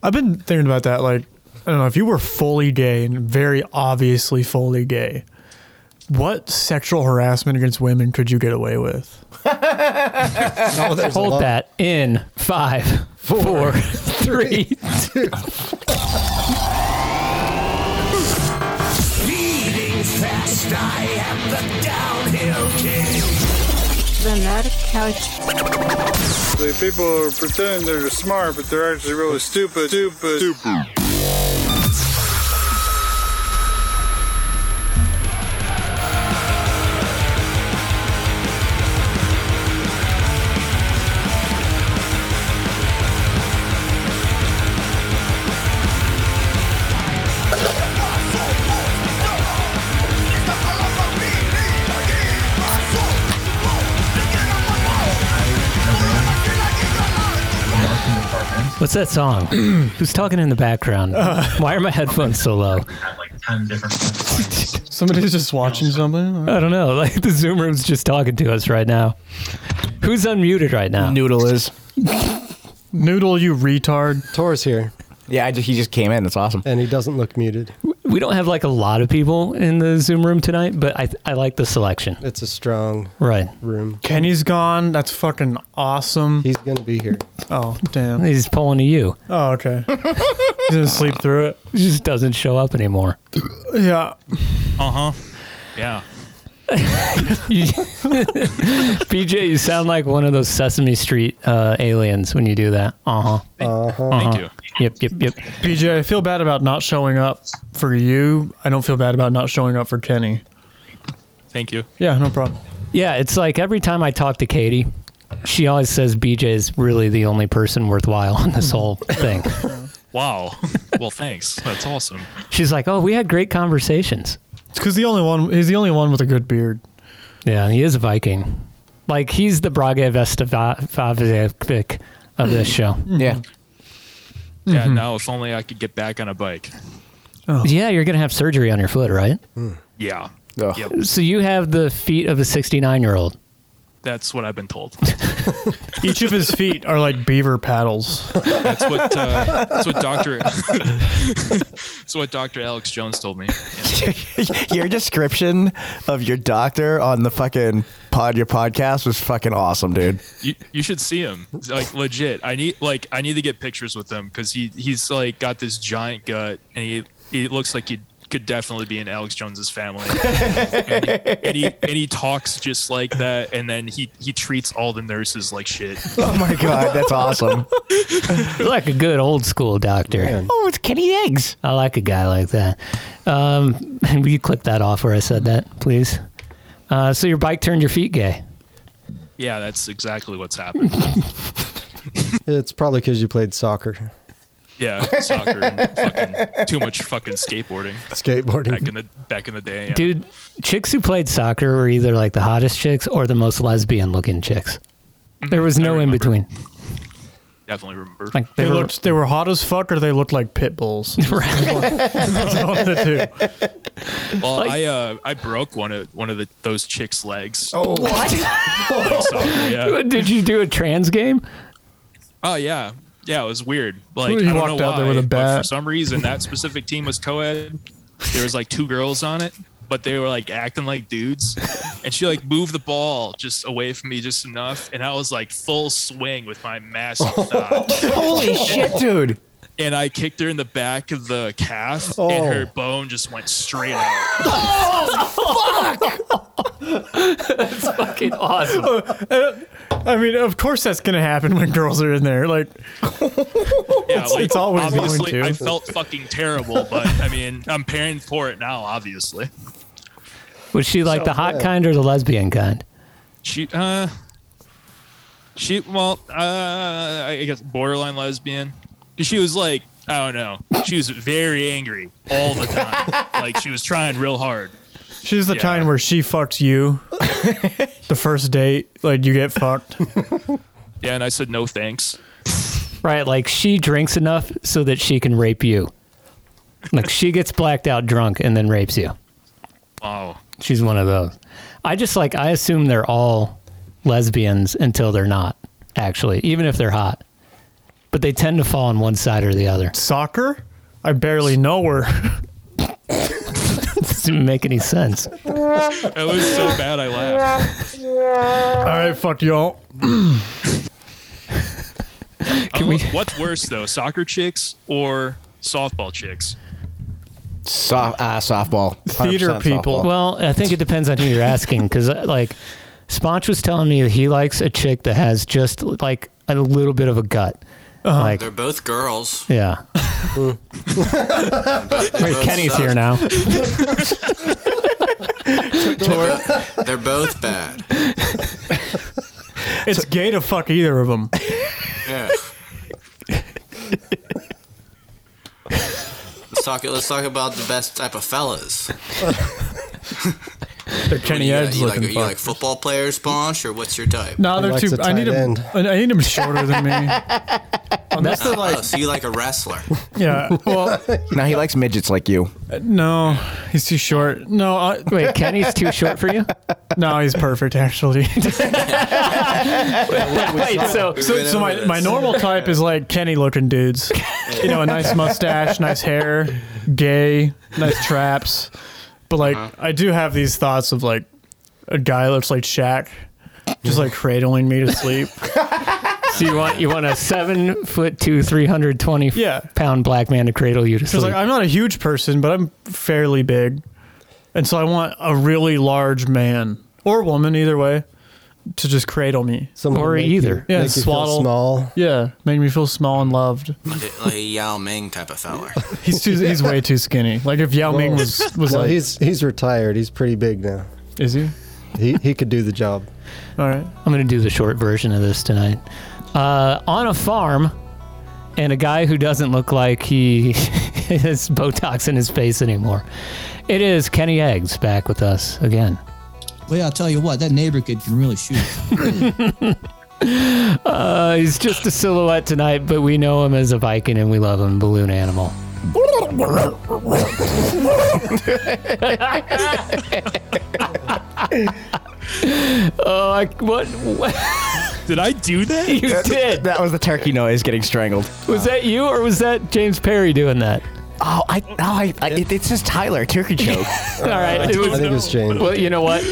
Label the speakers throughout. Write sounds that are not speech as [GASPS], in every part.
Speaker 1: I've been thinking about that. Like, I don't know if you were fully gay and very obviously fully gay. What sexual harassment against women could you get away with?
Speaker 2: Hold that in five, four, [LAUGHS] three.
Speaker 3: Speeding fast, I am the downhill king.
Speaker 4: Banana couch.
Speaker 5: The people are pretending they're smart, but they're actually really stupid, stupid, stupid.
Speaker 2: What's that [CLEARS THROAT] song? Who's talking in the background? Why are my headphones so low?
Speaker 1: Somebody's just watching something.
Speaker 2: I don't know. [LAUGHS] Like the Zoom room's just talking to us right now. Who's unmuted right now?
Speaker 6: Noodle is.
Speaker 1: Noodle, you retard.
Speaker 7: Tor's here,
Speaker 6: Yeah, I just, he just came in. That's awesome.
Speaker 7: and he doesn't look muted.
Speaker 2: We don't have like a lot of people in the Zoom room tonight, but I I like the selection.
Speaker 7: It's a strong
Speaker 2: Right.
Speaker 7: room.
Speaker 1: Kenny's gone. That's fucking awesome.
Speaker 7: He's gonna be here.
Speaker 1: Oh, damn.
Speaker 2: He's pulling to you.
Speaker 1: Oh, [LAUGHS] okay. He's gonna sleep through it.
Speaker 2: He just doesn't show up anymore. [LAUGHS]
Speaker 1: Yeah.
Speaker 8: Yeah.
Speaker 2: You- PJ, you sound like one of those Sesame Street uh, aliens when you do that. Uh huh.
Speaker 8: Thank you.
Speaker 2: Yep, yep, yep.
Speaker 1: PJ, I feel bad about not showing up for you. I don't feel bad about not showing up for Kenny.
Speaker 8: Thank you.
Speaker 1: Yeah, no problem.
Speaker 2: Yeah, it's like every time I talk to Katie, she always says BJ is really the only person worthwhile on this whole thing.
Speaker 8: Wow. well, thanks. That's awesome.
Speaker 2: She's like, "Oh, we had great conversations."
Speaker 1: It's because the only one he's the only one with a good beard.
Speaker 2: Yeah, he is a Viking. Like he's the Braga Vestavavic of this show.
Speaker 6: Yeah. [LAUGHS]
Speaker 8: Yeah. Now, if only I could get back on a bike.
Speaker 2: Yeah, you're gonna have surgery on your foot, right?
Speaker 8: Yeah.
Speaker 6: Ugh.
Speaker 8: Yep.
Speaker 2: So you have the feet of a 69 year old.
Speaker 8: That's what I've been told.
Speaker 1: Each of his feet are like beaver paddles.
Speaker 8: That's what. Uh, that's what Doctor. [LAUGHS] that's what Doctor Alex Jones told me.
Speaker 6: your description of your doctor on the fucking pod your podcast was fucking awesome, dude.
Speaker 8: You, you should see him. Like legit. I need like I need to get pictures with him because he he's like got this giant gut and he he looks like he could definitely be in Alex Jones's family. and, he, and he and he talks just like that, and then he he treats all the nurses like shit.
Speaker 6: [LAUGHS] Oh my god, that's awesome.
Speaker 2: You're like a good old school doctor.
Speaker 6: Oh, it's Kenny Eggs.
Speaker 2: I like a guy like that. Um, [LAUGHS] and will you clip that off where I said that, please? Uh, so your bike turned your feet gay.
Speaker 8: Yeah, that's exactly what's happened.
Speaker 7: It's probably because you played soccer,
Speaker 8: Yeah, soccer and fucking too much fucking skateboarding back
Speaker 7: skateboarding.
Speaker 8: in the back in the day. yeah.
Speaker 2: Dude, chicks who played soccer were either like the hottest chicks or the most lesbian looking chicks. There was no in
Speaker 8: remember.
Speaker 2: between.
Speaker 8: definitely remember.
Speaker 2: Like they,
Speaker 1: They
Speaker 2: were,
Speaker 1: looked they were hot as fuck or they looked like pit bulls. [LAUGHS] One of the two.
Speaker 8: well, I uh, I broke one of one of the, those chicks' legs.
Speaker 6: Oh,
Speaker 8: playing
Speaker 2: [LAUGHS]
Speaker 8: soccer, yeah.
Speaker 2: [LAUGHS] Did you do a trans game?
Speaker 8: Oh yeah. Yeah, it was weird. Like
Speaker 1: You
Speaker 8: I don't
Speaker 1: walked
Speaker 8: know
Speaker 1: out
Speaker 8: why,
Speaker 1: there with a
Speaker 8: but for
Speaker 1: bat.
Speaker 8: some reason that specific team was co-ed. There was like two girls on it, but they were like acting like dudes. And she like moved the ball just away from me just enough, and I was like full swing with my massive thigh.
Speaker 6: holy shit, dude.
Speaker 8: and I kicked her in the back of the calf, and her
Speaker 1: Oh.
Speaker 8: bone just went straight out.
Speaker 2: Fucking awesome.
Speaker 1: I mean, of course that's gonna happen when girls are in there. Like
Speaker 8: Yeah, like,
Speaker 1: it's always going
Speaker 8: obviously
Speaker 1: to.
Speaker 8: I felt fucking terrible, but I mean, I'm paying for it now. Obviously,
Speaker 2: Was she like the hot kind or the lesbian kind?
Speaker 8: she, uh, she, well, uh, I guess borderline lesbian. She was like, I don't know, she was very angry all the time. like she was trying real hard.
Speaker 1: she's the
Speaker 8: yeah.
Speaker 1: kind where she fucks [LAUGHS] you. the first date, like you get fucked.
Speaker 8: Yeah, and I said no thanks.
Speaker 2: Right, like she drinks enough so that she can rape you. Like she gets blacked out drunk and then rapes you.
Speaker 8: Wow.
Speaker 2: She's one of those. I just like I assume they're all lesbians until they're not actually, even if they're hot. but they tend to fall on one side or the other.
Speaker 1: Soccer? I barely know her. [LAUGHS]
Speaker 2: Doesn't make any sense.
Speaker 8: It was so bad I laughed.
Speaker 1: All right, fuck y'all.
Speaker 8: Uh, wh- What's worse though, soccer chicks or softball chicks?
Speaker 6: So- uh, softball.
Speaker 1: Theater
Speaker 6: 100%
Speaker 1: people.
Speaker 6: softball.
Speaker 2: Well, I think it depends on who you're asking because, like, Sponge was telling me that he likes a chick that has just like a little bit of a gut.
Speaker 1: Uh-huh.
Speaker 2: Like,
Speaker 9: They're both
Speaker 2: [LAUGHS]
Speaker 9: girls.
Speaker 2: yeah. Wait,
Speaker 9: Both
Speaker 2: Kenny's
Speaker 9: suck.
Speaker 2: here now.
Speaker 9: They're both bad.
Speaker 1: It's gay to fuck either of them.
Speaker 9: Yeah. let's talk. Let's talk about the best type of fellas.
Speaker 1: They're Kenny
Speaker 9: you,
Speaker 1: Edge
Speaker 9: you like
Speaker 1: looking
Speaker 9: you
Speaker 1: fuck.
Speaker 9: like football players, Bonch, or what's your type?
Speaker 1: No, they're
Speaker 7: likes
Speaker 1: too.
Speaker 7: a
Speaker 1: I need
Speaker 7: tight
Speaker 1: them.
Speaker 7: end.
Speaker 1: I I need them shorter than [LAUGHS] me. Unless they're
Speaker 9: Oh,
Speaker 1: like,
Speaker 9: so you like a
Speaker 1: [LAUGHS]
Speaker 9: wrestler?
Speaker 1: yeah. Well,
Speaker 6: Now he likes midgets like you.
Speaker 1: no, he's too short. No, I,
Speaker 2: Wait, Kenny's too short for you?
Speaker 1: no, he's perfect actually.
Speaker 2: Wait, [LAUGHS] so
Speaker 1: So, so my, my normal type is like Kenny looking dudes. You know, a nice mustache, nice hair, gay, nice traps. But like, I do have these thoughts of like a guy looks like Shaq, just like cradling me to sleep.
Speaker 2: So you want you want a seven foot two, three hundred twenty
Speaker 1: Yeah.
Speaker 2: pound black man to cradle you to
Speaker 1: Because
Speaker 2: sleep?
Speaker 1: like, I'm not a huge person, but I'm fairly big, and so I want a really large man or woman, either way, to just cradle me.
Speaker 7: Someone
Speaker 2: Or
Speaker 7: make you-
Speaker 2: either.
Speaker 1: Yeah,
Speaker 7: make you feel
Speaker 1: swaddle.
Speaker 7: small.
Speaker 1: Yeah, make me feel small and loved.
Speaker 9: like a Yao Ming type of fella.
Speaker 1: He's too, he's way too skinny. Like if Yao Ming was was
Speaker 7: No,
Speaker 1: like,
Speaker 7: he's he's retired. He's pretty big now.
Speaker 1: is he?
Speaker 7: He he could do the job.
Speaker 1: All right.
Speaker 2: I'm gonna do the short version of this tonight. Uh, on a farm, and a guy who doesn't look like he [LAUGHS] has Botox in his face anymore. It is Kenny Eggs back with us again.
Speaker 10: Well, I'll tell you what, that neighbor kid can
Speaker 9: [LAUGHS]
Speaker 10: really shoot.
Speaker 2: Uh, he's just a silhouette tonight, but we know him as a Viking and we love him, balloon animal. [LAUGHS] oh, I, what, what?
Speaker 8: Did I do that?
Speaker 2: You did.
Speaker 6: That was the turkey noise getting strangled.
Speaker 2: Was that you or was that James Perry doing that?
Speaker 6: Oh, I, oh, I, I it, it's just Tyler turkey [LAUGHS] joke.
Speaker 2: All right. It
Speaker 7: I
Speaker 2: was,
Speaker 7: think it's James.
Speaker 2: well, you know what?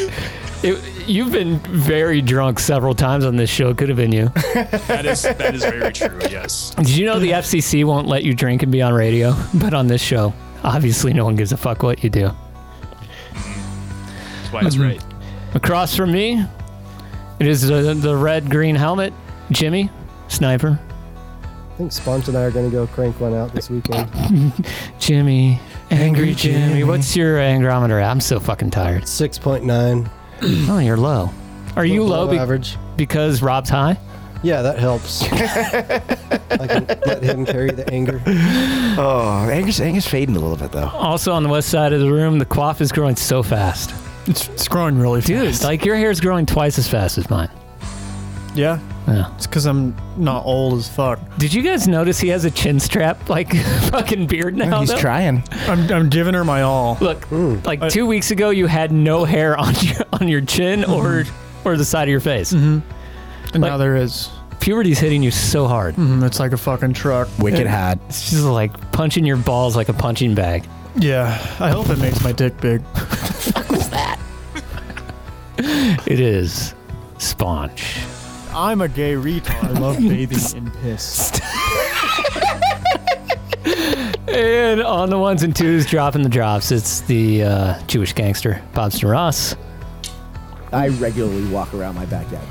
Speaker 2: It, you've been very drunk several times on this show. Could have been you.
Speaker 8: That is that is very true. Yes.
Speaker 2: Did you know the FCC won't let you drink and be on radio? But on this show, obviously, no one gives a fuck what you do.
Speaker 8: That's why it's right.
Speaker 2: Across from me, it is the, the red green helmet, Jimmy Sniper.
Speaker 7: I think Sponge and I are going to go crank one out this weekend.
Speaker 2: Jimmy, angry Jimmy. What's your angrometer? at? I'm so fucking tired.
Speaker 7: Six point nine.
Speaker 2: Oh, you're low. Are you low be-
Speaker 7: average?
Speaker 2: because Rob's high?
Speaker 7: Yeah,
Speaker 2: [LAUGHS]
Speaker 7: that helps. I can let him carry the anger.
Speaker 6: oh, Angus, Angus fading a little bit though.
Speaker 2: Also on the west side of the room, the quaff is growing so fast.
Speaker 1: It's, it's growing really
Speaker 2: Dude,
Speaker 1: fast.
Speaker 2: like your hair's growing twice as fast as mine.
Speaker 1: yeah,
Speaker 2: Yeah.
Speaker 1: it's because I'm not old as fuck.
Speaker 2: Did you guys notice he has a chin strap like [LAUGHS] fucking beard now?
Speaker 6: He's
Speaker 2: though?
Speaker 6: trying.
Speaker 1: I'm, I'm giving her my all.
Speaker 2: Look, like two weeks ago, you had no hair on [LAUGHS] your on your chin or or the side of your face.
Speaker 1: And
Speaker 2: Like-
Speaker 1: now there is.
Speaker 2: Puberty's hitting you so hard.
Speaker 1: Mm, it's like a fucking truck.
Speaker 6: Wicked had.
Speaker 2: It's just like punching your balls like a punching bag.
Speaker 1: Yeah, I hope it makes my dick big.
Speaker 2: It is sponge.
Speaker 1: I'm a gay retard. I love bathing in piss.
Speaker 2: And on the ones and twos, dropping the drops, it's the uh, Jewish gangster Bobster Ross
Speaker 10: I regularly walk around my backyard.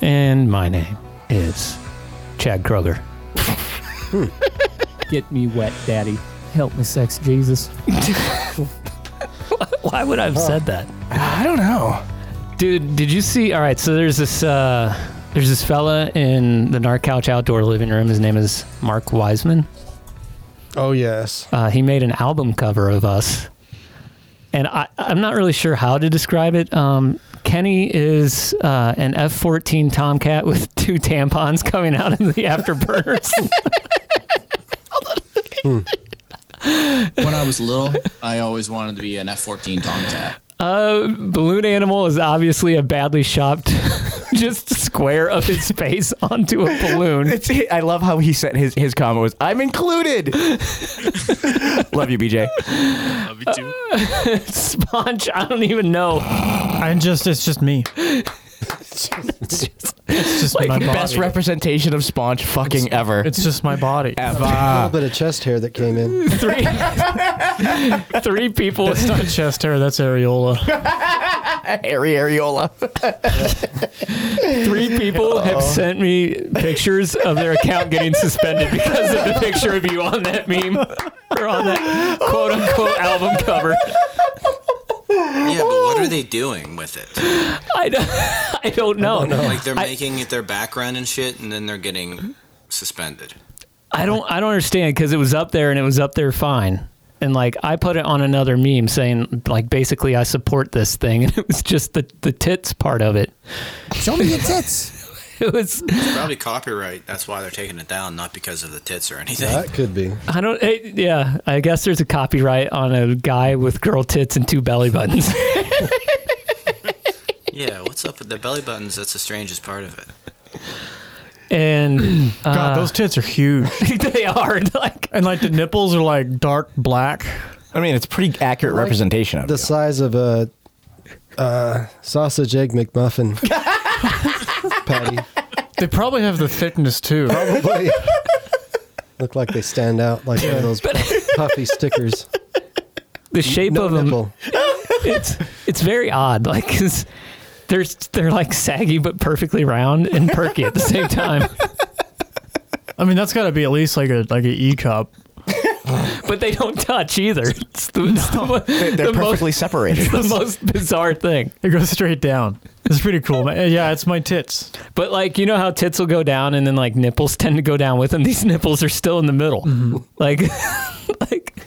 Speaker 2: And my name is Chad Kroger.
Speaker 10: [LAUGHS] Get me wet, daddy. Help me, sex Jesus.
Speaker 2: [LAUGHS] Why would I have said that?
Speaker 6: I don't know.
Speaker 2: Dude, did you see? All right, so there's this uh, there's this fella in the Narc Couch outdoor living room. His name is Mark Wiseman.
Speaker 7: Oh yes.
Speaker 2: Uh, he made an album cover of us, and I, I'm not really sure how to describe it. Um, Kenny is uh, an F-14 Tomcat with [LAUGHS] two tampons coming out of the afterburners.
Speaker 9: When I was little, I always wanted to be an F-14 Tomcat.
Speaker 2: Balloon Animal is obviously a badly shopped [LAUGHS] just square of his face onto a balloon.
Speaker 6: [LAUGHS] It's, I love how he sent his his comment was I'm included. [LAUGHS] love you, BJ.
Speaker 8: Love you too.
Speaker 2: Sponge, I don't even know.
Speaker 1: I'm just, it's just me.
Speaker 2: it's just,
Speaker 6: like
Speaker 1: my
Speaker 6: best
Speaker 1: body.
Speaker 6: representation of Sponge fucking ever.
Speaker 1: It's just my body.
Speaker 7: A
Speaker 6: Ever.
Speaker 7: little bit of chest hair that came in.
Speaker 2: three, three people.
Speaker 1: That's not chest hair, that's areola.
Speaker 6: Harry Areola.
Speaker 2: Three people have sent me pictures of their account getting suspended because of the picture of you on that meme or on that quote unquote album cover.
Speaker 11: Yeah, but what are they doing with it?
Speaker 2: I don't, I don't know.
Speaker 11: Like they're making it their background and shit, and then they're getting suspended.
Speaker 2: I don't I don't understand because it was up there and it was up there fine. And like I put it on another meme saying like basically I support this thing [LAUGHS] and it was just the the tits part of it.
Speaker 7: Show me your tits.
Speaker 2: [LAUGHS] It was
Speaker 11: It's probably copyright. That's why they're taking it down, not because of the tits or
Speaker 7: [LAUGHS]
Speaker 11: anything.
Speaker 7: That could be.
Speaker 2: I don't it, yeah, I guess there's a copyright on a guy with girl tits and two belly buttons.
Speaker 11: [LAUGHS]
Speaker 2: [LAUGHS]
Speaker 11: Yeah, what's up with the belly buttons? That's the strangest part of it.
Speaker 2: and uh,
Speaker 1: God, those tits are huge.
Speaker 2: [LAUGHS] they are like
Speaker 1: And like the nipples are like dark black.
Speaker 6: I mean, it's pretty accurate representation of
Speaker 7: The
Speaker 6: it.
Speaker 7: size of a uh, sausage egg McMuffin. [LAUGHS] Patty.
Speaker 1: They probably have the thickness too.
Speaker 7: Probably. Look like they stand out like one of those [LAUGHS] puffy [LAUGHS] stickers.
Speaker 2: the shape
Speaker 7: No
Speaker 2: of them
Speaker 7: nipple.
Speaker 2: [LAUGHS] it's it's very odd like 'cause they're they're like saggy but perfectly round and perky at the same [LAUGHS] time.
Speaker 1: I mean, that's got to be at least like a like an E cup.
Speaker 2: but they don't touch either. It's the, it's the mo-
Speaker 6: They're
Speaker 2: the [LAUGHS]
Speaker 6: perfectly [LAUGHS] separated.
Speaker 2: most, the most bizarre thing.
Speaker 1: It goes straight down. It's pretty cool. man. Yeah, it's my tits.
Speaker 2: But like you know how tits will go down and then like nipples tend to go down with them. These nipples are still in the middle. Like, [LAUGHS] like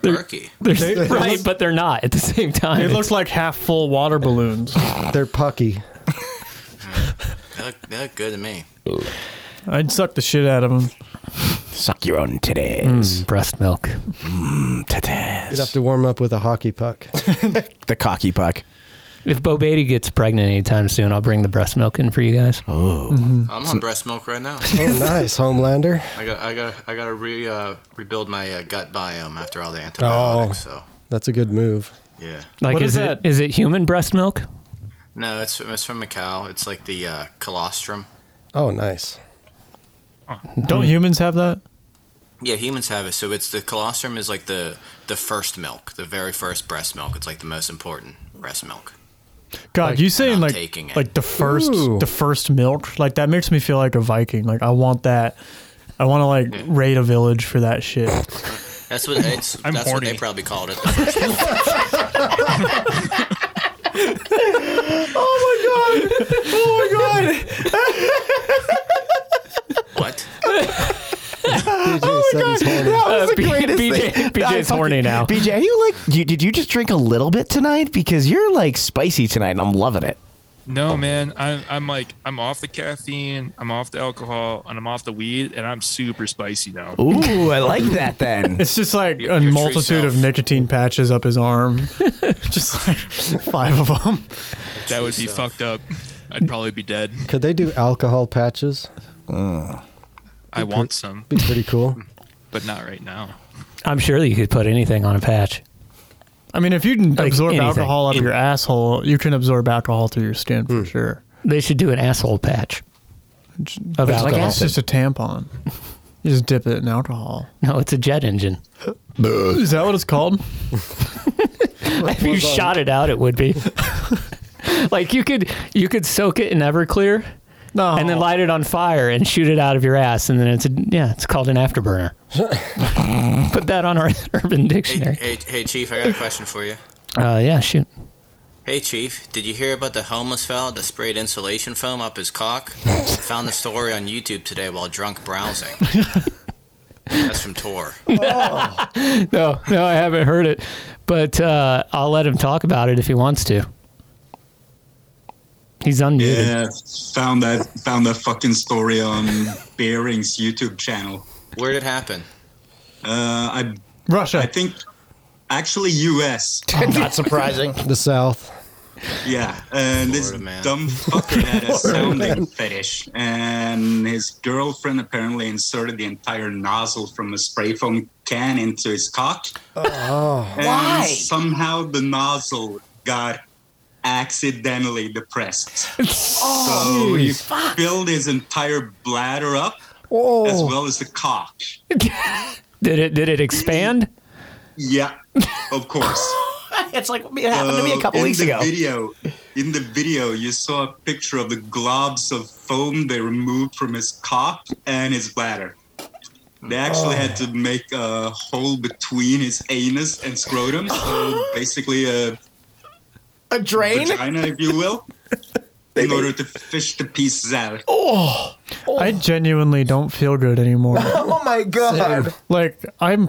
Speaker 11: They're perky.
Speaker 2: they're [LAUGHS] right, but they're not at the same time.
Speaker 1: They
Speaker 2: It's-
Speaker 1: look like half full water balloons.
Speaker 7: They're pucky.
Speaker 11: They look, they look good to me.
Speaker 1: I'd suck the shit out of them.
Speaker 6: Suck your own titties.
Speaker 2: breast milk.
Speaker 6: Titties.
Speaker 7: You'd have to warm up with a hockey [LAUGHS] puck.
Speaker 6: The cocky puck.
Speaker 2: If Bo Beatty gets pregnant anytime soon, I'll bring the breast milk in for you guys.
Speaker 11: I'm on breast milk right now.
Speaker 7: Oh, nice, Homelander.
Speaker 11: I got, I got, I got to re, uh, rebuild my uh, gut biome after all the antibiotics. So,
Speaker 7: That's a good move.
Speaker 11: yeah.
Speaker 2: Like,
Speaker 1: What is
Speaker 2: is, it is
Speaker 1: that?
Speaker 2: it human breast milk?
Speaker 11: No, it's it's from a cow. It's like the uh, colostrum.
Speaker 7: Oh, nice.
Speaker 1: Don't humans have that?
Speaker 11: Yeah, humans have it. So it's the colostrum is like the the first milk, the very first breast milk. It's like the most important breast milk.
Speaker 1: God, you saying
Speaker 11: I'm
Speaker 1: like
Speaker 11: taking it.
Speaker 1: like the first
Speaker 7: Ooh.
Speaker 1: the first milk? Like that makes me feel like a Viking. Like I want that. I want to like raid a village for that shit.
Speaker 11: That's what it's.
Speaker 8: I'm
Speaker 11: that's what
Speaker 8: horny.
Speaker 11: they probably called it. The first milk. what?
Speaker 7: DJ Seven's horny.
Speaker 6: That was
Speaker 2: Uh,
Speaker 6: the
Speaker 2: B-
Speaker 6: greatest
Speaker 2: BJ
Speaker 6: thing.
Speaker 2: BJ's
Speaker 6: I fucking-
Speaker 2: horny now.
Speaker 6: BJ, are you like, you, did you just drink a little bit tonight? Because you're like spicy tonight, and I'm loving it.
Speaker 8: No, man. I'm, I'm like, I'm off the caffeine, I'm off the alcohol, and I'm off the weed, and I'm super spicy now.
Speaker 6: Ooh, I like
Speaker 1: [LAUGHS]
Speaker 6: that. Then
Speaker 1: It's just like
Speaker 11: Your-
Speaker 1: a
Speaker 11: your true
Speaker 1: multitude of
Speaker 11: self.
Speaker 1: nicotine patches up his [LAUGHS] arm. just like five of them.
Speaker 8: that would be fucked up. I'd probably be dead.
Speaker 7: Could they do alcohol patches?
Speaker 8: I want some,
Speaker 7: Be pretty cool.
Speaker 8: but not right now.
Speaker 2: I'm sure that you could put anything on a patch.
Speaker 1: I mean, if you can
Speaker 2: Like
Speaker 1: absorb
Speaker 2: anything.
Speaker 1: alcohol up your asshole, you can absorb alcohol through your skin
Speaker 12: Hmm.
Speaker 1: for sure.
Speaker 2: They should do an asshole patch of
Speaker 1: It's like
Speaker 2: alcohol.
Speaker 1: it's just a tampon. You just dip it in alcohol.
Speaker 2: no, it's a jet engine.
Speaker 1: Is that what it's called?
Speaker 2: if you shot it out, it
Speaker 1: [LAUGHS]
Speaker 2: would be. like you could you could soak it in Everclear
Speaker 1: No.
Speaker 2: and then light it on fire and shoot it out of your ass, and then it's a, yeah, it's called an
Speaker 1: [LAUGHS]
Speaker 2: afterburner. Put that on our [LAUGHS] Urban
Speaker 11: Hey,
Speaker 2: Dictionary.
Speaker 11: hey, hey, chief. I got a question for you.
Speaker 2: Uh, yeah, shoot.
Speaker 11: Hey, Chief, did you hear about the homeless fella that sprayed insulation foam up his cock? Found the story on YouTube today while drunk browsing. That's from Tor.
Speaker 2: No, no, I haven't heard it, but uh, I'll let him talk about it if he wants to. He's unmuted.
Speaker 12: Yeah, found that found that fucking story on Bering's YouTube channel.
Speaker 11: Where did it happen?
Speaker 12: Uh, I
Speaker 1: Russia.
Speaker 12: I think actually U.S.
Speaker 6: not surprising.
Speaker 7: The South.
Speaker 11: [LAUGHS]
Speaker 12: Yeah, and this
Speaker 11: man.
Speaker 12: dumb fucker had
Speaker 11: [LAUGHS]
Speaker 12: a sounding
Speaker 11: man.
Speaker 12: fetish, and his girlfriend apparently inserted the entire nozzle from a spray foam can into his cock.
Speaker 6: Oh.
Speaker 12: And somehow the nozzle got accidentally
Speaker 11: [LAUGHS]
Speaker 12: depressed. so he filled his entire bladder up, as well as the cock.
Speaker 2: Did it? Did it expand?
Speaker 12: Yeah, of course.
Speaker 6: [LAUGHS] it's like it happened to me a
Speaker 12: So
Speaker 6: couple
Speaker 12: Um, in
Speaker 6: weeks
Speaker 12: the
Speaker 6: ago.
Speaker 12: Video, in the video, you saw a picture of the globs of foam they removed from his cock and his bladder. They actually had to make a hole between his anus and
Speaker 5: [GASPS]
Speaker 12: scrotum, so basically a
Speaker 6: a drain,
Speaker 12: vagina, if you will, in order to fish the pieces out.
Speaker 6: Oh.
Speaker 1: I genuinely don't feel good
Speaker 12: [LAUGHS]
Speaker 1: anymore.
Speaker 6: [LAUGHS] Oh my god.
Speaker 1: like I'm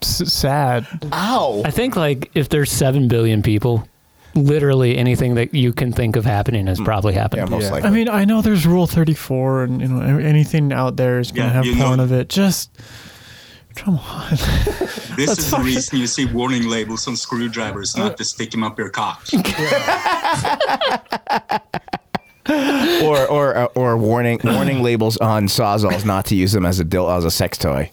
Speaker 1: s- sad.
Speaker 6: Ow.
Speaker 2: I think like if there's seven billion people, literally anything that you can think of happening has probably happened.
Speaker 1: I mean, I know there's Rule 34, and you know anything out there is gonna
Speaker 12: Yeah,
Speaker 1: have
Speaker 12: you know-
Speaker 1: porn of it. Just come on. [LAUGHS]
Speaker 12: This
Speaker 1: That's
Speaker 12: is the
Speaker 1: fucking-
Speaker 12: reason you see warning labels on screwdrivers, not to stick him up your cock.
Speaker 6: or or uh, or warning warning labels on sawzalls not to use them as a dill as a sex toy.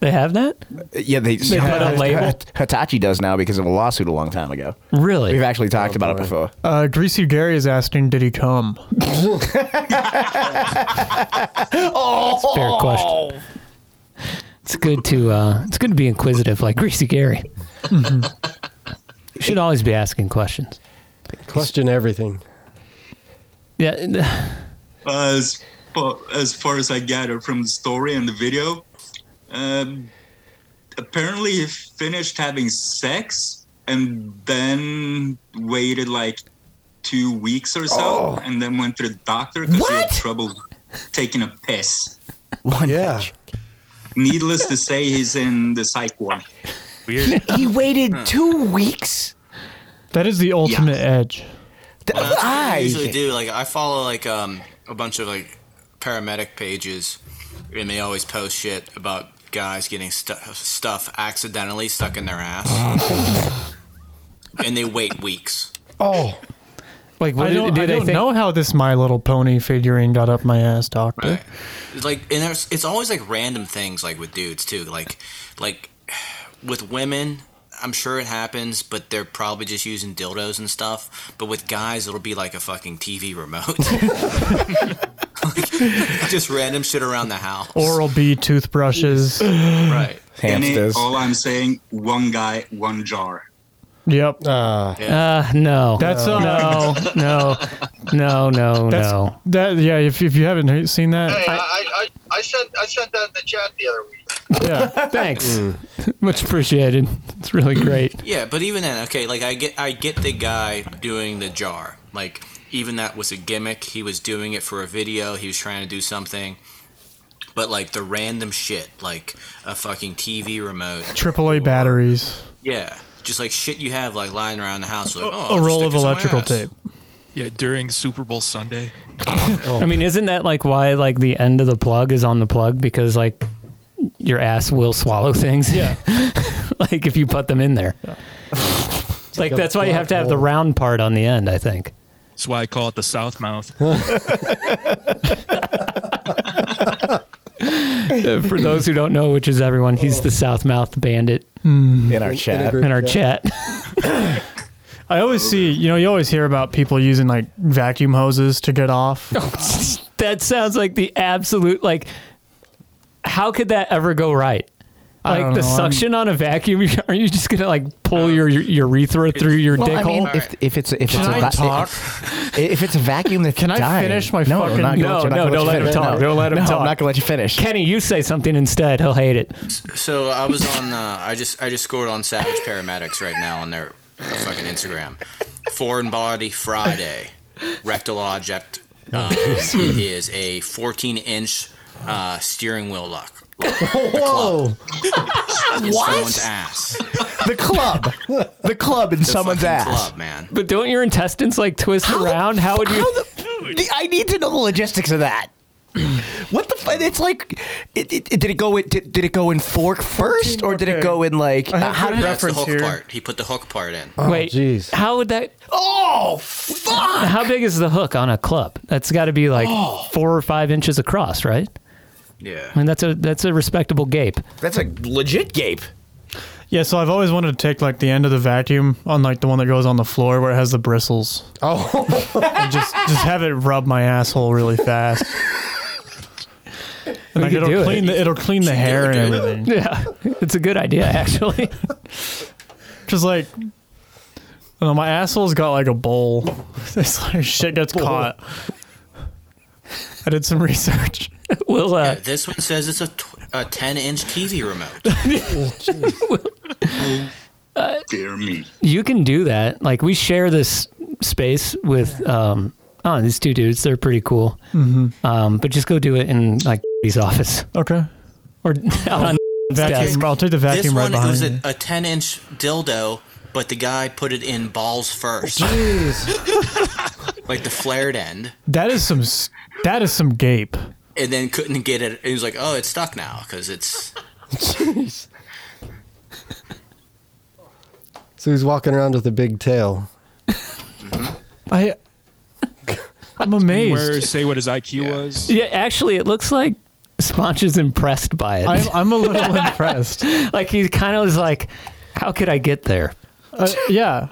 Speaker 2: They have that?
Speaker 6: Yeah, they,
Speaker 2: They put a label?
Speaker 6: Hitachi does now because of a lawsuit a long time ago.
Speaker 2: Really?
Speaker 6: We've actually talked about it before.
Speaker 1: Uh, Greasy Gary is asking, did he come?
Speaker 6: Oh,
Speaker 2: Fair question. It's good to uh, it's good to be inquisitive, like Greasy Gary. You should always be asking questions.
Speaker 7: Question everything.
Speaker 2: Yeah.
Speaker 12: as far, as far as I gathered from the story and the video, um, apparently he finished having sex and then waited like two weeks or so, and then went to the doctor because he had trouble taking a piss.
Speaker 6: yeah.
Speaker 12: Needless to say, he's in the psych ward.
Speaker 8: Weird.
Speaker 6: He waited two weeks.
Speaker 1: That is the ultimate edge.
Speaker 11: Well,
Speaker 6: [LAUGHS]
Speaker 11: that's what I usually do. Like I follow like um a bunch of like paramedic pages, and they always post shit about guys getting stu- stuff accidentally stuck in their
Speaker 6: [LAUGHS]
Speaker 11: ass, and they wait weeks.
Speaker 1: Oh.
Speaker 2: Like,
Speaker 11: what
Speaker 1: I
Speaker 11: do-
Speaker 1: don't,
Speaker 11: do
Speaker 1: I
Speaker 11: they
Speaker 1: don't
Speaker 11: think-
Speaker 1: know how this My Little Pony figurine got up my ass, Doctor.
Speaker 11: Right. It's like, and there's it's always like random things like with dudes too. Like, like with women, I'm sure it happens, but they're probably just using dildos and stuff. But with guys, it'll be like a fucking TV remote, [LAUGHS] Like, just random shit around the house.
Speaker 1: Oral B toothbrushes.
Speaker 13: [LAUGHS]
Speaker 11: Right.
Speaker 12: Any- all I'm saying, one guy, one jar.
Speaker 1: Yep.
Speaker 7: Uh,
Speaker 2: Uh, no.
Speaker 1: That's
Speaker 2: no,
Speaker 1: uh,
Speaker 2: no, no, no, no,
Speaker 1: That's,
Speaker 2: no.
Speaker 1: That yeah. If, if you haven't he- seen that,
Speaker 13: I, I, I sent I sent that in the chat the other week.
Speaker 1: yeah.
Speaker 2: Thanks. [LAUGHS] Much appreciated. It's really great.
Speaker 11: Yeah, but even then, okay, like I get I get the guy doing the jar. Like even that was a gimmick. He was doing it for a video. He was trying to do something. But like the random shit, like a fucking TV remote.
Speaker 1: [CLEARS THROAT] Triple A batteries.
Speaker 11: Yeah, just like shit you have like lying around the house. Like, oh,
Speaker 1: a
Speaker 11: I'll
Speaker 1: roll
Speaker 11: stick
Speaker 1: of
Speaker 11: this in my
Speaker 1: electrical
Speaker 11: ass.
Speaker 1: tape.
Speaker 8: Yeah, during Super Bowl Sunday.
Speaker 2: I mean, isn't that like why like the end of the plug is on the plug because like your ass will swallow things. Yeah. [LAUGHS] like if you put them in there. It's like
Speaker 8: like a
Speaker 2: that's why you have to have the
Speaker 8: black
Speaker 2: round part on the end. I think.
Speaker 8: That's why I call it the South Mouth.
Speaker 2: Uh, For those who don't know, which is everyone, he's the South Mouth Bandit
Speaker 6: In our In- in chat. a group
Speaker 2: In our
Speaker 1: chat.
Speaker 2: chat.
Speaker 1: I always see, you know, you always hear about people using like vacuum hoses to get off.
Speaker 2: that sounds like the absolute like. How could that ever go right?
Speaker 1: I
Speaker 2: Like
Speaker 1: don't
Speaker 2: the
Speaker 1: know, I'm-
Speaker 2: suction on a vacuum, [LAUGHS] are you just gonna like pull your, your urethra through your
Speaker 6: Well,
Speaker 2: dick
Speaker 6: I mean,
Speaker 2: hole?
Speaker 6: if, if it's a, if
Speaker 2: Can
Speaker 6: it's a
Speaker 2: I
Speaker 6: va-
Speaker 2: talk?
Speaker 6: If, if it's a vacuum that's can
Speaker 2: I finish my
Speaker 6: no,
Speaker 2: fucking-
Speaker 6: I'm not gonna
Speaker 2: No,
Speaker 6: let you- I'm not
Speaker 2: no,
Speaker 6: gonna
Speaker 2: don't
Speaker 6: let
Speaker 2: let
Speaker 6: you
Speaker 2: him
Speaker 6: finish.
Speaker 2: talk.
Speaker 6: No,
Speaker 2: Don't let him
Speaker 6: no, I'm
Speaker 2: talk.
Speaker 6: not gonna let you finish.
Speaker 2: Kenny, you say something instead. He'll hate it.
Speaker 11: So I was on. Uh, I just I just scored on Savage Paramedics right now on their fucking Instagram. Foreign Body Friday, rectal object um, is a 14 inch uh, steering wheel lock.
Speaker 7: Oh,
Speaker 6: Whoa!
Speaker 11: in Someone's
Speaker 6: what?
Speaker 11: ass.
Speaker 6: The club, the club in
Speaker 11: The
Speaker 6: someone's
Speaker 11: fucking
Speaker 6: ass.
Speaker 11: club, man.
Speaker 2: But don't your intestines like twist around? How would you?
Speaker 6: I need to know the logistics of that. [CLEARS THROAT] What the? F- it's like, it, it, did it go? In, did, did it go in fork first, or did it go in like? how did
Speaker 11: That's the hook part. He put the hook part in.
Speaker 2: Wait,
Speaker 7: Oh,
Speaker 2: how would that?
Speaker 6: Oh, fuck!
Speaker 2: How big is the hook on a club? That's got to be like
Speaker 11: Oh.
Speaker 2: four or five inches across, right?
Speaker 11: Yeah.
Speaker 2: I mean, that's a that's a respectable gape.
Speaker 6: That's a legit gape.
Speaker 1: Yeah, so I've always wanted to take like the end of the vacuum on like the one that goes on the floor where it has the bristles. [LAUGHS]
Speaker 6: Oh,
Speaker 1: just just have it rub my asshole really fast. And
Speaker 2: We
Speaker 1: like
Speaker 2: could do
Speaker 1: it'll
Speaker 2: it.
Speaker 1: clean the it'll clean the hair and everything.
Speaker 2: [LAUGHS] Yeah, it's a good idea actually. [LAUGHS]
Speaker 1: Just like I don't know, my asshole's got like a bowl. [LAUGHS] It's like shit gets caught. I did some research.
Speaker 2: Will uh,
Speaker 11: This one says it's a, tw- a 10 inch TV remote.
Speaker 12: Dear me.
Speaker 2: You can do that. Like we share this space with um oh these two dudes. They're pretty cool.
Speaker 1: Mhm.
Speaker 2: Um, but just go do it in like his office [LAUGHS]
Speaker 1: Okay.
Speaker 2: or out on desk.
Speaker 1: Vacuum. I'll take the
Speaker 11: This
Speaker 1: vacuum right
Speaker 11: one
Speaker 1: behind
Speaker 11: was
Speaker 1: me.
Speaker 11: a, a 10 inch dildo, but the guy put it in balls first. [LAUGHS] like the flared end,
Speaker 1: That is some s- that is some gape.
Speaker 11: and then couldn't get it. He was like, oh, it's stuck now because it's.
Speaker 7: So he's walking around with a big tail.
Speaker 1: I I'm amazed.
Speaker 8: Where say what his IQ was?
Speaker 2: [LAUGHS] Yeah, actually, it looks like Sponge is impressed by it.
Speaker 1: I'm, I'm a little [LAUGHS] impressed.
Speaker 2: [LAUGHS] like he kind of was like, "How could I get there?
Speaker 1: Uh, yeah.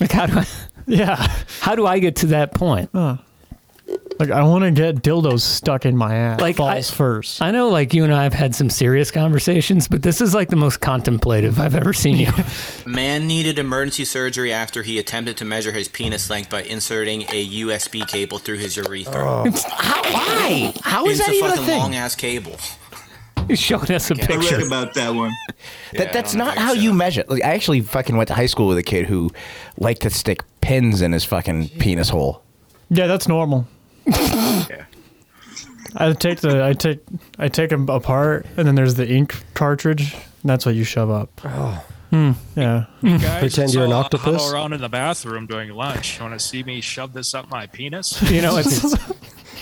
Speaker 2: Like how do I?
Speaker 1: [LAUGHS] Yeah.
Speaker 2: How do I get to that point?"
Speaker 1: Huh. Like I want to get dildos stuck in my ass.
Speaker 2: Like
Speaker 1: balls
Speaker 2: I,
Speaker 1: first.
Speaker 2: I know, like you and I have had some serious conversations, but this is like the most contemplative I've ever seen you. [LAUGHS]
Speaker 11: Man needed emergency surgery after he attempted to measure his penis length by inserting a USB cable through his urethra.
Speaker 6: How? Why? How is
Speaker 11: it's
Speaker 6: Oh. that
Speaker 11: a
Speaker 6: even a
Speaker 11: fucking
Speaker 6: thing?
Speaker 11: long ass cable.
Speaker 2: You showed us a
Speaker 11: I read
Speaker 2: picture.
Speaker 12: about that one.
Speaker 6: That, that's not how you measure. Like, I actually fucking went to high school with a kid who liked to stick pins in his fucking penis hole.
Speaker 1: Yeah, that's normal. I take the I take I take them apart, and then there's the ink cartridge. And that's what you shove up. Oh. Yeah.
Speaker 8: Guys, so I'll Huddle around in the bathroom during lunch. You want to see me shove this up my penis?
Speaker 2: You know, it's,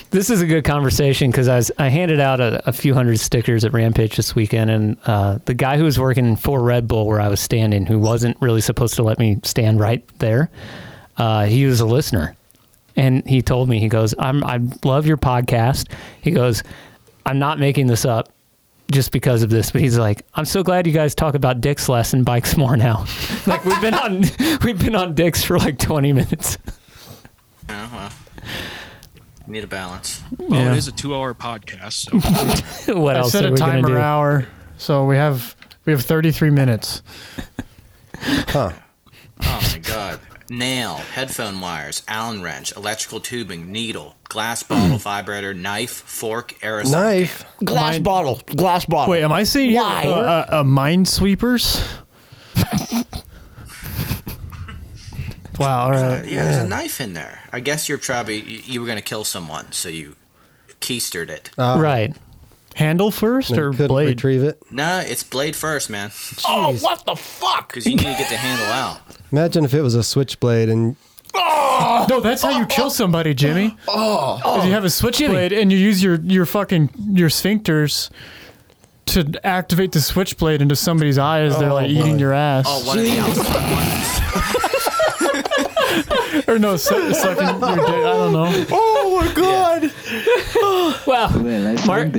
Speaker 2: this is a good conversation because I was I handed out a, a few hundred stickers at Rampage this weekend, and uh, the guy who was working for Red Bull where I was standing, who wasn't really supposed to let me stand right there, uh, he was a listener, and he told me he goes, "I'm I love your podcast." He goes, "I'm not making this up." Just because of this, but he's like, I'm so glad you guys talk about dicks less and bikes more now. [LAUGHS] like we've been on, [LAUGHS] we've been on dicks for like 20 minutes. [LAUGHS]
Speaker 11: Yeah, Oh, well, need a balance. Oh,
Speaker 8: Well,
Speaker 2: Yeah.
Speaker 8: it is a two-hour podcast. So.
Speaker 2: what
Speaker 1: I
Speaker 2: else
Speaker 1: set
Speaker 2: are
Speaker 1: a
Speaker 2: we gonna
Speaker 1: timer
Speaker 2: do?
Speaker 1: hour, so we have we have 33 minutes.
Speaker 6: Huh.
Speaker 11: Oh my god. Nail, headphone wires, Allen wrench, electrical tubing, needle, glass
Speaker 6: Hmm.
Speaker 11: bottle, vibrator, knife, fork, aerosol.
Speaker 7: Knife.
Speaker 6: Glass bottle. Glass bottle. [LAUGHS]
Speaker 1: Wait, am I seeing
Speaker 6: Why?
Speaker 1: Uh, uh, uh, minesweepers? wow. All
Speaker 11: Uh,
Speaker 1: right.
Speaker 11: yeah, there's a knife in there. I guess you're probably you, you were gonna kill someone, so you keistered it.
Speaker 2: right.
Speaker 1: Handle first or blade?
Speaker 7: Retrieve it.
Speaker 11: Nah, it's blade first, man.
Speaker 6: Oh, what the fuck?
Speaker 11: Because you need to get the
Speaker 2: [LAUGHS]
Speaker 11: handle out.
Speaker 7: Imagine if it was a switchblade and
Speaker 1: No, Oh, that's how you kill somebody,
Speaker 11: [GASPS]
Speaker 1: Jimmy.
Speaker 6: Oh.
Speaker 1: Because you have a switchblade and you use your your fucking your sphincters to activate the switchblade into somebody's eye as they're
Speaker 6: Oh,
Speaker 1: like eating
Speaker 6: boy.
Speaker 1: your ass.
Speaker 11: Oh, one of the outside ones.
Speaker 1: or no, su- sucking your dick. I don't know.
Speaker 6: Oh my god.
Speaker 2: Wow. Mark,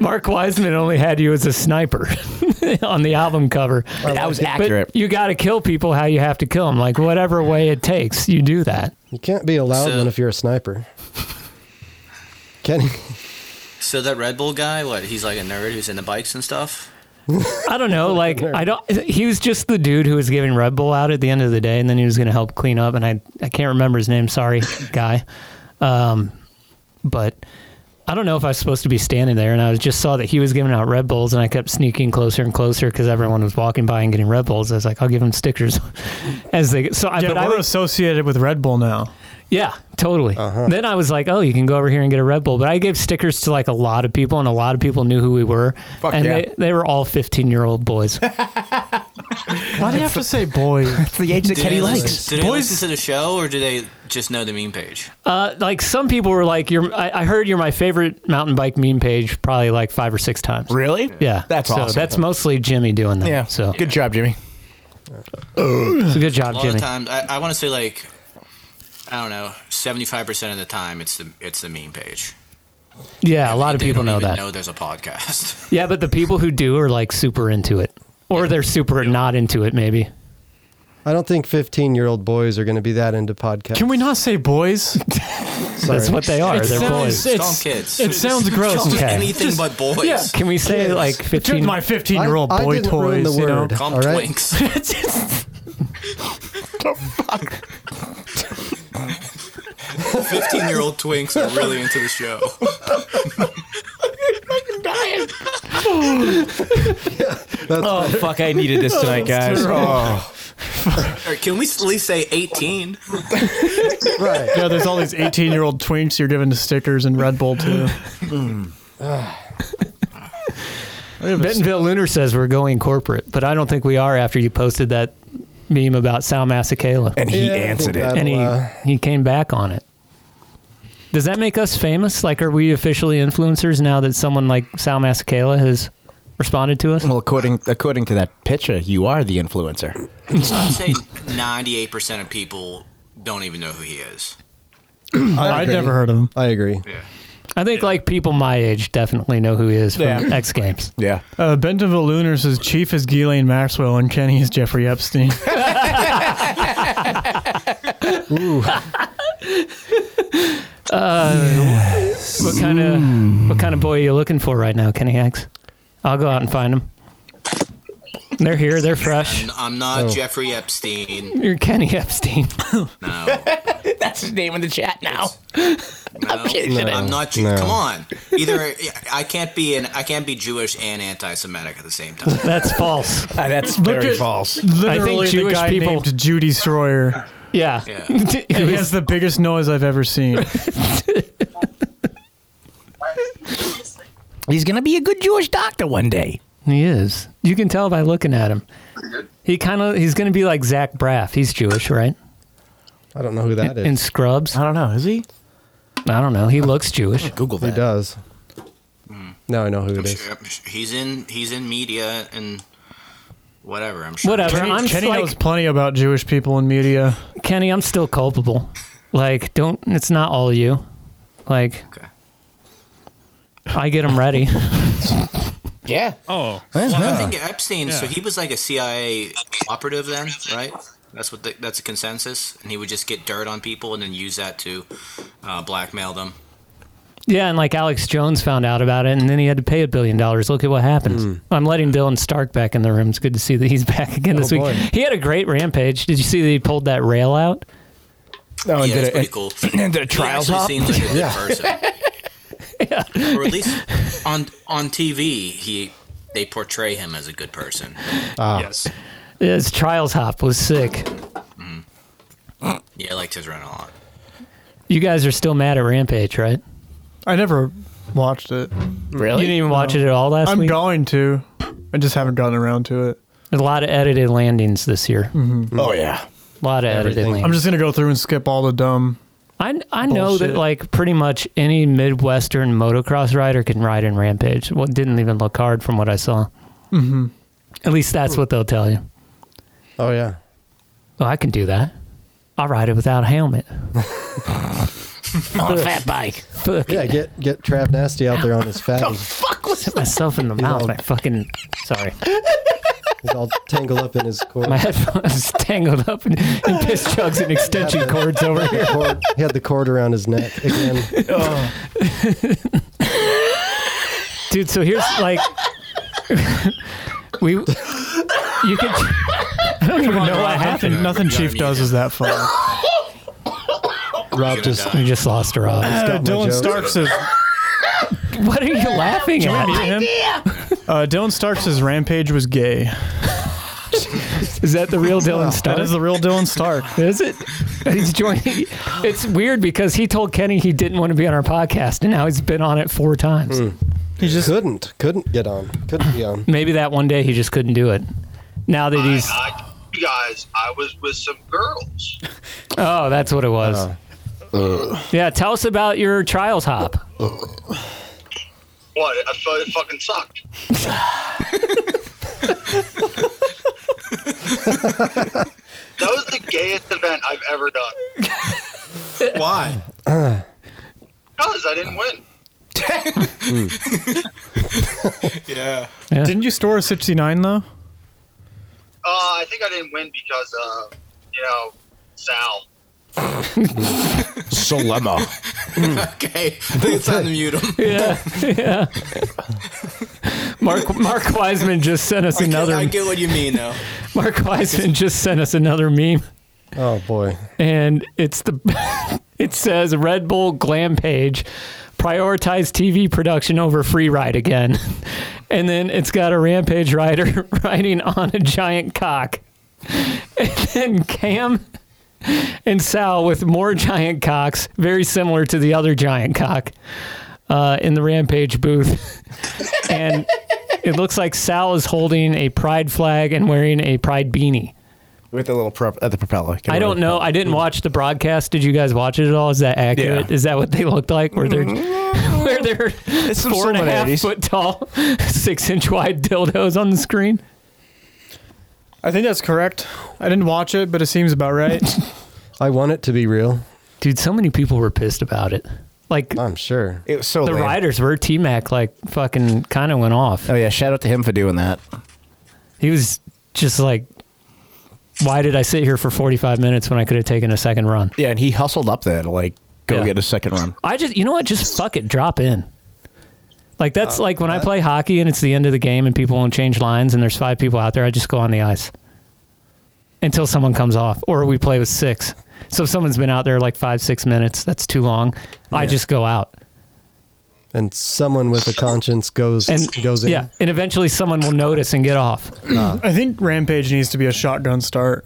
Speaker 2: [LAUGHS] Mark Wiseman only had you as a sniper [LAUGHS] on the album cover.
Speaker 6: That was
Speaker 2: But
Speaker 6: accurate.
Speaker 2: you got to kill people how you have to kill them. Like, whatever way it takes, you do that.
Speaker 7: you can't be a loud
Speaker 11: So-
Speaker 7: one if you're a sniper. Can [LAUGHS] you?
Speaker 11: So that Red Bull guy, what? He's like a nerd who's into bikes and stuff.
Speaker 2: I don't know. Like, I don't. He was just the dude who was giving Red Bull out at the end of the day, and then he was going to help clean up. And I, I can't remember his name. Sorry, guy. Um, but I don't know if I was supposed to be standing there. And I was- just saw that he was giving out Red Bulls, and I kept sneaking closer and closer because everyone was walking by and getting Red Bulls. I was like, I'll give him stickers [LAUGHS] as they. So I,
Speaker 1: Yeah,
Speaker 2: but
Speaker 1: we're
Speaker 2: I was,
Speaker 1: associated with Red Bull now.
Speaker 2: yeah, totally. Then I was like, oh, you can go over here and get a Red Bull. But I gave stickers to like a lot of people, and a lot of people knew who we were.
Speaker 6: Fuck
Speaker 2: and
Speaker 6: yeah.
Speaker 2: they, they were all 15 year old boys.
Speaker 1: Why do you have to say boy? That's
Speaker 6: the age
Speaker 11: Do they listen- Do they listen to the show or do they just know the meme page?
Speaker 2: Uh, like some people were like, "You're." I, I heard you're my favorite mountain bike meme page, probably like five or six times.
Speaker 6: Really?
Speaker 2: Yeah.
Speaker 6: That's
Speaker 2: so
Speaker 6: awesome.
Speaker 2: That's mostly Jimmy doing that.
Speaker 6: Yeah.
Speaker 2: So
Speaker 6: good job, Jimmy.
Speaker 2: So good
Speaker 11: a
Speaker 2: job,
Speaker 11: lot
Speaker 2: Jimmy.
Speaker 11: of times, I, I want to say like, I don't know, seventy-five percent of the time, it's the it's the meme page.
Speaker 2: Yeah, a lot of
Speaker 11: They
Speaker 2: people
Speaker 11: don't
Speaker 2: know
Speaker 11: even
Speaker 2: that.
Speaker 11: Know there's a podcast.
Speaker 2: Yeah, but the people who do are like super into it, or they're super not into it. Maybe.
Speaker 7: I don't think 15 year old boys are going to be that into podcasts.
Speaker 1: Can we not say boys?
Speaker 11: [LAUGHS]
Speaker 7: Sorry. what they are.
Speaker 1: It
Speaker 7: They're
Speaker 1: sounds-
Speaker 7: boys.
Speaker 1: it's-
Speaker 11: Call 'em kids.
Speaker 1: It sounds gross.
Speaker 11: Call 'em
Speaker 1: Just-
Speaker 11: anything
Speaker 1: just-
Speaker 11: but boys.
Speaker 1: Yeah.
Speaker 11: Can we say,
Speaker 1: Kids.
Speaker 11: like, 15
Speaker 1: Just my 15 year old
Speaker 11: I- I
Speaker 1: boy
Speaker 11: didn't ruin
Speaker 1: toys.
Speaker 11: the
Speaker 1: You know?
Speaker 11: word, Call 'em all right? [LAUGHS] twinks. Fifteen-year-old twinks are really into the show.
Speaker 6: oh fuck! I needed this tonight, guys. Oh.
Speaker 11: Or Can we at least say eighteen?
Speaker 1: right. Yeah, there's all these 18 year old twinks you're giving to stickers and Red Bull too.
Speaker 11: [LAUGHS]
Speaker 2: Bentonville Lunar says we're going corporate, but I don't think we are after you posted that meme about Sal Masakela.
Speaker 6: And he Yeah, I answered think it.
Speaker 2: And he,
Speaker 6: that'll, uh,
Speaker 2: he came back on it. Does that make us famous? Like, are we officially influencers now that someone like Sal Masakela has responded to us?
Speaker 6: Well, according according to that picture, you are the influencer.
Speaker 11: I'd say ninety-eight percent of people don't even know who he is.
Speaker 7: I
Speaker 2: I'd never heard
Speaker 1: of him.
Speaker 7: I agree.
Speaker 2: I think like people my age definitely know who he is from
Speaker 1: Yeah.
Speaker 2: X Games.
Speaker 6: Yeah.
Speaker 1: Uh, Bentonville Lunar says Chief is Ghislaine Maxwell and Kenny is Jeffrey Epstein.
Speaker 2: Ooh. uh, What
Speaker 1: Hmm.
Speaker 2: kind of what kind of boy are you looking for right now, Kenny Hacks? I'll go out and find them. They're here. They're fresh.
Speaker 11: I'm, I'm not
Speaker 2: Oh.
Speaker 11: Jeffrey Epstein.
Speaker 2: You're Kenny Epstein. [LAUGHS]
Speaker 11: No.
Speaker 6: That's his name in the chat now.
Speaker 11: No,
Speaker 6: I'm kidding. No,
Speaker 11: I'm not. Jew-
Speaker 6: no.
Speaker 11: Come on. Either I can't be an I can't be Jewish and anti-Semitic at the same time.
Speaker 2: That's false.
Speaker 6: that's
Speaker 1: Look at- Literally, the guy named Judy Sawyer. [LAUGHS]
Speaker 2: Yeah. [LAUGHS]
Speaker 1: he has the biggest noise I've ever
Speaker 6: [LAUGHS]
Speaker 1: seen.
Speaker 6: He's gonna be a good Jewish doctor one day.
Speaker 2: He is. You can tell by looking at him. He kind of he's going to be like Zach Braff. He's Jewish, right?
Speaker 7: I don't know who that
Speaker 2: in,
Speaker 7: is.
Speaker 2: in Scrubs. I
Speaker 6: don't know. Is he?
Speaker 2: I don't know. He looks Jewish.
Speaker 6: Google
Speaker 7: He does. Now I know who it is.
Speaker 11: He's in he's in media and whatever. I'm sure.
Speaker 1: Kenny, Kenny knows plenty about Jewish people in media.
Speaker 2: Kenny, I'm still culpable. Like, don't. It's not all you. Like, I get him [LAUGHS] ready.
Speaker 6: Yeah.
Speaker 8: Oh.
Speaker 11: Well,
Speaker 2: Yeah.
Speaker 11: I think Epstein. So
Speaker 2: Yeah.
Speaker 11: he was like a CIA operative then, right? That's what the, that's a consensus, and he would just get dirt on people and then use that to uh, blackmail them.
Speaker 2: yeah, and like Alex Jones found out about it, and then he had to pay a billion dollars. Look at what happens. I'm letting Dylan Stark back in the room. It's good to see that he's [LAUGHS] back again this
Speaker 6: Oh,
Speaker 2: week.
Speaker 6: boy.
Speaker 2: He had a great rampage. Did you see that he pulled that rail out?
Speaker 6: No,
Speaker 11: yeah, that's pretty cool.
Speaker 6: [CLEARS THROAT] and did a
Speaker 11: He
Speaker 6: trials
Speaker 11: actually
Speaker 6: hop?
Speaker 11: seemed like a
Speaker 6: [LAUGHS]
Speaker 11: good
Speaker 6: Yeah.
Speaker 11: person. Or at least on on TV, he they portray him as a good person.
Speaker 2: yes. His trials hop was sick.
Speaker 11: Yeah, I liked his run a lot.
Speaker 2: You guys are still mad at Rampage, right?
Speaker 1: I never watched it.
Speaker 2: Really? You didn't even watch it at all last
Speaker 1: I'm
Speaker 2: week?
Speaker 1: I'm going to. I just haven't gotten around to it.
Speaker 2: There's a lot of edited landings this year.
Speaker 1: Mhm.
Speaker 6: Oh, yeah.
Speaker 2: A lot of edited landings.
Speaker 1: I'm just gonna go through and skip all the dumb.
Speaker 2: I, I know that
Speaker 1: Bullshit.
Speaker 2: like pretty much any midwestern motocross rider can ride in Rampage. Well, it didn't even look hard from what I saw.
Speaker 1: Mm-hmm.
Speaker 2: At least that's what they'll tell you.
Speaker 7: Oh yeah.
Speaker 2: Oh, I can do that. I ride it without a helmet.
Speaker 6: On a [LAUGHS] fat bike.
Speaker 2: Fuck
Speaker 7: Yeah,
Speaker 2: it.
Speaker 7: get get Trav Nasty out there on his fatty.
Speaker 2: Hit myself in the mouth. I fucking sorry.
Speaker 7: He's all tangled up in his cord.
Speaker 2: My headphones [LAUGHS] tangled up in, in piss jugs and extension cords over
Speaker 7: He
Speaker 2: here.
Speaker 7: had the cord- he had the cord around his neck again.
Speaker 2: [LAUGHS] Dude, so here's like [LAUGHS] we you can I don't even know what happened.
Speaker 1: Nothing Chief does is that
Speaker 6: [LAUGHS]
Speaker 1: fun.
Speaker 7: Rob
Speaker 2: just we just lost Rob.
Speaker 1: Uh, Dylan Stark says.
Speaker 2: What are you laughing
Speaker 1: Can we
Speaker 2: at?
Speaker 1: mute him? Uh, Dylan Stark says Rampage was gay.
Speaker 2: Is that the real Dylan Stark?
Speaker 1: That is the real Dylan
Speaker 6: [LAUGHS]
Speaker 1: Stark.
Speaker 2: [LAUGHS] Is it? He's joining. It's weird because he told Kenny he didn't want to be on our podcast, and now he's been on it four times.
Speaker 7: He just couldn't couldn't get on. Couldn't be on.
Speaker 2: Maybe that one day he just couldn't do it. Now that he's
Speaker 13: I, you guys, I was with some girls.
Speaker 2: oh, that's what it was. yeah, tell us about your trials hop.
Speaker 13: What? I felt it fucking sucked. that was the gayest event I've ever done.
Speaker 11: Why?
Speaker 13: Because I didn't win.
Speaker 11: yeah.
Speaker 1: Didn't you store a 69 though?
Speaker 13: Uh, I think I didn't win because, uh, you know, Sal.
Speaker 6: Solema.
Speaker 11: okay, I think it's time to mute him.
Speaker 2: Yeah, yeah. Mark Mark Wiseman just sent us another.
Speaker 11: I get what you
Speaker 6: [LAUGHS]
Speaker 11: mean, though.
Speaker 2: Mark Wiseman just sent us another meme,
Speaker 7: Oh boy.
Speaker 2: and it's the [LAUGHS] it says Red Bull Glam Page prioritize TV production over free ride again, [LAUGHS] and then it's got a rampage rider [LAUGHS] riding on a giant cock, [LAUGHS] and then Cam. And Sal with more giant cocks, very similar to the other giant cock, uh, in the Rampage booth. [LAUGHS] and it looks like Sal is holding a pride flag and wearing a pride beanie.
Speaker 6: With a little prop, uh, the propeller.
Speaker 2: I don't know. I didn't watch the broadcast. Did you guys watch it at all? Is that accurate? Is that what they looked like? Were they [LAUGHS] where they're
Speaker 6: some
Speaker 2: four and a half
Speaker 6: similarities.
Speaker 2: foot tall, [LAUGHS] six inch wide dildos on the screen?
Speaker 1: I think that's correct. I didn't watch it, but it seems about right.
Speaker 6: [LAUGHS]
Speaker 7: I want it to be real.
Speaker 2: Dude, so many people were pissed about it. Like
Speaker 7: I'm sure.
Speaker 6: It was so
Speaker 2: the
Speaker 6: lame.
Speaker 2: riders were T Mac like fucking kind of went off.
Speaker 6: Oh yeah, shout out to him for doing that.
Speaker 2: He was just like, why did I sit here for forty five minutes when I could have taken a second run?
Speaker 6: Yeah, and he hustled up there to like go
Speaker 2: Yeah.
Speaker 6: get a
Speaker 2: [LAUGHS]
Speaker 6: second run.
Speaker 2: I just, you know what? Just fuck it, drop in. Like that's like when I play hockey and it's the end of the game and people won't change lines and there's five people out there. I just go on the ice until someone comes off, or we play with six. So if someone's been out there like five, six minutes, that's too long. I
Speaker 7: Yeah.
Speaker 2: just go out.
Speaker 7: And someone with a conscience goes
Speaker 2: And
Speaker 7: goes in.
Speaker 2: yeah, and eventually someone will notice and get off.
Speaker 1: I think Rampage needs to be a shotgun start.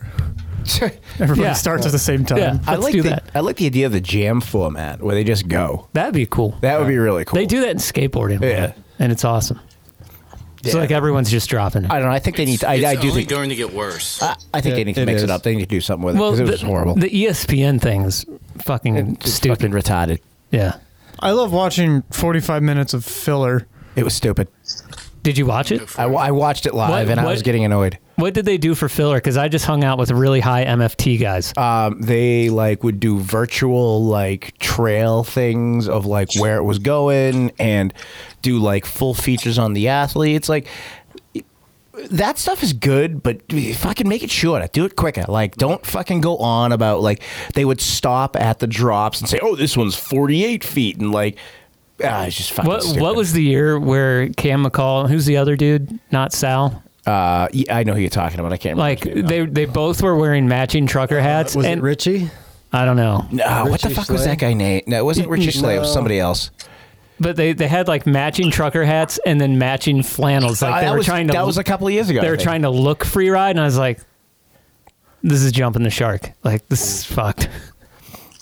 Speaker 1: Everybody
Speaker 2: Yeah.
Speaker 1: starts at the same time.
Speaker 6: I like the, I like the idea of the jam format where they just go.
Speaker 2: That'd be cool.
Speaker 6: That would be really cool.
Speaker 2: They do that in skateboarding, yeah, and it's awesome. So
Speaker 6: Yeah.
Speaker 2: like everyone's just dropping it.
Speaker 6: I don't know. I think they need. I,
Speaker 11: it's
Speaker 6: I do
Speaker 11: only
Speaker 6: think. Uh,
Speaker 11: going to get worse.
Speaker 6: I, I think they need to mix it up. They need to do something with it because it was
Speaker 2: the,
Speaker 6: horrible.
Speaker 2: The E ESPN thing is fucking stupid,
Speaker 6: retarded.
Speaker 2: Yeah.
Speaker 1: I love watching 45 minutes of filler.
Speaker 6: It was stupid.
Speaker 2: Did you watch it?
Speaker 6: I, I watched it live
Speaker 2: What-
Speaker 6: and I
Speaker 2: what-
Speaker 6: was getting annoyed.
Speaker 2: What did they do for filler? Because I just hung out with really high MFT guys.
Speaker 6: Um, they like would do virtual like trail things of like where it was going and do like full features on the athletes. Like that stuff is good, but fucking make it shorter. Do it quicker. Like don't fucking go on about like they would stop at the drops and say, "Oh, this one's forty eight feet," and like ah, it's just fucking.
Speaker 2: What
Speaker 6: stupid.
Speaker 2: What was the year where Cam McCall? Who's the other dude? Not Sal.
Speaker 6: Uh, yeah, I know who you're talking about. I can't remember.
Speaker 2: Like they they both were wearing matching trucker
Speaker 6: Uh,
Speaker 2: hats.
Speaker 7: Was
Speaker 2: and
Speaker 7: it Richie?
Speaker 2: I don't know.
Speaker 6: No, what the
Speaker 7: Richie
Speaker 6: fuck was
Speaker 7: Slay?
Speaker 6: that guy named? No, it wasn't Richie Slay. It was
Speaker 7: No.
Speaker 6: somebody else.
Speaker 2: But they, they had like matching trucker hats and then matching flannels.
Speaker 6: Uh,
Speaker 2: Like they
Speaker 6: that
Speaker 2: were
Speaker 6: was-
Speaker 2: trying to.
Speaker 6: that was a couple of years ago,
Speaker 2: They
Speaker 6: I
Speaker 2: were
Speaker 6: think.
Speaker 2: trying to look free ride, and I was like, "This is jumping the shark. Like this is fucked."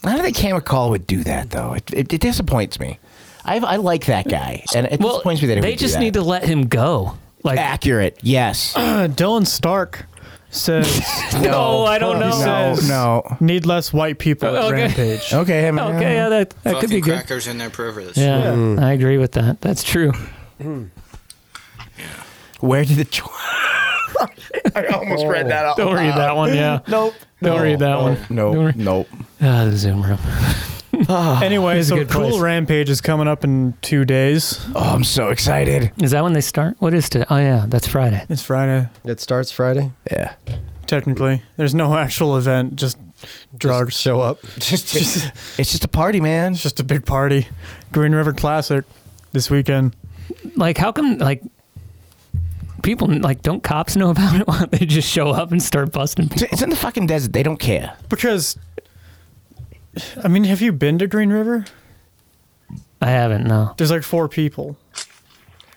Speaker 6: I don't think Cam McCall would do that though. It, it, it disappoints me. I, I like that guy, and it
Speaker 2: Well,
Speaker 6: disappoints me that he
Speaker 2: they
Speaker 6: would do
Speaker 2: just
Speaker 6: that. Ah,
Speaker 2: need to let him go. Like
Speaker 6: accurate.
Speaker 2: [CLEARS THROAT]
Speaker 6: Yes.
Speaker 1: Uh, Dylan Stark says.
Speaker 2: Oh,
Speaker 1: uh,
Speaker 2: No, I don't know.
Speaker 1: He says,
Speaker 6: no.
Speaker 1: Need less white people at
Speaker 2: Okay. [LAUGHS]
Speaker 1: Rampage.
Speaker 6: Okay.
Speaker 2: Okay, yeah, that, that
Speaker 11: Fucking
Speaker 2: could be good.
Speaker 11: crackers in their privilege.
Speaker 2: Yeah, I agree with that. That's true.
Speaker 6: Where did the? Tw- [LAUGHS] I almost read that
Speaker 2: [LAUGHS]
Speaker 6: out.
Speaker 2: Don't read that one. Yeah.
Speaker 6: Nope.
Speaker 2: Don't read that one. Don't
Speaker 6: Nope.
Speaker 2: read-
Speaker 6: Nope.
Speaker 2: Ah, the Zoom room.
Speaker 1: Anyway,
Speaker 2: It's a
Speaker 1: so
Speaker 2: good
Speaker 1: Cool
Speaker 2: place.
Speaker 1: Rampage is coming up in two days.
Speaker 6: Oh, I'm so excited.
Speaker 2: Is that when they start? What is today? Oh yeah, that's Friday.
Speaker 1: It's Friday,
Speaker 7: It starts Friday.
Speaker 6: Yeah.
Speaker 1: technically. There's no actual event, just drugs. [LAUGHS]
Speaker 7: show up.
Speaker 6: Just, it's just a party, man.
Speaker 1: It's just a big party. Green River Classic this weekend.
Speaker 2: Like, how come like people like don't cops know [LAUGHS] about it? Why don't they just show up and start busting people?
Speaker 6: It's in the fucking desert. They don't care.
Speaker 1: Because, I mean, have you been to Green River?
Speaker 2: I haven't. No.
Speaker 1: There's like four people.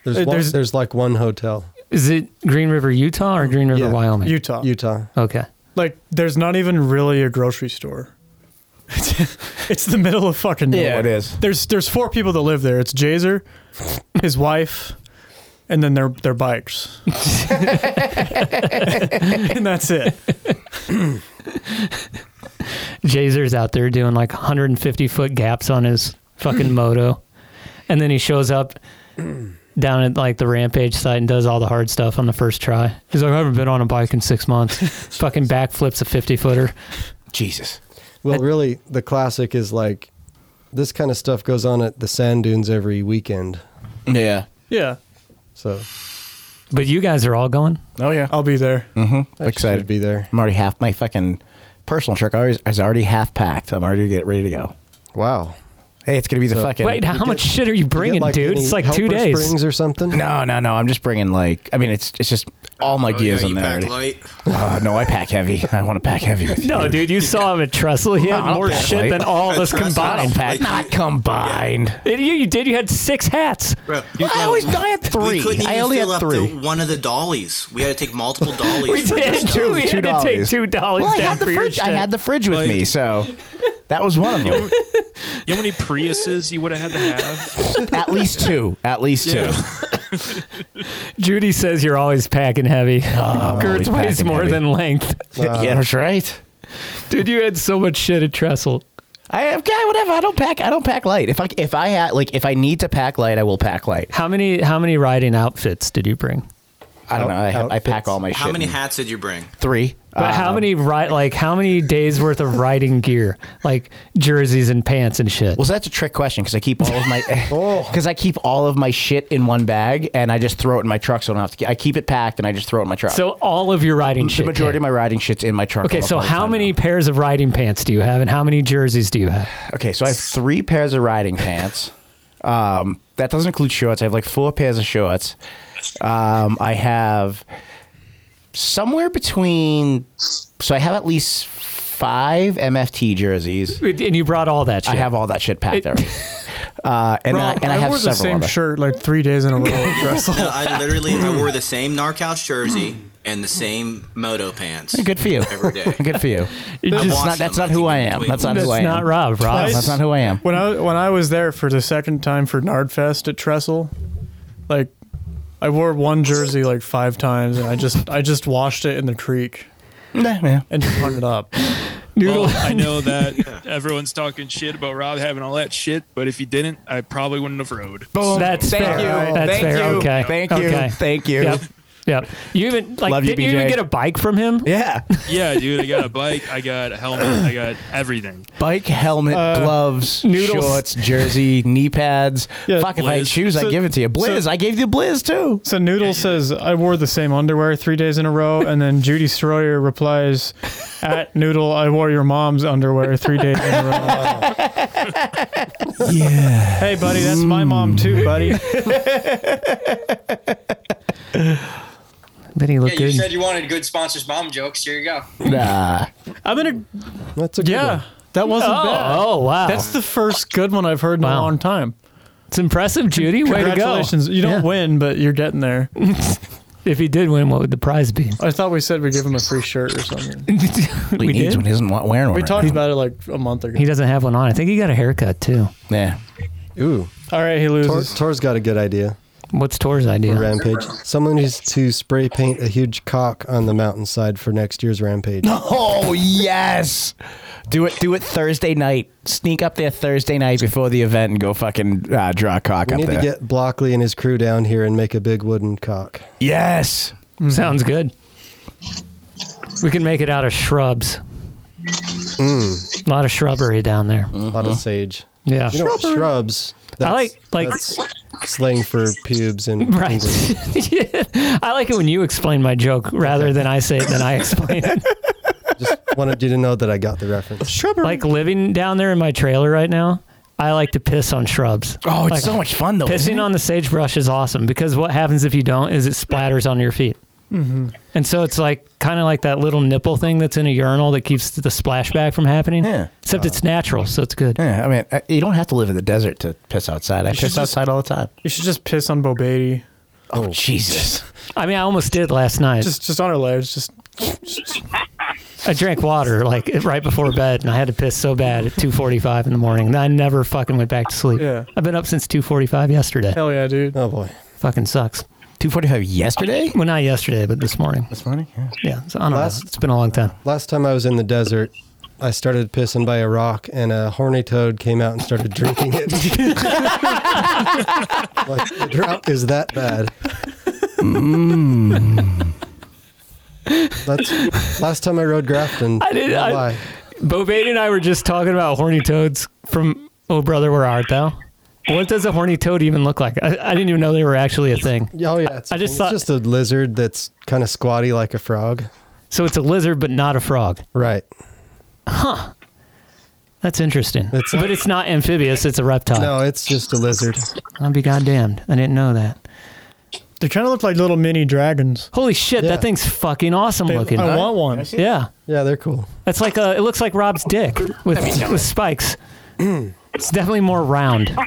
Speaker 7: There's,
Speaker 1: Uh,
Speaker 7: one,
Speaker 1: there's-
Speaker 7: there's like one hotel.
Speaker 2: Is it Green River, Utah, or Green River,
Speaker 7: Yeah.
Speaker 2: Wyoming?
Speaker 1: Utah.
Speaker 7: Utah.
Speaker 2: okay.
Speaker 1: Like, there's not even really a grocery store. [LAUGHS] it's the middle of fucking nowhere.
Speaker 6: it is.
Speaker 1: There's there's four people that live there. It's Jazer, his wife, and then their their bikes, [LAUGHS] and that's it.
Speaker 2: Jazer's out there doing like 150 foot gaps on his
Speaker 6: [LAUGHS]
Speaker 2: fucking moto, and then he shows up down at like the rampage site and does all the hard stuff on the first try. He's like, I haven't been on a bike in six
Speaker 6: [LAUGHS]
Speaker 2: months. fucking backflips a 50 footer.
Speaker 6: Jesus.
Speaker 7: Well, really, the classic is like this kind of stuff goes on at the sand dunes every weekend.
Speaker 6: Yeah.
Speaker 1: Yeah.
Speaker 7: So.
Speaker 2: But you guys are all going.
Speaker 1: Oh yeah, I'll be there.
Speaker 6: Mm-hmm. Excited
Speaker 7: to be there.
Speaker 6: I'm already half my fucking personal truck. already is already half packed. I'm already get ready to go.
Speaker 7: Wow.
Speaker 6: Hey, it's gonna be the
Speaker 7: So-
Speaker 6: fucking.
Speaker 2: Wait, how much shit are you bringing,
Speaker 7: like,
Speaker 2: dude?
Speaker 7: any
Speaker 2: It's like two
Speaker 7: helper
Speaker 2: days.
Speaker 7: springs or something?
Speaker 6: No, no, no. I'm just bringing like. I mean, it's it's just all
Speaker 11: Oh,
Speaker 6: my gears in there. already. Uh, no, I pack heavy. [LAUGHS] I want to pack heavy. With
Speaker 2: No, dude, you saw him at Trestle. He
Speaker 6: No,
Speaker 2: had
Speaker 6: I don't
Speaker 2: more
Speaker 6: pack
Speaker 2: shit
Speaker 6: light.
Speaker 2: than all of us
Speaker 6: Trestle, I
Speaker 2: combined.
Speaker 6: don't pack- Not combined.
Speaker 2: You, you did. You had six hats.
Speaker 6: I always I had
Speaker 11: We
Speaker 6: three.
Speaker 11: couldn't even
Speaker 6: I only
Speaker 11: fill
Speaker 6: had
Speaker 11: up
Speaker 6: three.
Speaker 11: The, one of the dollies. We had to take multiple
Speaker 6: [LAUGHS]
Speaker 11: dollies.
Speaker 2: [LAUGHS]
Speaker 6: We
Speaker 11: for
Speaker 6: did,
Speaker 11: this
Speaker 6: too.
Speaker 11: stuff.
Speaker 6: We had to take two
Speaker 2: dollies
Speaker 6: Well, I had the fridge. I had the fridge with me, so that was one of
Speaker 11: [LAUGHS]
Speaker 6: them.
Speaker 8: You know how many Priuses you would have had
Speaker 6: [LAUGHS]
Speaker 8: to have? Oh,
Speaker 6: At least two. At least two.
Speaker 2: Judy says you're always packing heavy.
Speaker 6: Oh, I'm
Speaker 2: Girth
Speaker 6: always
Speaker 2: weighs
Speaker 6: packing
Speaker 2: more
Speaker 6: heavy.
Speaker 2: than length.
Speaker 6: [LAUGHS] yeah, that's right.
Speaker 2: Dude, you had so much shit at Trestle.
Speaker 6: I have guy whatever. I don't pack. I don't pack light. If I if I had like if I need to pack light, I will pack light.
Speaker 2: How many how many riding outfits did you bring?
Speaker 6: I don't know. I, have, I pack all my shit.
Speaker 11: How many
Speaker 6: in
Speaker 11: hats did you bring?
Speaker 6: Three.
Speaker 2: But how many ri- like how many days worth of riding gear, like jerseys and pants and shit?
Speaker 6: Well, so that's a trick question because I keep all of my [LAUGHS] because I keep all of my shit in one bag and I just throw it in my truck, so I don't have to. I keep it packed and I just throw it in my truck.
Speaker 2: So all of your riding
Speaker 6: the
Speaker 2: shit.
Speaker 6: majority of my riding shit's in my truck.
Speaker 2: Okay,
Speaker 6: all
Speaker 2: so
Speaker 6: the
Speaker 2: how many pairs of riding pants do you have, and how many jerseys do you have?
Speaker 6: Okay, so I have three pairs of riding pants. Um, that doesn't include shorts. I have like four pairs of shorts. Um, I have somewhere between. So I have at least five MFT jerseys.
Speaker 2: And you brought all that.
Speaker 6: shit. I have all that shit packed already. Uh, and I, and I, have
Speaker 1: wore the
Speaker 6: several
Speaker 1: same
Speaker 6: other-
Speaker 1: shirt like three days in a row.
Speaker 6: [LAUGHS]
Speaker 1: at Trestle.
Speaker 11: I literally I wore the same Narcouch jersey and the same moto pants.
Speaker 6: Good for you.
Speaker 11: Every day.
Speaker 6: [LAUGHS] Good for you.
Speaker 11: just-
Speaker 6: That's not, that's not who I am. That's not who I am.
Speaker 1: Twice-
Speaker 2: [LAUGHS]
Speaker 6: That's not who I am.
Speaker 1: When I when I was there for the second time for Nardfest at Trestle, like I wore one jersey like five times, and I just I just washed it in the creek.
Speaker 6: Nah, man.
Speaker 1: And just hung it up.
Speaker 6: [LAUGHS]
Speaker 8: Well, I know that everyone's talking shit about Rob having all that shit, but if he didn't, I probably wouldn't have rode.
Speaker 2: Boom. That's Thank fair. you. That's Thank fair. you. Okay. Thank you. Okay. Thank you. Yep. Yep. You even like
Speaker 8: Love you,
Speaker 2: did you, even
Speaker 8: BJ.
Speaker 2: get a bike from him?
Speaker 6: Yeah.
Speaker 8: [LAUGHS] Yeah, dude, I got a bike, I got a helmet, I got everything.
Speaker 6: Bike, helmet,
Speaker 8: Uh,
Speaker 6: gloves,
Speaker 8: noodles.
Speaker 6: shorts, jersey, knee pads.
Speaker 1: Yeah.
Speaker 6: Fuck if I had
Speaker 1: Blizz.
Speaker 6: shoes,
Speaker 1: So-
Speaker 6: I'd give it to you. Blizz,
Speaker 1: so-
Speaker 6: I gave you Blizz too.
Speaker 1: [LAUGHS] So Noodle says I wore the same underwear three days in a row, and then Judy Stroyer replies, "At Noodle, I wore your mom's underwear three days in
Speaker 6: [LAUGHS]
Speaker 1: a row."
Speaker 6: yeah.
Speaker 1: Hey, buddy, that's my mom too, buddy.
Speaker 2: Then he
Speaker 14: Yeah,
Speaker 2: looked
Speaker 14: you
Speaker 2: good.
Speaker 14: said you wanted good sponsors, mom jokes. Here you go.
Speaker 6: Nah.
Speaker 1: I'm gonna.
Speaker 7: That's a
Speaker 1: yeah. That wasn't
Speaker 2: Oh,
Speaker 1: bad.
Speaker 2: oh, wow.
Speaker 1: That's the first good one I've heard in a long time.
Speaker 2: It's impressive, Judy. Way to go.
Speaker 1: Congratulations. You don't
Speaker 2: Yeah.
Speaker 1: win, but you're getting there.
Speaker 2: if he did win, what would the prize be?
Speaker 1: I thought we said we'd give him a free shirt or something.
Speaker 6: He
Speaker 2: We
Speaker 6: needs
Speaker 2: did?
Speaker 6: one. He isn't wa- wearing one.
Speaker 1: We
Speaker 6: right
Speaker 1: talked
Speaker 6: now.
Speaker 1: about it like a month ago.
Speaker 2: He doesn't have one on. I think he got a haircut too.
Speaker 6: Yeah.
Speaker 7: Ooh.
Speaker 1: All right, he
Speaker 7: Tor,
Speaker 1: loses.
Speaker 7: Tor's got a good idea.
Speaker 2: What's Tor's idea?
Speaker 7: For rampage. Someone needs to spray paint a huge cock on the mountainside for next year's rampage.
Speaker 6: Oh yes. Do it. Do it Thursday night. Sneak up there Thursday night before the event and go fucking uh, draw a cock
Speaker 7: We
Speaker 6: up
Speaker 7: need
Speaker 6: there.
Speaker 7: to get Blockley and his crew down here and make a big wooden cock.
Speaker 6: yes.
Speaker 2: Sounds good. We can make it out of shrubs. A lot of shrubbery down there. A
Speaker 7: lot of sage.
Speaker 2: Yeah.
Speaker 7: Mm. You know,
Speaker 2: Mm-hmm. Shrubbery.
Speaker 7: shrubs. That's,
Speaker 2: like- like-
Speaker 7: that's slang for pubes and
Speaker 2: [LAUGHS] [LAUGHS] Right. [LAUGHS] I like it when you explain my joke rather than I say it than I explain
Speaker 6: [LAUGHS]
Speaker 2: it.
Speaker 7: Just wanted you to know that I got the reference.
Speaker 1: Shrubbery.
Speaker 2: Like living down there in my trailer right now, I like to piss on shrubs.
Speaker 6: Oh, it's
Speaker 2: Like,
Speaker 6: so much fun though. isn't
Speaker 2: Pissing
Speaker 6: it?
Speaker 2: on the sagebrush is awesome because what happens if you don't is it splatters on your feet.
Speaker 1: Mm-hmm.
Speaker 2: And so it's like kind of like that little nipple thing that's in a urinal that keeps the splashback from happening. Yeah. Except it's natural, so it's good.
Speaker 6: Yeah, I mean, I- you don't have to live in the desert to piss outside. I
Speaker 1: You should
Speaker 6: piss
Speaker 1: just-
Speaker 6: outside all the time.
Speaker 1: You should just piss on Bobady.
Speaker 6: Oh, [LAUGHS] Jesus.
Speaker 2: I mean, I almost did last night.
Speaker 1: Just just on her legs. Just
Speaker 2: I drank water like right before bed, and I had to piss so bad at 2:45 in the morning. And I never fucking went back to sleep.
Speaker 1: Yeah.
Speaker 2: I've been up since 2:45 yesterday.
Speaker 1: hell yeah, dude.
Speaker 7: Oh boy.
Speaker 2: Fucking sucks.
Speaker 6: 245 yesterday?
Speaker 2: Well, not yesterday, but this morning.
Speaker 6: This morning? Yeah.
Speaker 2: Yeah. So I don't
Speaker 7: Last-
Speaker 2: know. It's been a long time.
Speaker 7: Last time I was in the desert, I started pissing by a rock, and a horny toad came out and started drinking it. [LAUGHS] like the drought is that bad. That's last time I rode Grafton.
Speaker 2: I did.
Speaker 7: no
Speaker 2: I,
Speaker 7: lie.
Speaker 2: Bo Beatty and I were just talking about horny toads from Oh Brother Where Art Thou. What does a horny toad even look like? I, I didn't even know they were actually a thing.
Speaker 7: Oh yeah, it's,
Speaker 2: I just
Speaker 7: it's
Speaker 2: thought
Speaker 7: just a lizard that's kind of squatty like a frog.
Speaker 2: So it's a lizard, but not a frog.
Speaker 7: Right.
Speaker 2: Huh. That's interesting. but it's not amphibious. It's a reptile.
Speaker 7: No, it's just a lizard.
Speaker 2: I'll be goddamned. I didn't know that.
Speaker 1: They kind of look like little mini dragons.
Speaker 2: Holy shit,
Speaker 1: Yeah.
Speaker 2: that thing's fucking awesome
Speaker 1: They-
Speaker 2: looking.
Speaker 1: I want one.
Speaker 2: Yeah.
Speaker 7: Yeah, they're cool. [LAUGHS]
Speaker 2: It's like a, it looks like Rob's dick with with spikes.
Speaker 1: Mm.
Speaker 2: it's definitely more round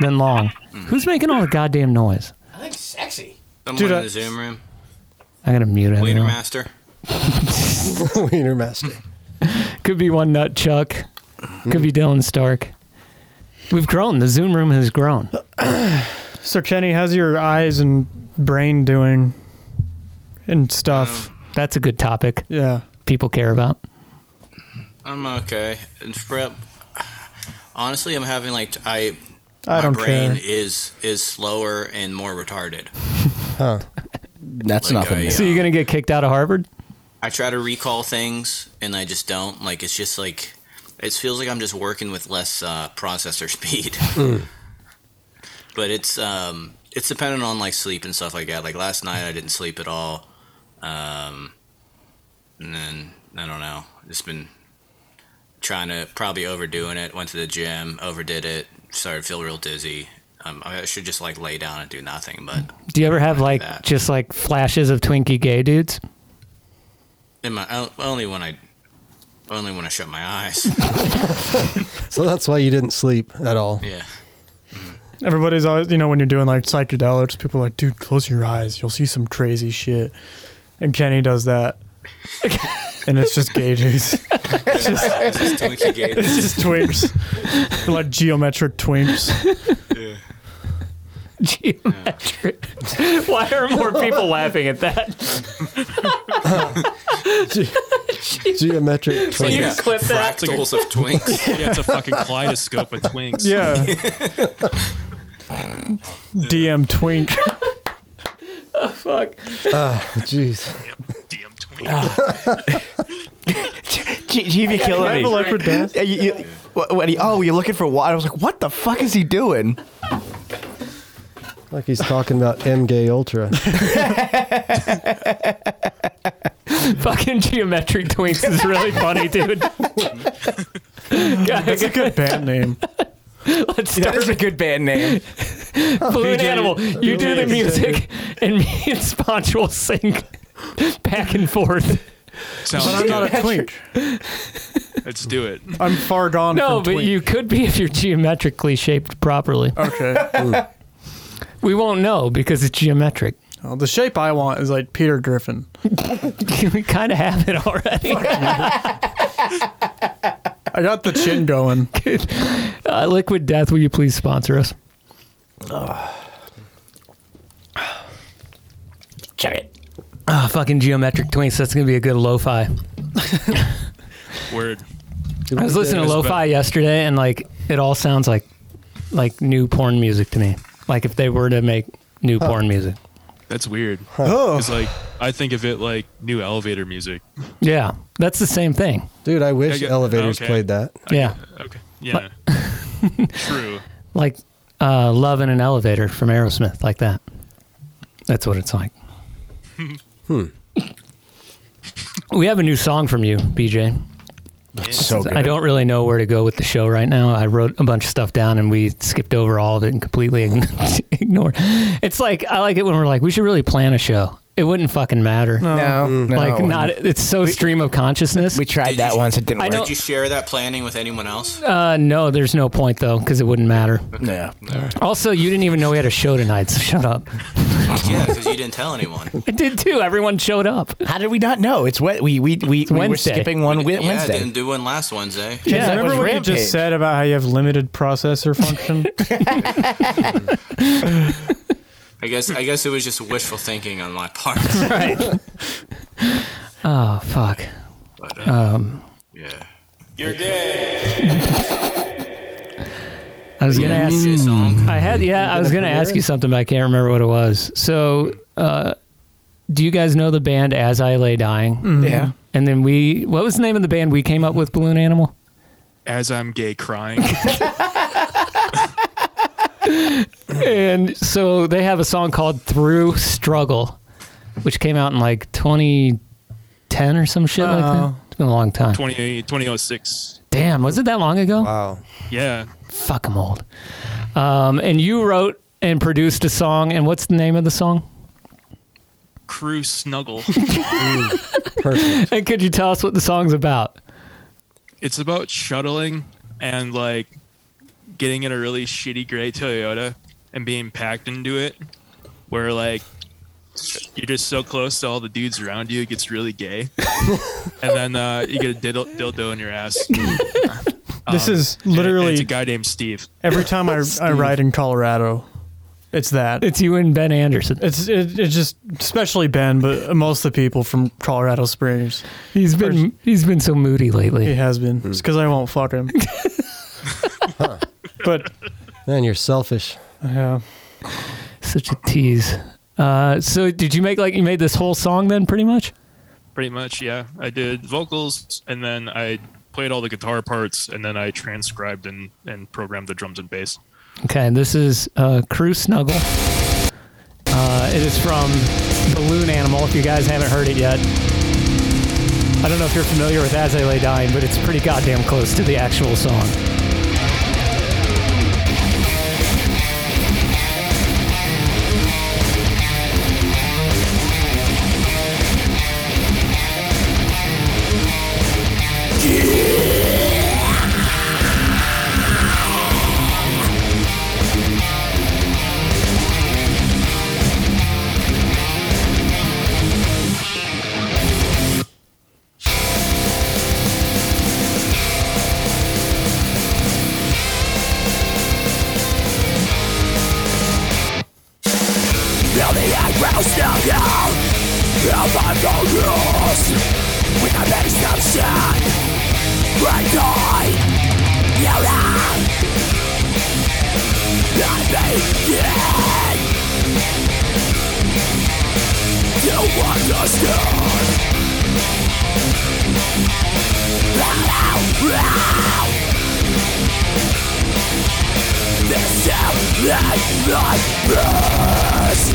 Speaker 2: than long. Who's making all the goddamn noise?
Speaker 11: I think sexy. Someone
Speaker 2: Dude,
Speaker 11: in
Speaker 2: I-
Speaker 11: the Zoom room.
Speaker 2: I gotta mute
Speaker 11: Wiener
Speaker 2: everyone.
Speaker 11: master.
Speaker 7: Wiener master.
Speaker 2: Could be one nut Chuck. Could
Speaker 1: Hmm.
Speaker 2: be Dylan Stark. We've grown. The Zoom room has
Speaker 1: [CLEARS THROAT]
Speaker 2: grown.
Speaker 1: Sir Kenny, how's your eyes and brain doing? And stuff.
Speaker 2: That's a good topic.
Speaker 1: Yeah.
Speaker 2: People care about.
Speaker 11: I'm okay. And prep. Honestly, I'm having like t- I.
Speaker 1: I
Speaker 11: my
Speaker 1: don't
Speaker 11: brain
Speaker 1: care.
Speaker 11: is is slower and more retarded.
Speaker 7: Huh.
Speaker 6: That's
Speaker 11: Like uh, nothing I,
Speaker 6: [LAUGHS]
Speaker 11: new.
Speaker 2: So you're gonna get kicked out of Harvard?
Speaker 11: I try to recall things and I just don't. Like it's just like it feels like I'm just working with less uh, processor [LAUGHS] speed. but it's um it's dependent on like sleep and stuff like that. Like last night I didn't sleep at all. Um and then I don't know. Just been trying to probably overdoing it. Went to the gym, overdid it, started to feel real dizzy. Um, I should just like lay down and do nothing, but
Speaker 2: Do you ever have like just like flashes of Twinkie gay dudes?
Speaker 11: in my only when I only when I shut my eyes.
Speaker 7: So that's why you didn't sleep at all.
Speaker 11: Yeah.
Speaker 1: Everybody's always, you know, when you're doing like psychedelics, people are like, dude, close your eyes. You'll see some crazy shit. And Kenny does [LAUGHS] that. and it's just gay dudes. it's just,
Speaker 11: It's just twinkie gay dudes.
Speaker 1: It's [LAUGHS] just twinks. They're [LAUGHS] like geometric twinks.
Speaker 2: [LAUGHS] Geometric. Why are more people laughing at that?
Speaker 7: Geometric.
Speaker 2: So you
Speaker 7: twinks.
Speaker 2: clip that?
Speaker 11: Fractals of
Speaker 8: [LAUGHS]
Speaker 11: twinks.
Speaker 8: yeah, it's a fucking kaleidoscope of twinks.
Speaker 1: [LAUGHS] Yeah. DM [LAUGHS] twink.
Speaker 2: Oh fuck.
Speaker 7: Ah, jeez.
Speaker 6: Chief, you're killing me. Yeah, you- you- wh- when he- oh, you're looking for water. I was like, what the fuck is he doing?
Speaker 7: Like he's talking about [LAUGHS] MG Ultra.
Speaker 2: Fucking geometric twinks is really funny, [LAUGHS] dude.
Speaker 1: That's a good band name.
Speaker 2: [LAUGHS] Let's
Speaker 6: start. That is a good band name.
Speaker 2: [LAUGHS] Balloon
Speaker 1: PJ
Speaker 2: animal, you do the
Speaker 1: PJ.
Speaker 2: music, and me and Sponge will sing back and forth.
Speaker 8: Sounds
Speaker 1: but I'm not a
Speaker 8: good.
Speaker 1: twink.
Speaker 8: Let's do it.
Speaker 1: I'm far gone.
Speaker 2: [LAUGHS] No,
Speaker 1: from
Speaker 2: but
Speaker 1: twink.
Speaker 2: you could be if you're geometrically shaped properly.
Speaker 1: Okay.
Speaker 2: we won't know because it's geometric. [LAUGHS]
Speaker 1: Oh, the shape I want is like Peter Griffin.
Speaker 2: we kind of have it [LAUGHS] already.
Speaker 1: I got the chin
Speaker 6: [LAUGHS]
Speaker 1: going.
Speaker 2: Uh, Liquid Death, will you please sponsor us? [SIGHS] Check it. Ah, fucking geometric twinks. That's gonna be a good lo-fi.
Speaker 8: Word.
Speaker 2: I was listening to lo-fi yesterday, and like it all sounds like like new porn music to me. Like if they were to make new
Speaker 8: Huh.
Speaker 2: porn music.
Speaker 8: That's weird.
Speaker 2: Oh.
Speaker 8: It's like I think of it like new elevator music.
Speaker 2: Yeah, that's the same thing.
Speaker 7: Dude, I wish
Speaker 8: Yeah, yeah.
Speaker 7: elevators
Speaker 8: Okay.
Speaker 7: played that.
Speaker 2: Yeah,
Speaker 8: Okay. Yeah. True.
Speaker 2: like uh, "Love in an Elevator" from Aerosmith, like that. That's what it's like.
Speaker 7: Hmm.
Speaker 2: We have a new song from you, BJ.
Speaker 6: That's so good.
Speaker 2: I don't really know where to go with the show right now. I wrote a bunch of stuff down and we skipped over all of it and completely ign- [LAUGHS] ignored. It's like I like it when we're like we should really plan a show. It wouldn't fucking matter.
Speaker 6: No. No.
Speaker 2: like
Speaker 6: No.
Speaker 2: not. It's so stream of consciousness. We
Speaker 6: tried that once. It didn't
Speaker 2: I know.
Speaker 11: Did you share that planning with anyone else?
Speaker 2: Uh, no, there's no point though because it wouldn't matter.
Speaker 6: Yeah.
Speaker 2: Also, you didn't even know we had a show tonight. So shut up. [LAUGHS]
Speaker 11: yeah, because you didn't tell anyone.
Speaker 2: I did too. Everyone showed up.
Speaker 6: [LAUGHS] How did we not know? It's wet. We we we, we were
Speaker 2: Wednesday.
Speaker 6: skipping one we-
Speaker 11: Yeah, I
Speaker 6: Wednesday.
Speaker 11: didn't do one last Wednesday.
Speaker 1: Yeah, remember what you just said [LAUGHS] about how you have limited processor function?
Speaker 11: I I guess I guess it was just wishful thinking on my part.
Speaker 2: Right. [LAUGHS] Oh fuck.
Speaker 11: But, uh,
Speaker 2: Um,
Speaker 11: Yeah.
Speaker 3: You're gay.
Speaker 2: I was gonna
Speaker 3: Yeah.
Speaker 2: ask.
Speaker 3: Mm. Song.
Speaker 2: I had yeah. I was gonna ask you something, but I can't remember what it was. So, uh, do you guys know the band As I Lay Dying?
Speaker 6: Mm-hmm.
Speaker 1: Mhm. Yeah.
Speaker 2: And then we, what was the name of the band we came up with, Balloon Animal?
Speaker 8: As I'm gay crying.
Speaker 2: and so they have a song called "Through Struggle," which came out in like 2010 or some shit like
Speaker 8: Uh-oh.
Speaker 2: that. It's been a long time.
Speaker 8: 20, 2006.
Speaker 2: Damn, was it that long ago? Wow.
Speaker 8: Yeah.
Speaker 2: Fuck, I'm old. Um, and you wrote and produced a song. And what's the name of the song? [LAUGHS]
Speaker 8: Crew snuggle.
Speaker 2: Perfect. and could you tell us what the song's about?
Speaker 8: it's about shuttling and like getting in a really shitty gray Toyota and being packed into it, where like you're just so close to all the dudes around you, it gets really gay, and then uh, you get a diddle- dildo in your ass.
Speaker 1: This is
Speaker 8: and Um, it-
Speaker 1: literally-
Speaker 8: it's a guy named Steve.
Speaker 1: Every time I, I ride in Colorado, it's that.
Speaker 2: It's you and Ben Anderson.
Speaker 1: It's it, it's just especially Ben, but most of the people from Colorado Springs.
Speaker 2: He's been he's been so moody lately.
Speaker 1: He has been.
Speaker 8: Hmm.
Speaker 1: It's because I won't fuck [LAUGHS] him. But
Speaker 7: man, you're selfish.
Speaker 1: Yeah.
Speaker 2: Such a tease. Uh, so did you make like you made this whole song then, pretty much?
Speaker 8: Pretty much, yeah. I did vocals and then I played all the guitar parts and then I transcribed and, and programmed the drums and bass.
Speaker 2: Okay, this is uh, Crew Snuggle. Uh, it is from Balloon Animal. If you guys haven't heard it yet, I don't know if you're familiar with As I Lay Dying, but it's pretty goddamn close to the actual song.
Speaker 3: Now the eyebrows now down Of my focus With my base of sun Right on Now that I begin To understand This is my best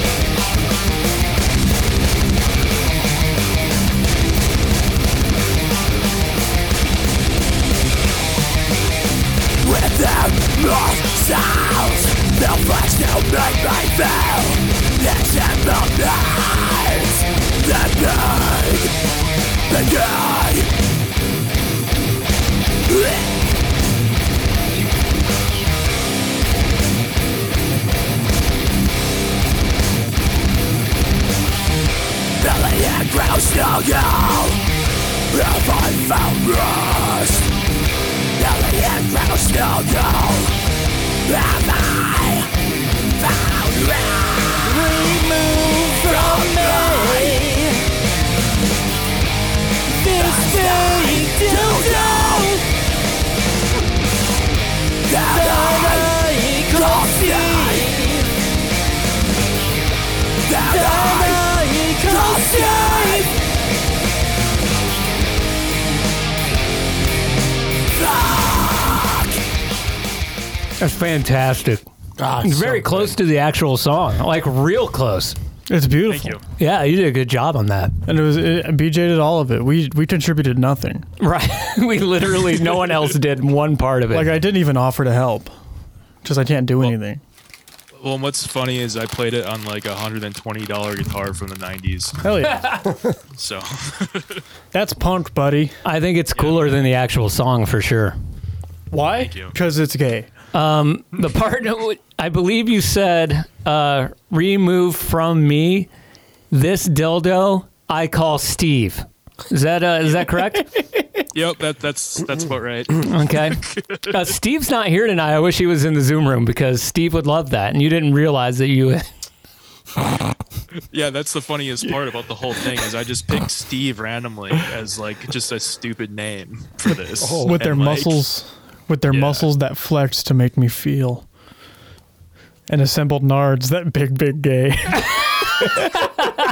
Speaker 3: With their more sounds The flesh to make me feel It's in the night The night The Belly and grouse now If I found rust Belly and grouse now Have I found rust Remove from me This fake dildo That I conceive That I conceive
Speaker 2: That's fantastic. it's very close to the actual song, like real close.
Speaker 1: It's beautiful.
Speaker 2: Yeah, you did a good job on that.
Speaker 1: And it was it, BJ did all of it. We we contributed nothing.
Speaker 2: Right. [LAUGHS] we literally no one else did one part of it.
Speaker 1: Like I didn't even offer to help. Just I can't do anything.
Speaker 8: Well, and what's funny is I played it on like a hundred and twenty dollar guitar from the nineties.
Speaker 1: Hell
Speaker 8: [LAUGHS]
Speaker 1: yeah.
Speaker 8: so
Speaker 1: That's punk, buddy.
Speaker 2: I think it's cooler than the actual song for sure.
Speaker 1: Why? Because it's gay.
Speaker 2: Um, the part that would- I believe you said, uh, remove from me this dildo I call Steve. Is that uh, is that [LAUGHS] correct?
Speaker 8: Yep, that that's that's about right.
Speaker 2: Okay. Uh, Steve's not here tonight. I wish he was in the Zoom room because Steve would love that, and you didn't realize that you
Speaker 8: Yeah, that's the funniest part about the whole thing is I just picked Steve randomly as like just a stupid name for this.
Speaker 1: [LAUGHS] with their
Speaker 8: And, like,
Speaker 1: muscles, with their muscles that flexed to make me feel, and assembled nards that big big gay. [LAUGHS]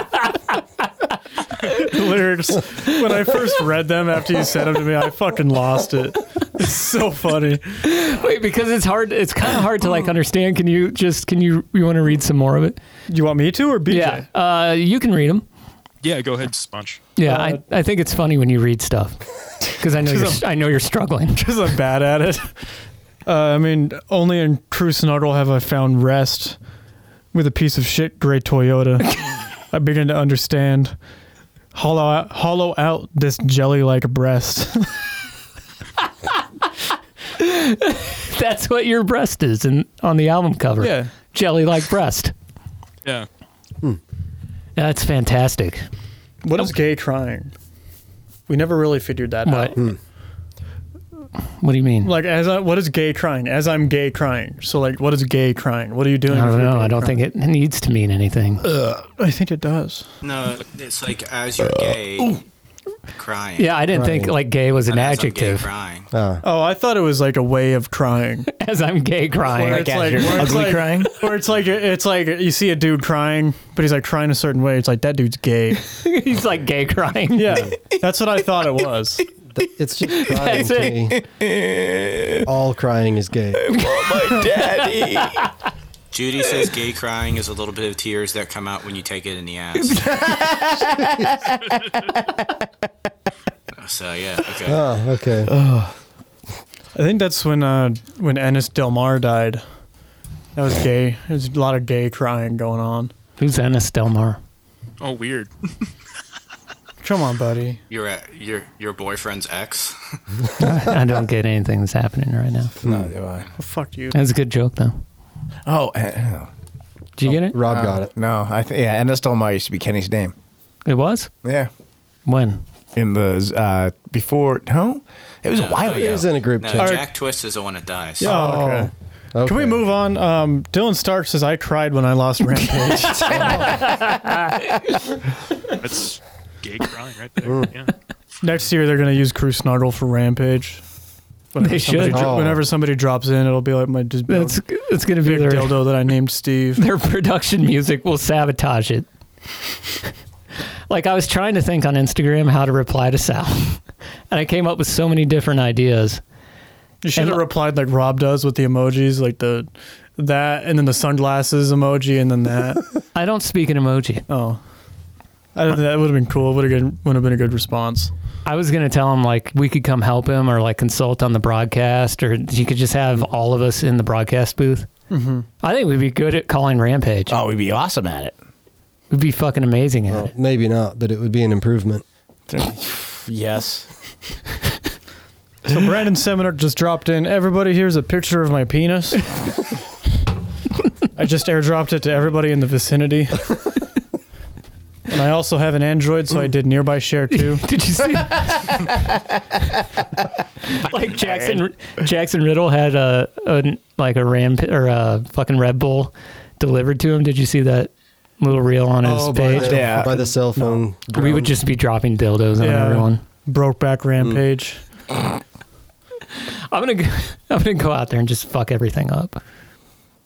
Speaker 1: Lyrics. When I first read them after you sent them to me, I fucking lost it. It's so funny.
Speaker 2: [LAUGHS] Wait, because it's hard. It's kind of hard to like understand. Can you just? Can you? You want to read some more of it?
Speaker 1: You want me to or BJ?
Speaker 2: Yeah, uh, you can read them.
Speaker 8: Yeah, go ahead, Sponge.
Speaker 2: Yeah, I, I think it's funny when you read stuff because I know you're,
Speaker 1: Just
Speaker 2: I know you're struggling. [LAUGHS]
Speaker 1: Because I'm bad at it. Uh, I mean, only in True Snuggle have I found rest with a piece of shit gray [LAUGHS] Toyota. I begin to understand. Hollow out, hollow out this jelly like breast.
Speaker 2: That's what your breast is, in, on the album cover.
Speaker 1: Yeah.
Speaker 2: jelly like breast.
Speaker 8: Yeah.
Speaker 2: That's fantastic.
Speaker 1: [LAUGHS] what is gay trying? We never really figured that
Speaker 2: What?
Speaker 1: out.
Speaker 2: What do you mean?
Speaker 1: Like, as I, what is gay trying? As I'm gay trying. So, like, what is gay trying? What are you doing?
Speaker 2: I don't know. I don't think it needs to mean anything.
Speaker 1: Ugh, I think it does.
Speaker 11: No, it's like as you're gay, crying.
Speaker 2: Yeah, I didn't think like gay was an
Speaker 11: And as I'm gay,
Speaker 2: adjective.
Speaker 11: crying.
Speaker 1: Oh, I thought it was like a way of crying.
Speaker 2: [LAUGHS] As I'm gay crying.
Speaker 1: Where it's like, where it's like- Or it's like it's like you see a dude crying, but he's like crying a certain way. It's like that dude's gay.
Speaker 2: He's like gay crying.
Speaker 1: Yeah, [LAUGHS] that's what I thought it was.
Speaker 7: It's just
Speaker 1: [LAUGHS] That's
Speaker 7: crying to me. All crying is
Speaker 1: [LAUGHS]
Speaker 7: gay.
Speaker 6: my daddy.
Speaker 11: Judy says gay crying is a little bit of tears that come out when you take it in the ass. so yeah, okay.
Speaker 1: Uh.
Speaker 7: Oh, okay.
Speaker 1: I think that's when uh, when Ennis Del Mar died. That was gay. There's a lot of gay crying going on.
Speaker 2: Who's Ennis Del Mar?
Speaker 8: Oh, weird.
Speaker 1: Come on, buddy.
Speaker 11: You're at your your boyfriend's ex.
Speaker 2: I don't get anything that's happening right now.
Speaker 6: No, do I?
Speaker 1: Well, Oh, fuck you.
Speaker 2: That's a good joke though.
Speaker 6: Oh, uh,
Speaker 2: did you get it?
Speaker 1: uh,
Speaker 6: Rob got it. No, I th- yeah, Ennis Del Mar used to be Kenny's name.
Speaker 2: It was.
Speaker 6: Yeah.
Speaker 2: When?
Speaker 6: In the uh, before? No, it was a
Speaker 1: oh,
Speaker 6: while ago.
Speaker 11: No,
Speaker 1: chat.
Speaker 11: Jack Twist is the one that dies.
Speaker 1: Oh, okay. Can we move on? Um, Dylan Stark says I cried when I [LAUGHS] lost Rampage.
Speaker 8: That's gay crying right there. Yeah.
Speaker 1: Next year they're gonna use Crew Snuggle for Rampage. Whenever
Speaker 2: They
Speaker 1: somebody
Speaker 2: should.
Speaker 1: dro- Whenever somebody drops in, it'll be like my just
Speaker 2: That's- it's gonna be
Speaker 1: big
Speaker 2: their-
Speaker 1: dildo that I named Steve.
Speaker 2: Their production music will sabotage it. like I was trying to think on Instagram how to reply to Sal, [LAUGHS] and I came up with so many different ideas.
Speaker 1: You should have replied like Rob does with the emojis, like the that, and then the sunglasses emoji, and then that.
Speaker 2: I don't speak in emoji.
Speaker 1: Oh, I don't, that would have been cool. Would have been would have been a good response.
Speaker 2: I was gonna tell him like we could come help him or like consult on the broadcast, or you could just have all of us in the broadcast booth.
Speaker 1: Mm-hmm.
Speaker 2: I think we'd be good at calling Rampage.
Speaker 6: Oh, we'd be awesome at it.
Speaker 2: We'd be fucking amazing at
Speaker 7: Well,
Speaker 2: it.
Speaker 7: maybe not, but it would be an improvement.
Speaker 6: yes.
Speaker 1: So Brandon Seminar just dropped in. Everybody here's a picture of my penis. I just airdropped it to everybody in the vicinity. And I also have an Android, so I did nearby share too.
Speaker 2: [LAUGHS] Did you
Speaker 6: [LAUGHS]
Speaker 2: see? like Jackson Jackson Riddle had a, a like a ram or a fucking Red Bull delivered to him. Did you see that little reel on his
Speaker 7: Oh, by
Speaker 2: page?
Speaker 7: the, by the cell phone.
Speaker 2: We would just be dropping dildos on
Speaker 1: Yeah.
Speaker 2: everyone.
Speaker 1: Brokeback Rampage.
Speaker 2: I'm gonna go, [LAUGHS] I'm gonna go out there and just fuck everything up,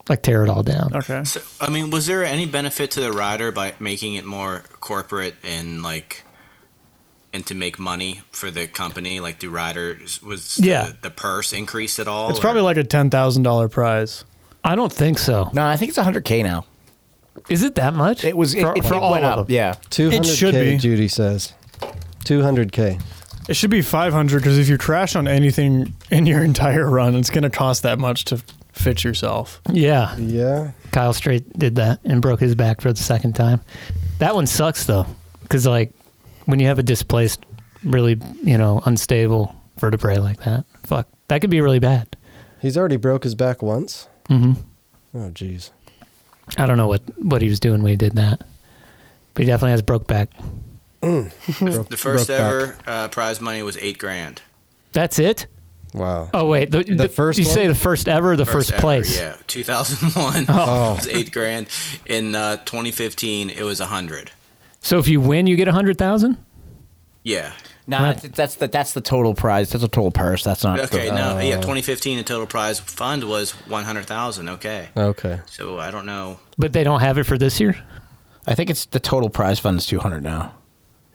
Speaker 2: like tear it all down.
Speaker 1: Okay.
Speaker 11: So, I mean, was there any benefit to the rider by making it more corporate and like, and to make money for the company? Like, do riders was
Speaker 1: Yeah.
Speaker 11: the, the purse increased at all?
Speaker 1: It's probably like a ten thousand dollar prize.
Speaker 2: I don't think so.
Speaker 6: No, I think it's 100k now.
Speaker 2: Is it that much?
Speaker 6: It was it,
Speaker 2: For-
Speaker 6: it-
Speaker 2: for
Speaker 6: it
Speaker 2: all
Speaker 6: went
Speaker 2: of
Speaker 6: up.
Speaker 2: them.
Speaker 6: Yeah,
Speaker 1: It should
Speaker 7: 200K,
Speaker 1: be.
Speaker 7: Judy says. 200K.
Speaker 1: It should be 500 because if you trash on anything in your [LAUGHS] entire run, it's going to cost that much to fit yourself.
Speaker 2: Yeah.
Speaker 7: Yeah.
Speaker 2: Kyle Straight did that and broke his back for the second time. That one sucks though, because like when you have a displaced, really you know unstable vertebrae like that, fuck, that could be really bad.
Speaker 7: He's already broke his back once.
Speaker 2: hmm
Speaker 1: Mm-hmm.
Speaker 7: Oh, jeez.
Speaker 2: I don't know what what he was doing when he did that, but he definitely has broke back.
Speaker 7: Mm.
Speaker 11: the first ever uh, prize money was eight grand.
Speaker 2: That's it.
Speaker 7: Wow.
Speaker 2: Oh wait, the, the,
Speaker 7: first
Speaker 2: You
Speaker 7: one?
Speaker 2: say the first ever, or the first,
Speaker 11: ever,
Speaker 2: place.
Speaker 11: Yeah, 2001.
Speaker 2: Oh.
Speaker 11: [LAUGHS] it was eight grand. In uh, 2015, it was a hundred.
Speaker 2: So if you win, you get a hundred thousand.
Speaker 11: Yeah.
Speaker 6: Nah, that's the that's the total prize. That's a total purse. That's not
Speaker 11: Okay.
Speaker 6: the-
Speaker 11: no.
Speaker 2: Oh.
Speaker 11: Yeah.
Speaker 6: uh,
Speaker 11: 2015, the total prize fund was 100,000. Okay.
Speaker 2: Oh.
Speaker 6: Okay.
Speaker 11: So I don't know.
Speaker 2: But they don't have it for this year.
Speaker 6: I think it's the total prize fund is two hundred now.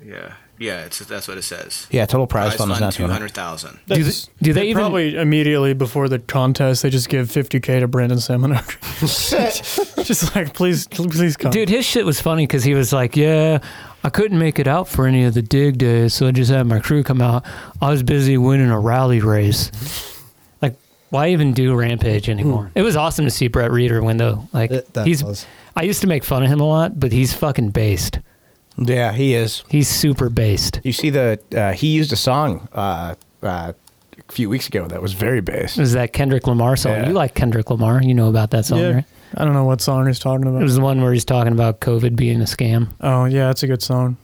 Speaker 11: Yeah. Yeah. It's, that's what it says.
Speaker 6: Yeah, total prize fund is not
Speaker 11: 200,000.
Speaker 2: Do they, do they even-
Speaker 1: probably immediately before the contest? They just give 50k to Brandon
Speaker 2: [LAUGHS]
Speaker 1: Seminar. [LAUGHS] just like please, please come.
Speaker 2: Dude, his shit was funny because he was like, "Yeah, I couldn't make it out for any of the dig days, so I just had my crew come out. I was busy winning a rally race. Like, why even do Rampage anymore? It was awesome to see Brett Reader win though. Like,
Speaker 7: that
Speaker 2: he's.
Speaker 7: was.
Speaker 2: I used to make fun of him a lot, but he's fucking based.
Speaker 6: Yeah, he is.
Speaker 2: He's super based.
Speaker 6: You see the uh, he used a song uh, uh, a few weeks ago that was very based.
Speaker 2: It was that Kendrick Lamar song. You like Kendrick Lamar? You know about that song,
Speaker 1: Yeah.
Speaker 2: right?
Speaker 1: I don't know what song he's talking about.
Speaker 2: It was the one where he's talking about COVID being a scam.
Speaker 1: oh yeah, that's a good song.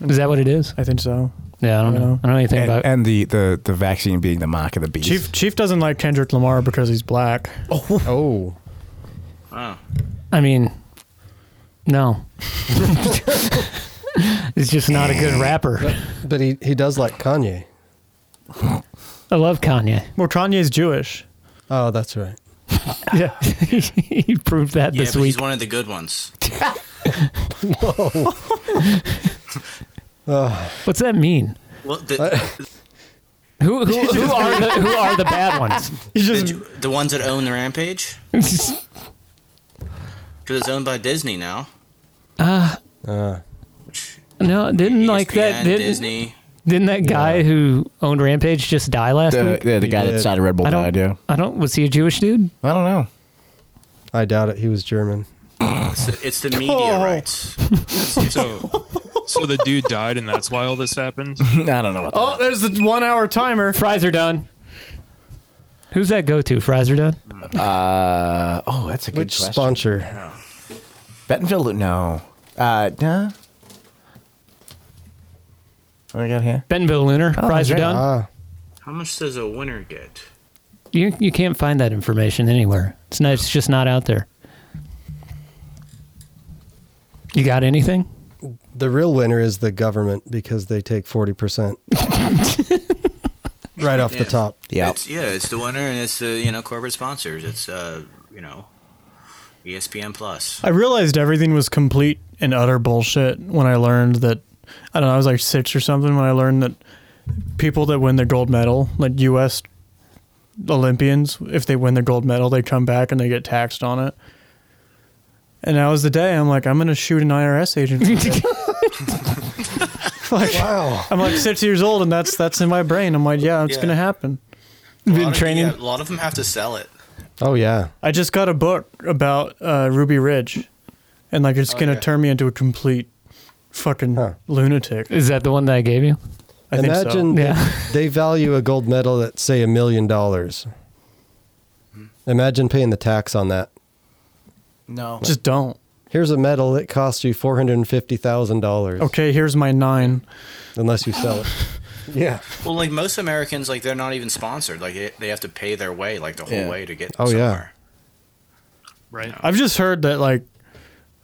Speaker 2: Is that what it is?
Speaker 1: I think so.
Speaker 2: Yeah, I don't
Speaker 1: You
Speaker 2: know.
Speaker 1: know?
Speaker 2: I don't know anything
Speaker 6: and,
Speaker 2: about.
Speaker 6: and the, the the vaccine being the mark of the beast.
Speaker 1: Chief Chief doesn't like Kendrick Lamar because he's black. Oh,
Speaker 6: oh.
Speaker 11: Wow.
Speaker 2: I mean, no. [LAUGHS] it's just not a good rapper.
Speaker 7: But he, he does like Kanye.
Speaker 2: I love Kanye.
Speaker 1: Well, Kanye's Jewish.
Speaker 7: Oh, that's right.
Speaker 2: yeah, [LAUGHS] he proved that
Speaker 11: Yeah,
Speaker 2: this
Speaker 11: but
Speaker 2: week.
Speaker 11: he's one of the good ones.
Speaker 7: Whoa.
Speaker 2: What's that mean? [LAUGHS]
Speaker 11: Well, the,
Speaker 2: Who who,
Speaker 11: [LAUGHS]
Speaker 2: who are the who are the bad ones?
Speaker 11: the, the ones that own the Rampage? Because it's owned by Disney now.
Speaker 2: Uh, [LAUGHS] no, didn't like that.
Speaker 11: ESPN,
Speaker 2: Didn't,
Speaker 11: Disney.
Speaker 2: didn't that guy who owned Rampage just die last
Speaker 6: The-
Speaker 2: week?
Speaker 6: yeah, the He guy that did. started Red Bull
Speaker 2: I don't-
Speaker 6: died, yeah.
Speaker 2: I don't. Was he a Jewish dude?
Speaker 6: I don't know.
Speaker 7: I doubt it. He was German.
Speaker 11: It's the, it's the media
Speaker 8: Oh.
Speaker 11: rights.
Speaker 8: So, so the dude died, and that's why all
Speaker 1: [LAUGHS]
Speaker 8: this happened.
Speaker 6: [LAUGHS] I don't know. What
Speaker 1: Oh, there's the one hour timer.
Speaker 2: Fries are done. Who's that go to? Fries are done.
Speaker 6: Uh, oh, that's a good
Speaker 7: Which
Speaker 6: question.
Speaker 7: sponsor?
Speaker 6: Bentonville? No. Uh, nah. What do I got here?
Speaker 2: Bentonville Lunar.
Speaker 6: Oh,
Speaker 2: Fries are
Speaker 6: that's right.
Speaker 2: done.
Speaker 7: Ah,
Speaker 11: How much does a winner get?
Speaker 2: You you can't find that information anywhere. It's not. It's just not out there. You got anything?
Speaker 7: The real winner is the government because they take 40%. right off the top.
Speaker 11: It's, yeah, it's the winner, and it's the you know corporate sponsors. It's uh you know E ESPN Plus.
Speaker 1: I realized everything was complete and utter bullshit when I learned that I don't know, I was like six or something when I learned that people that win their gold medal, like US Olympians, if they win their gold medal, they come back and they get taxed on it. And that was the day I'm like, I'm gonna shoot an IRS agent. [LAUGHS] today. like,
Speaker 7: wow.
Speaker 1: I'm like six years old and that's that's in my brain. I'm like, yeah, it's
Speaker 11: Yeah.
Speaker 1: gonna happen.
Speaker 11: A lot of- yeah, a lot of them have to sell it.
Speaker 7: Oh yeah.
Speaker 1: I just got a book about uh, Ruby Ridge, and like it's
Speaker 11: Oh,
Speaker 1: gonna
Speaker 11: yeah.
Speaker 1: turn me into a complete fucking lunatic.
Speaker 2: Is that the one that I gave you?
Speaker 1: I think so.
Speaker 7: Imagine they- they value a gold medal at say a million dollars. Imagine paying the tax on that.
Speaker 6: No.
Speaker 1: Just don't.
Speaker 7: Here's a medal that costs you four hundred and fifty thousand dollars.
Speaker 1: Okay, here's my nine.
Speaker 7: Unless you sell it. yeah.
Speaker 11: Well, like most Americans, like they're not even sponsored. Like they- they have to pay their way, like the whole
Speaker 1: Yeah.
Speaker 11: way to get.
Speaker 1: Oh, yeah.
Speaker 11: somewhere.
Speaker 8: Right.
Speaker 1: I've just heard that like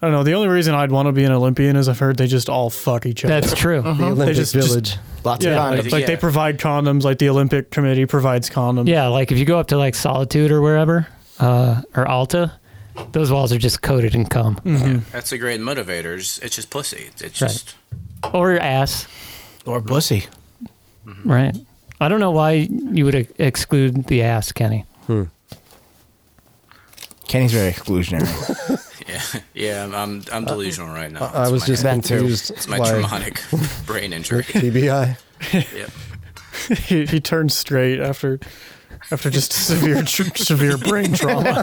Speaker 1: I don't know. The only reason I'd want to be an Olympian is I've heard they just all fuck each other.
Speaker 2: That's true. The
Speaker 6: Uh-huh.
Speaker 7: Olympic Village.
Speaker 6: Lots
Speaker 1: yeah,
Speaker 2: of condoms.
Speaker 1: Like, like they
Speaker 2: Yeah.
Speaker 1: provide condoms. Like the Olympic Committee provides condoms.
Speaker 2: Yeah, like if you go up to like Solitude or wherever, uh, or Alta, those walls are just coated in cum.
Speaker 6: Hmm.
Speaker 11: That's a great motivator. It's it's just pussy. It's it's
Speaker 2: Right.
Speaker 11: just
Speaker 2: Or your ass,
Speaker 6: Or pussy.
Speaker 2: right? I don't know why you would ex- exclude the ass, Kenny.
Speaker 6: Kenny's very exclusionary.
Speaker 11: yeah yeah. I'm I'm, I'm
Speaker 1: Uh,
Speaker 11: delusional right now.
Speaker 7: I- I
Speaker 11: It's
Speaker 7: was
Speaker 11: my-
Speaker 7: just That too. confused
Speaker 11: It's my
Speaker 1: [LAUGHS]
Speaker 7: why-
Speaker 11: traumatic brain injury.
Speaker 7: TBI.
Speaker 11: yep.
Speaker 1: [LAUGHS] he, he turns straight after after just severe tr- severe
Speaker 11: [LAUGHS]
Speaker 1: brain trauma.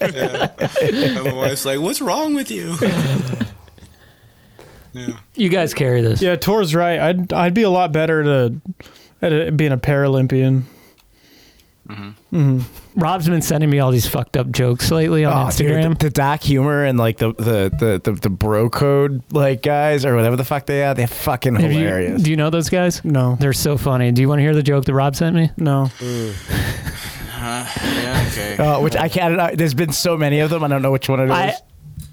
Speaker 11: And my wife's like, "What's wrong with you?"
Speaker 2: You guys carry this.
Speaker 1: Yeah, Tor's right. I'd I'd be a lot better to at it being a Paralympian.
Speaker 2: Rob's been sending me all these fucked up jokes lately on
Speaker 6: [LAUGHS] Oh, dude,
Speaker 2: Instagram.
Speaker 6: the, the doc humor and like the the, the the the bro code like guys or whatever the fuck they are, they're fucking
Speaker 2: Have you-
Speaker 6: hilarious.
Speaker 2: do you know those guys? No. They're so funny. Do you want to hear the joke that Rob sent me? No.
Speaker 11: Uh, yeah, okay.
Speaker 6: Uh, which I can't. I- there's been so many of them. I don't know which one it is.
Speaker 2: I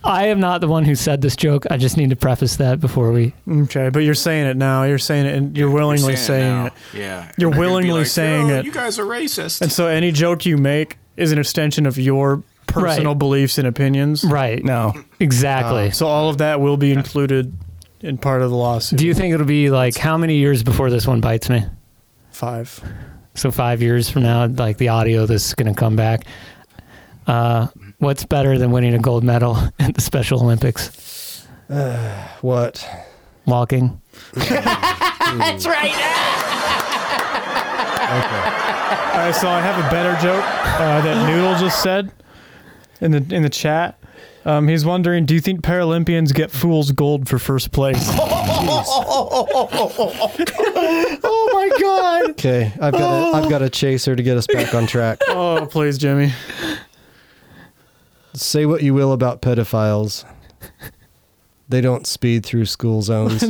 Speaker 2: I am not the one who said this joke. I just need to preface that before we
Speaker 1: Okay, but you're saying it now. You're saying it, and you're willingly saying, it,
Speaker 11: Yeah.
Speaker 1: You're
Speaker 11: They're gonna [LAUGHS] be
Speaker 1: willingly
Speaker 11: like,
Speaker 1: saying
Speaker 11: "Yo,
Speaker 1: it.
Speaker 11: You guys are racist.
Speaker 1: And so, any joke you make is an extension of your personal
Speaker 11: Right.
Speaker 1: beliefs and opinions.
Speaker 2: Right.
Speaker 6: No. Um,
Speaker 2: Exactly.
Speaker 1: so all of that will be included in part of the lawsuit.
Speaker 2: Do you think it'll be like how many years before this one bites me?
Speaker 1: Five.
Speaker 2: So five years from now, like the audio, this is going to come back. Uh, what's better than winning a gold medal [LAUGHS] at the Special Olympics?
Speaker 7: what?
Speaker 2: Walking.
Speaker 1: That's right. All right, so I have a better joke uh, that Noodle just said in the in the chat. Um, he's wondering, do you think Paralympians get fool's gold for first place?
Speaker 6: oh my god.
Speaker 7: [LAUGHS] Okay, I've got a, I've got a chaser to get us back on track.
Speaker 1: [LAUGHS] oh, please, Jimmy.
Speaker 7: Say what you will about pedophiles. They don't speed through school zones.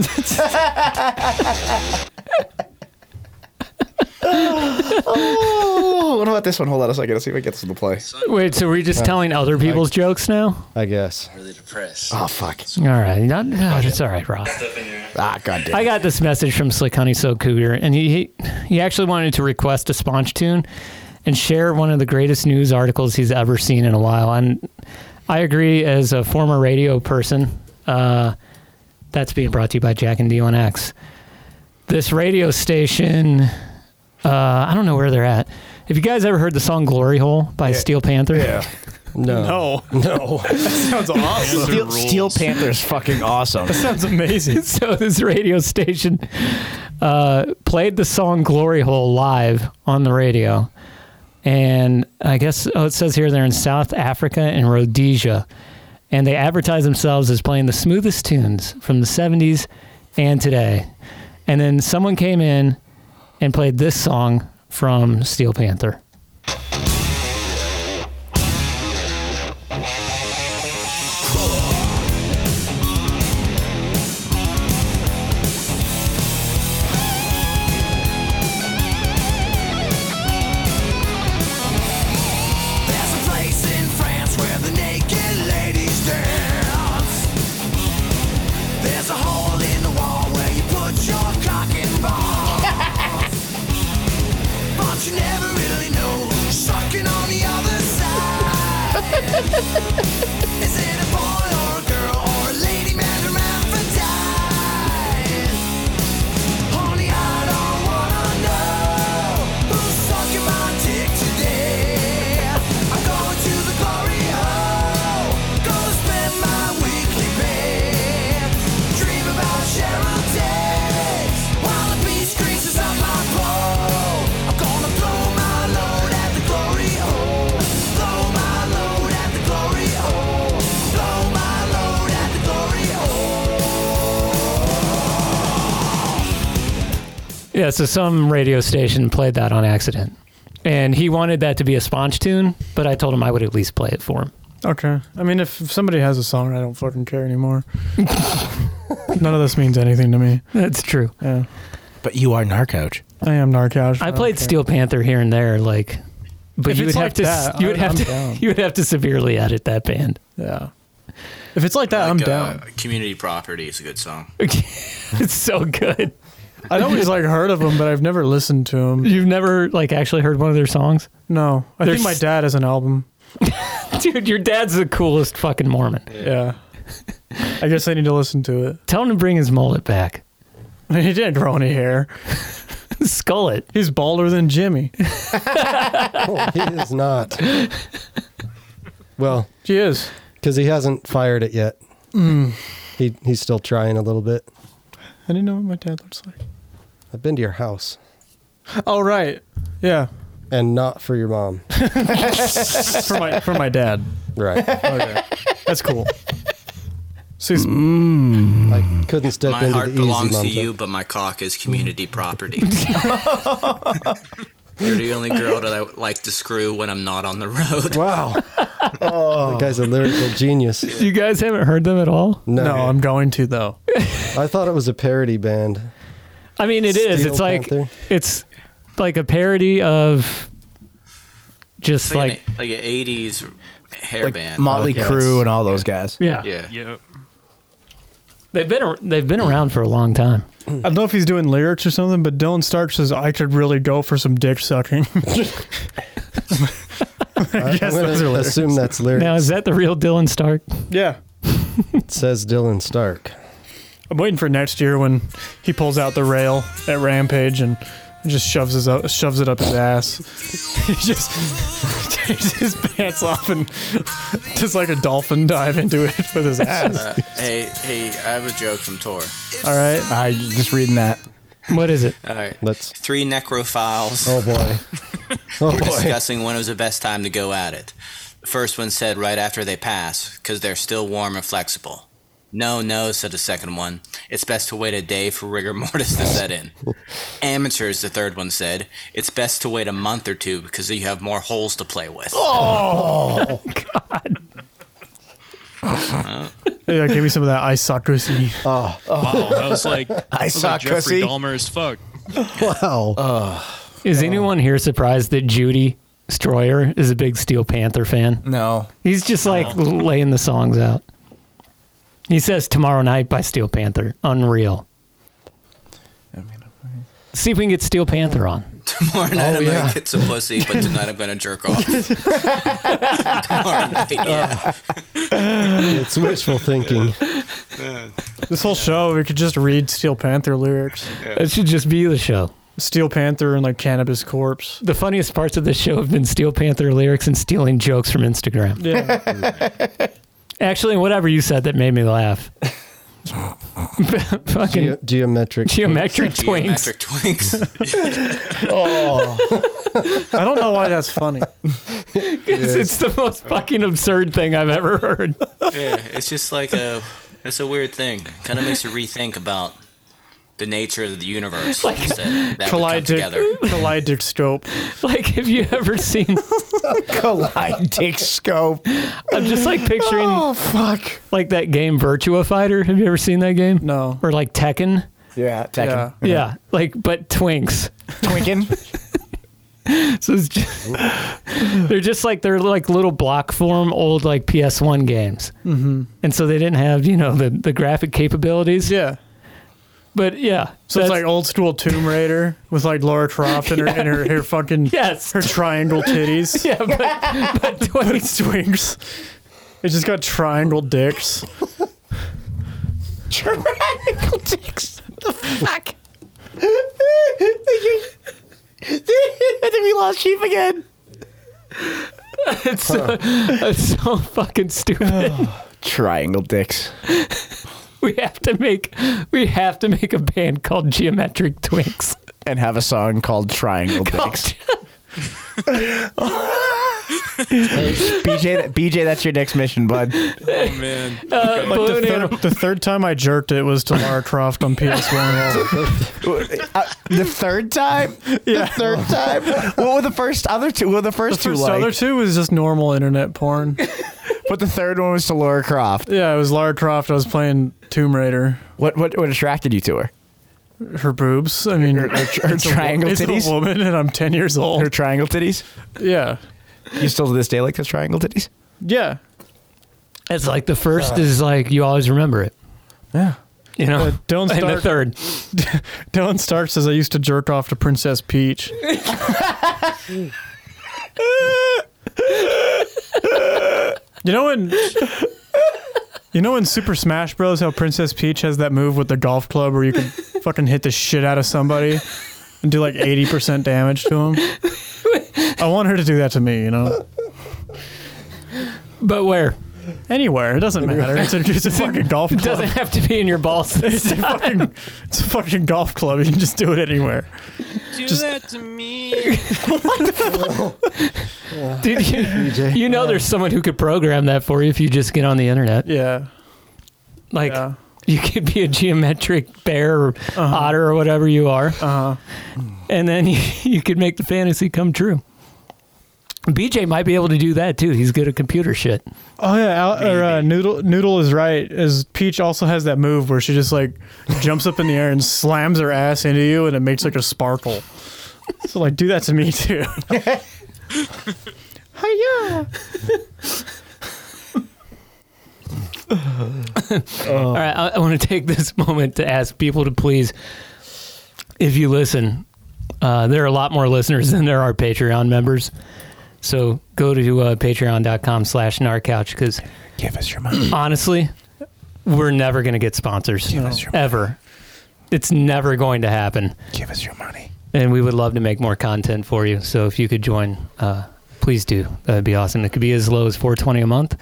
Speaker 6: oh, what about this one? Hold on a second. Let's see if I get this in the play.
Speaker 2: Wait, so we're just
Speaker 6: Uh,
Speaker 2: telling other people's jokes now?
Speaker 7: I guess.
Speaker 6: Really depressed. Oh fuck.
Speaker 2: All right. Not, no, it's all right, Rob.
Speaker 6: Ah, goddamn.
Speaker 2: I got this message from Slick Honey Soul Cougar, and he, he he actually wanted to request a sponge tune and share one of the greatest news articles he's ever seen in a while. And I agree, as a former radio person, uh, that's being brought to you by Jack and D1X. This radio station, uh, I don't know where they're at. Have you guys ever heard the song "Glory Hole" by Steel Panther?
Speaker 6: Yeah.
Speaker 7: No.
Speaker 1: No. No. that sounds awesome.
Speaker 6: Steel, Steel Panther's fucking awesome.
Speaker 1: That sounds amazing.
Speaker 2: [LAUGHS] so this radio station uh, played the song "Glory Hole" live on the radio, and I guess oh, it says here they're in South Africa and Rhodesia, and they advertise themselves as playing the smoothest tunes from the '70s and today. And then someone came in and played this song from Steel Panther.
Speaker 3: There's a place in France where the naked ladies dance. There's a hole in the wall where you put your cock and balls. but you never really know who's sucking on the other side. Is it a boy or a girl or a lady man hermaphrodite? Honey, I don't wanna know who's sucking my dick today. I'm going to the glory hole, gonna spend my weekly pay. Dream about Cheryl Day while the beast greases up my pole. I'm gonna blow my load at the glory hole, blow my load at the glory hole, blow my load at the glory hole.
Speaker 2: Yeah, so some radio station played that on accident. And he wanted that to be a sponge tune, but I told him I would at least play it for him.
Speaker 1: Okay. I mean, if if somebody has a song, I don't fucking care anymore. [LAUGHS] None of this means anything to me.
Speaker 2: That's true.
Speaker 1: Yeah.
Speaker 6: But you are Narcouch.
Speaker 1: I am Narcouch.
Speaker 2: I
Speaker 1: don't
Speaker 2: played
Speaker 1: care.
Speaker 2: Steel Panther here and there, like, but
Speaker 1: If
Speaker 2: you would
Speaker 1: it's
Speaker 2: have
Speaker 1: like
Speaker 2: to,
Speaker 1: that,
Speaker 2: you would
Speaker 1: I-
Speaker 2: have
Speaker 1: I'm
Speaker 2: to,
Speaker 1: down.
Speaker 2: [LAUGHS] you would have to severely edit that band. [LAUGHS]
Speaker 1: Yeah. If it's like that, I'm [LAUGHS]
Speaker 11: Like,
Speaker 1: down.
Speaker 11: uh, Community Property is a good song.
Speaker 2: it's so good.
Speaker 1: I'd always like heard of them, but I've never listened to them.
Speaker 2: You've never like actually heard one of their songs,
Speaker 1: No, I
Speaker 2: There's-
Speaker 1: think my dad has an album.
Speaker 2: dude. Your dad's the coolest fucking Mormon.
Speaker 1: Yeah. [LAUGHS] I guess I need to listen to it. [LAUGHS]
Speaker 2: Tell him to bring his mullet back. [LAUGHS]
Speaker 1: He didn't grow any hair.
Speaker 2: Skull it.
Speaker 1: He's balder than Jimmy.
Speaker 7: Oh, he is not. Well,
Speaker 1: he is
Speaker 7: because he hasn't fired it yet.
Speaker 1: Mm.
Speaker 7: He he's still trying a little bit.
Speaker 1: I didn't know what my dad looks like.
Speaker 7: I've been to your house,
Speaker 1: Oh right, yeah.
Speaker 7: and not for your mom.
Speaker 1: for my for my dad.
Speaker 7: Right.
Speaker 1: Okay, that's cool. See,
Speaker 7: I couldn't step
Speaker 11: My
Speaker 7: into
Speaker 11: heart
Speaker 7: the easy mom.
Speaker 11: belongs to
Speaker 1: [LAUGHS]
Speaker 7: thing.
Speaker 11: you, but my cock is community property. You're the only girl that I like to screw when I'm not on
Speaker 1: [LAUGHS]
Speaker 11: the road.
Speaker 7: Wow. oh. That guy's a lyrical genius.
Speaker 2: You guys haven't heard them at all?
Speaker 1: No, I'm going to though.
Speaker 7: I thought it was a parody band.
Speaker 2: I mean, it is.
Speaker 7: Steel
Speaker 2: It's like
Speaker 7: Panther.
Speaker 2: it's like a parody of just
Speaker 11: like,
Speaker 2: like
Speaker 11: an, like an 80s hair band.
Speaker 6: Motley Crue and all those guys.
Speaker 2: Yeah.
Speaker 11: Yeah.
Speaker 2: they've been ar- they've been around for a long time.
Speaker 1: I don't know if he's doing lyrics or something, but Dylan Stark says I could really go for some dick sucking. [LAUGHS]
Speaker 7: I,
Speaker 1: guess
Speaker 7: am
Speaker 1: those are
Speaker 7: gonna
Speaker 1: lyrics.
Speaker 7: assume that's lyrics.
Speaker 2: Now is that the real Dylan Stark?
Speaker 1: yeah.
Speaker 7: It says Dylan Stark.
Speaker 1: I'm waiting for next year when he pulls out the rail at Rampage and just shoves his up, shoves it up his ass. [LAUGHS] he just takes his pants off and just like a dolphin dive into it with his
Speaker 11: Uh, [LAUGHS]
Speaker 1: ass.
Speaker 11: hey, hey, I have a joke from Tor.
Speaker 1: All right,
Speaker 6: I just reading that.
Speaker 2: What is it?
Speaker 11: All right.
Speaker 7: Let's.
Speaker 11: Three necrophiles.
Speaker 7: Oh boy. Oh
Speaker 11: were
Speaker 7: boy.
Speaker 11: discussing when was the best time to go at it. The first one said right after they pass, because they're still warm and flexible. No, no, said the second one. It's best to wait a day for rigor mortis to set in. Amateurs, the third one said. It's best to wait a month or two because you have more holes to play with. [LAUGHS]
Speaker 1: Oh
Speaker 11: Uh,
Speaker 1: yeah, give me some of that I suck pussy.
Speaker 7: Oh,
Speaker 8: Wow, that was like that
Speaker 1: I
Speaker 8: was like
Speaker 1: suck
Speaker 8: Jeffrey
Speaker 1: pussy.
Speaker 8: Dahmer as fuck.
Speaker 7: [LAUGHS] Wow.
Speaker 2: Is anyone here surprised that Judy Stroyer is a big Steel Panther fan?
Speaker 6: No.
Speaker 2: He's just like laying the songs out. He says tomorrow night by Steel Panther. Unreal. See if we can get Steel Panther on.
Speaker 11: Tomorrow night I'm gonna get some pussy, but tonight I'm gonna jerk off. [LAUGHS] Tomorrow night, yeah.
Speaker 7: it's wishful [LAUGHS] thinking.
Speaker 1: This whole show, we could just read Steel Panther lyrics.
Speaker 2: It should just be the show.
Speaker 1: Steel Panther and like Cannabis Corpse.
Speaker 2: The funniest parts of this show have been Steel Panther lyrics and stealing jokes from Instagram.
Speaker 1: Yeah.
Speaker 2: [LAUGHS] Actually, whatever you said that made me
Speaker 6: [LAUGHS]
Speaker 2: laugh. [LAUGHS] Fucking
Speaker 7: Ge- geometric.
Speaker 2: geometric twinks.
Speaker 11: Geometric twinks.
Speaker 7: Oh.
Speaker 1: I don't know why that's funny.
Speaker 2: 'Cause It's the most fucking absurd thing I've ever heard. [LAUGHS]
Speaker 11: yeah, it's just like a it's a weird thing. Kind of makes you rethink about the nature of the universe
Speaker 2: Like-
Speaker 11: that, that would come
Speaker 1: Kaleidic,
Speaker 11: together.
Speaker 1: kaleidoscope.
Speaker 2: Like, have you
Speaker 1: [LAUGHS]
Speaker 2: ever seen
Speaker 6: kaleidoscope?
Speaker 2: [LAUGHS] I'm just like picturing.
Speaker 6: Oh, fuck.
Speaker 2: Like that game Virtua Fighter. Have you ever seen that game?
Speaker 1: No.
Speaker 2: Or like Tekken.
Speaker 6: Yeah, Tekken.
Speaker 2: Yeah. Like, but twinks.
Speaker 6: Twinkin.
Speaker 2: [LAUGHS] So it's just, [LAUGHS] they're just like they're like little block form old like PS1 games,
Speaker 1: Mhm.
Speaker 2: and so they didn't have you know the the graphic capabilities.
Speaker 1: Yeah.
Speaker 2: But
Speaker 1: So
Speaker 2: yeah,
Speaker 1: it's
Speaker 2: that's-
Speaker 1: like old school Tomb Raider with like Laura Croft and her and her, her fucking [LAUGHS]
Speaker 2: [LAUGHS] yes. [LAUGHS]
Speaker 1: her triangle titties.
Speaker 2: yeah, but, but
Speaker 1: But
Speaker 2: twinks.
Speaker 1: it's twinks. It just got triangle dicks.
Speaker 6: Triangle dicks. The fuck? I think we lost Chief again.
Speaker 2: It's so, [LAUGHS] it's so fucking stupid.
Speaker 6: Triangle dicks.
Speaker 2: we have to make we have to make a band called Geometric Twinks.
Speaker 6: And have a song called
Speaker 2: [LAUGHS]
Speaker 6: Triangle Dicks. BJ, that- BJ, that's your next mission, [LAUGHS] bud.
Speaker 8: Oh man.
Speaker 2: Uh,
Speaker 1: Like the,
Speaker 2: balloon animal-
Speaker 1: third, the third time I jerked it was to Lara Croft on PS1.
Speaker 6: Uh, the third time? The third time? What were the first other two? What were the
Speaker 1: the
Speaker 6: first,
Speaker 1: first
Speaker 6: two like?
Speaker 1: other two was just normal internet porn.
Speaker 6: But the third one was to Laura Croft.
Speaker 1: Yeah, it was Lara Croft. I was playing Tomb Raider.
Speaker 6: What what, what attracted you to her?
Speaker 1: Her boobs. I mean, her,
Speaker 6: her triangle
Speaker 1: it's
Speaker 6: titties?
Speaker 1: a woman, and I'm ten years old.
Speaker 6: Her triangle titties?
Speaker 1: yeah,
Speaker 6: You still to this day like those triangle titties?
Speaker 1: yeah.
Speaker 2: It's like the first is like you always remember it.
Speaker 6: Yeah.
Speaker 2: You know,
Speaker 1: But don't
Speaker 2: and the
Speaker 1: start-
Speaker 2: third.
Speaker 1: Dylan Stark says I used to jerk off to Princess
Speaker 2: [LAUGHS]
Speaker 1: Peach. you know when You know in Super Smash Bros how Princess Peach has that move with the golf club where you
Speaker 2: [LAUGHS]
Speaker 1: can fucking hit the shit out of somebody and do like 80% damage to them? I want her to do that to me, you know.
Speaker 2: But where?
Speaker 1: Anywhere, it doesn't matter. It's a,
Speaker 2: [LAUGHS]
Speaker 1: it's a fucking golf
Speaker 2: It
Speaker 1: club.
Speaker 2: doesn't have to be in your balls.
Speaker 1: [LAUGHS] It's a fucking it's a fucking golf club. You can just do it anywhere.
Speaker 8: Do that to me.
Speaker 2: [LAUGHS] Dude,
Speaker 1: [LAUGHS]
Speaker 2: you, you know there's someone who could program that for you if you just get on the internet.
Speaker 1: Yeah.
Speaker 2: Like
Speaker 1: Yeah.
Speaker 2: You could be a geometric bear or otter or whatever you are. Uh-huh. And then [LAUGHS] you, you could make the fantasy come true. BJ might be able to do that too. He's good at computer shit.
Speaker 1: Oh yeah, Al, or, uh, Noodle Noodle is right. As Peach also has that move where she just like jumps up in the air and slams her ass into you, and it makes like a sparkle. So like, do that to me too.
Speaker 3: Hiya!
Speaker 2: All right, I, I want to take [LAUGHS] this moment to ask people to please, if you listen, uh, there are a lot more listeners than there are Patreon members. So go to uh, patreon.com slash narcouch because
Speaker 6: give us your money.
Speaker 2: Honestly, we're never going to get sponsors. ever. It's never going to happen.
Speaker 6: Give us your money.
Speaker 2: And we would love to make more content for you. So if you could join, uh, please do. That'd be awesome. It could be as low as four twenty a month,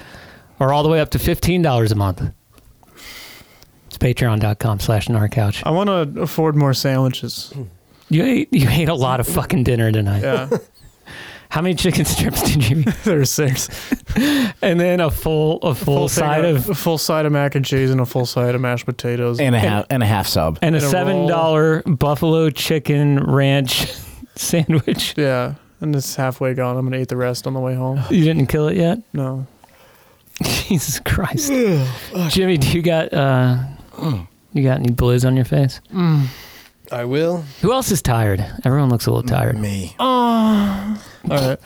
Speaker 2: or all the way up to fifteen dollars a month. It's patreon.com slash narcouch.
Speaker 1: I want to afford more sandwiches.
Speaker 2: You ate you ate a lot of fucking dinner tonight.
Speaker 1: Yeah.
Speaker 2: [LAUGHS] How many chicken strips did you eat?
Speaker 1: [LAUGHS] there were six.
Speaker 2: and then a full a full,
Speaker 1: thing
Speaker 2: side of
Speaker 1: a full side of mac and cheese and a full side of mashed potatoes
Speaker 6: And a half and a half sub.
Speaker 2: and a
Speaker 1: and a
Speaker 2: seven
Speaker 1: roll.
Speaker 2: dollar buffalo chicken ranch [LAUGHS] sandwich.
Speaker 1: Yeah, and it's halfway gone. I'm gonna eat the rest on the way home.
Speaker 2: You didn't kill it yet? [LAUGHS]
Speaker 1: No.
Speaker 2: Jesus Christ. Jimmy, do you got uh you got any blizz on your face?
Speaker 7: I will.
Speaker 2: Who else is tired? Everyone looks a little tired.
Speaker 7: Me.
Speaker 1: Oh. All right.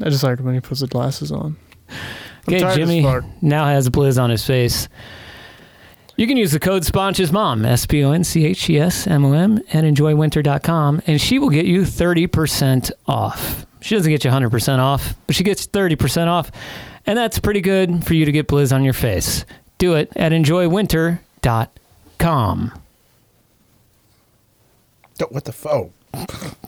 Speaker 1: I just like when he puts the glasses on. I'm
Speaker 2: Okay,
Speaker 1: tired as
Speaker 2: Jimmy
Speaker 1: fuck.
Speaker 2: now has blizz on his face. You can use the code SPONCHESMOM, mom, S P O N C H E S M O M, and enjoywinter.com, and she will get you 30% off. She doesn't get you 100% off, but she gets 30% off, and that's pretty good for you to get blizz on your face. Do it at enjoywinter.com.
Speaker 15: What the fuck?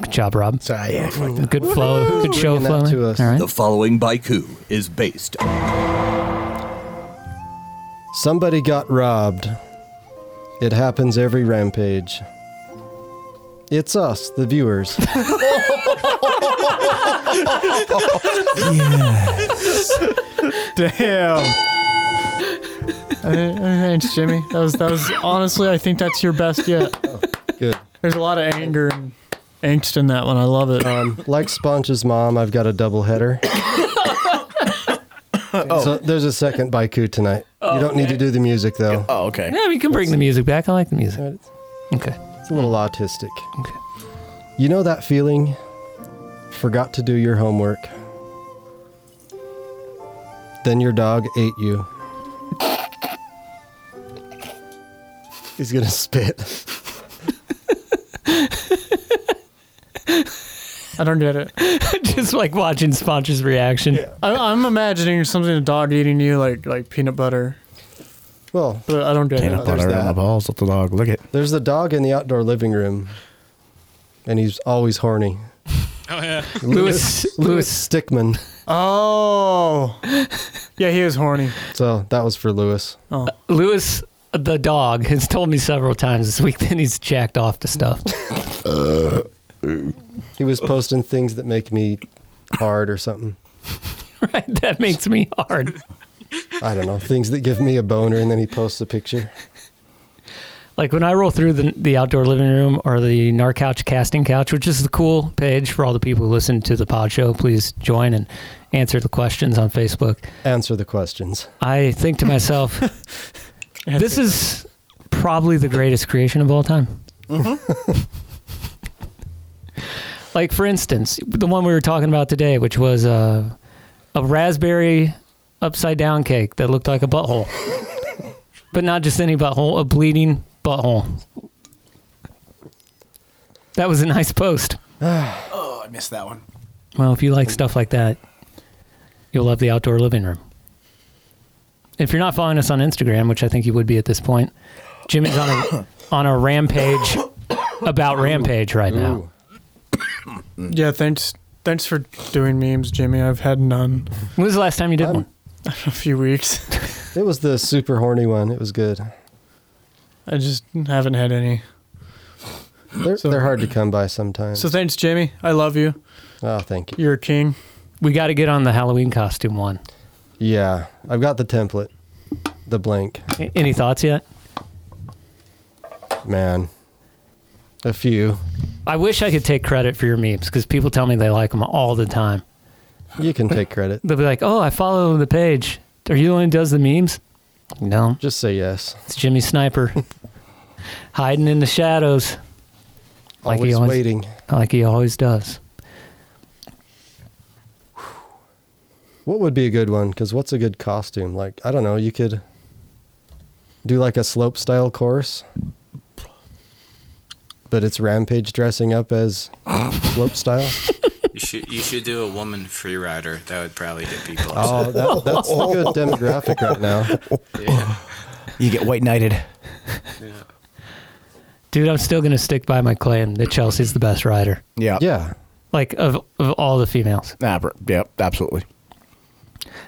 Speaker 2: Good job, Rob.
Speaker 15: Sorry. yeah, fuck that.
Speaker 2: Good
Speaker 15: [LAUGHS]
Speaker 2: flow. Good show
Speaker 15: Bringing that
Speaker 2: flowing.
Speaker 15: to us.
Speaker 2: All right.
Speaker 16: The following baiku is based.
Speaker 7: Somebody got robbed. It happens every rampage. It's us, the
Speaker 1: [LAUGHS]
Speaker 7: viewers.
Speaker 1: Damn. Hey, hey, Uh, Thanks, Jimmy. That was that was honestly, I think that's your best yet.
Speaker 7: Good.
Speaker 1: There's a lot of anger and angst in that one. I love it.
Speaker 7: Um, like Sponge's mom, I've got a
Speaker 1: [LAUGHS]
Speaker 7: double header. So there's a second baiku tonight.
Speaker 1: Oh,
Speaker 7: you don't need to do the music though.
Speaker 6: Oh, okay.
Speaker 2: Yeah, we can bring the music back. I like the music. Okay. [LAUGHS]
Speaker 7: It's a little autistic. Okay. You know that feeling? Forgot to do your homework. Then your dog ate you. He's gonna spit.
Speaker 1: I don't get it.
Speaker 2: Just like watching Sponge's reaction.
Speaker 1: I, I'm imagining something a dog eating you like like peanut butter.
Speaker 7: Well,
Speaker 1: but I don't get
Speaker 7: peanut
Speaker 1: it.
Speaker 7: butter There's in that. the
Speaker 6: balls of the dog. Look at.
Speaker 7: There's the dog in the outdoor living room, and he's always horny.
Speaker 8: Oh
Speaker 7: [LAUGHS]
Speaker 8: yeah.
Speaker 7: Lewis Lewis Stickman.
Speaker 1: Oh. Yeah, he was horny.
Speaker 7: So that was for Lewis.
Speaker 1: Oh.
Speaker 2: Lewis, the dog, has told me several times this week that he's jacked off to stuff. [LAUGHS]
Speaker 7: He was posting things that make me hard or something.
Speaker 2: right? That makes me hard.
Speaker 7: I don't know things that give me a boner, and then he posts a picture.
Speaker 2: Like when I roll through the, the outdoor living room or the Narcouch casting couch, which is the cool page for all the people who listen to the pod show, please join and answer the questions on Facebook.
Speaker 7: Answer the questions.
Speaker 2: I think to myself, this is probably the greatest creation of all time. [LAUGHS] like for instance, the one we were talking about today, which was uh, a raspberry upside down cake that looked like a butthole, but not just any butthole, a bleeding butthole. That was a nice post.
Speaker 6: oh, I missed that one.
Speaker 2: Well, if you like stuff like that, you'll love the outdoor living room. If you're not following us on Instagram, which I think you would be at this point, Jimmy's on a on a rampage about rampage right now.
Speaker 1: Yeah, thanks thanks for doing memes, Jimmy. I've had none.
Speaker 2: When was the last time you did one?
Speaker 1: A few weeks.
Speaker 7: It was the super horny one. It was good.
Speaker 1: I just haven't had any.
Speaker 7: They're, they're hard to come by sometimes.
Speaker 1: So thanks, Jimmy. I love you.
Speaker 7: oh, thank you.
Speaker 1: You're a king.
Speaker 2: We got to get on the Halloween costume one.
Speaker 7: Yeah, I've got the template. the blank.
Speaker 2: A- Any thoughts yet?
Speaker 7: Man, a few.
Speaker 2: I wish I could take credit for your memes because people tell me they like them all the time.
Speaker 7: You can take credit.
Speaker 2: They'll be like, "Oh, I follow the page. Are you the one who does the memes?" No.
Speaker 7: Just say yes.
Speaker 2: It's Jimmy Sniper hiding in the shadows,
Speaker 7: Always waiting.
Speaker 2: like he always does.
Speaker 7: What would be a good one? Because what's a good costume? Like I don't know. You could do like a slope style course, but it's Rampage dressing up as slope style.
Speaker 11: You should you should do a woman free rider. That would probably get people.
Speaker 7: Oh,
Speaker 11: upset.
Speaker 7: that, that's the good demographic right now.
Speaker 6: You get white knighted.
Speaker 2: Dude, I'm still gonna stick by my claim that Chelsea's the best rider.
Speaker 6: Yeah.
Speaker 7: Yeah.
Speaker 2: Like of of all the females.
Speaker 6: Nah, bro. Yep, absolutely.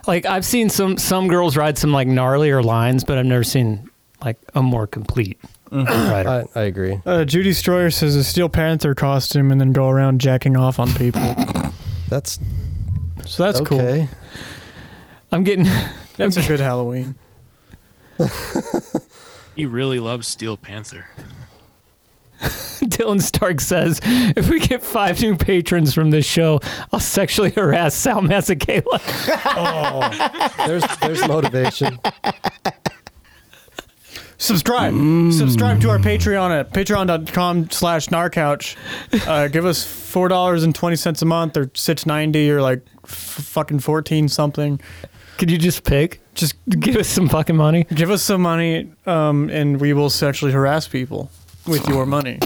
Speaker 2: Like I've seen some some girls ride some like gnarlier lines, but I've never seen like a more complete rider.
Speaker 7: I, I agree.
Speaker 1: Uh, Judy Stroyer says a Steel Panther costume and then go around jacking off on people.
Speaker 7: That's
Speaker 1: so that's
Speaker 7: okay.
Speaker 1: cool.
Speaker 2: I'm getting [LAUGHS]
Speaker 1: that's a good Halloween.
Speaker 8: He really loves Steel Panther.
Speaker 2: Dylan Stark says, if we get five new patrons from this show, I'll sexually harass Sal Mazzacala.
Speaker 7: There's
Speaker 1: [LAUGHS]
Speaker 7: there's motivation.
Speaker 1: [LAUGHS] Subscribe. Subscribe to our Patreon at patreon.com slash narcouch. Uh, give us $4.20 a month or six ninety or like f- fucking 14 something.
Speaker 2: Could you just pick?
Speaker 1: Just
Speaker 2: give us some fucking money. [LAUGHS]
Speaker 1: Give us some money um, and we will sexually harass people with your [LAUGHS] money.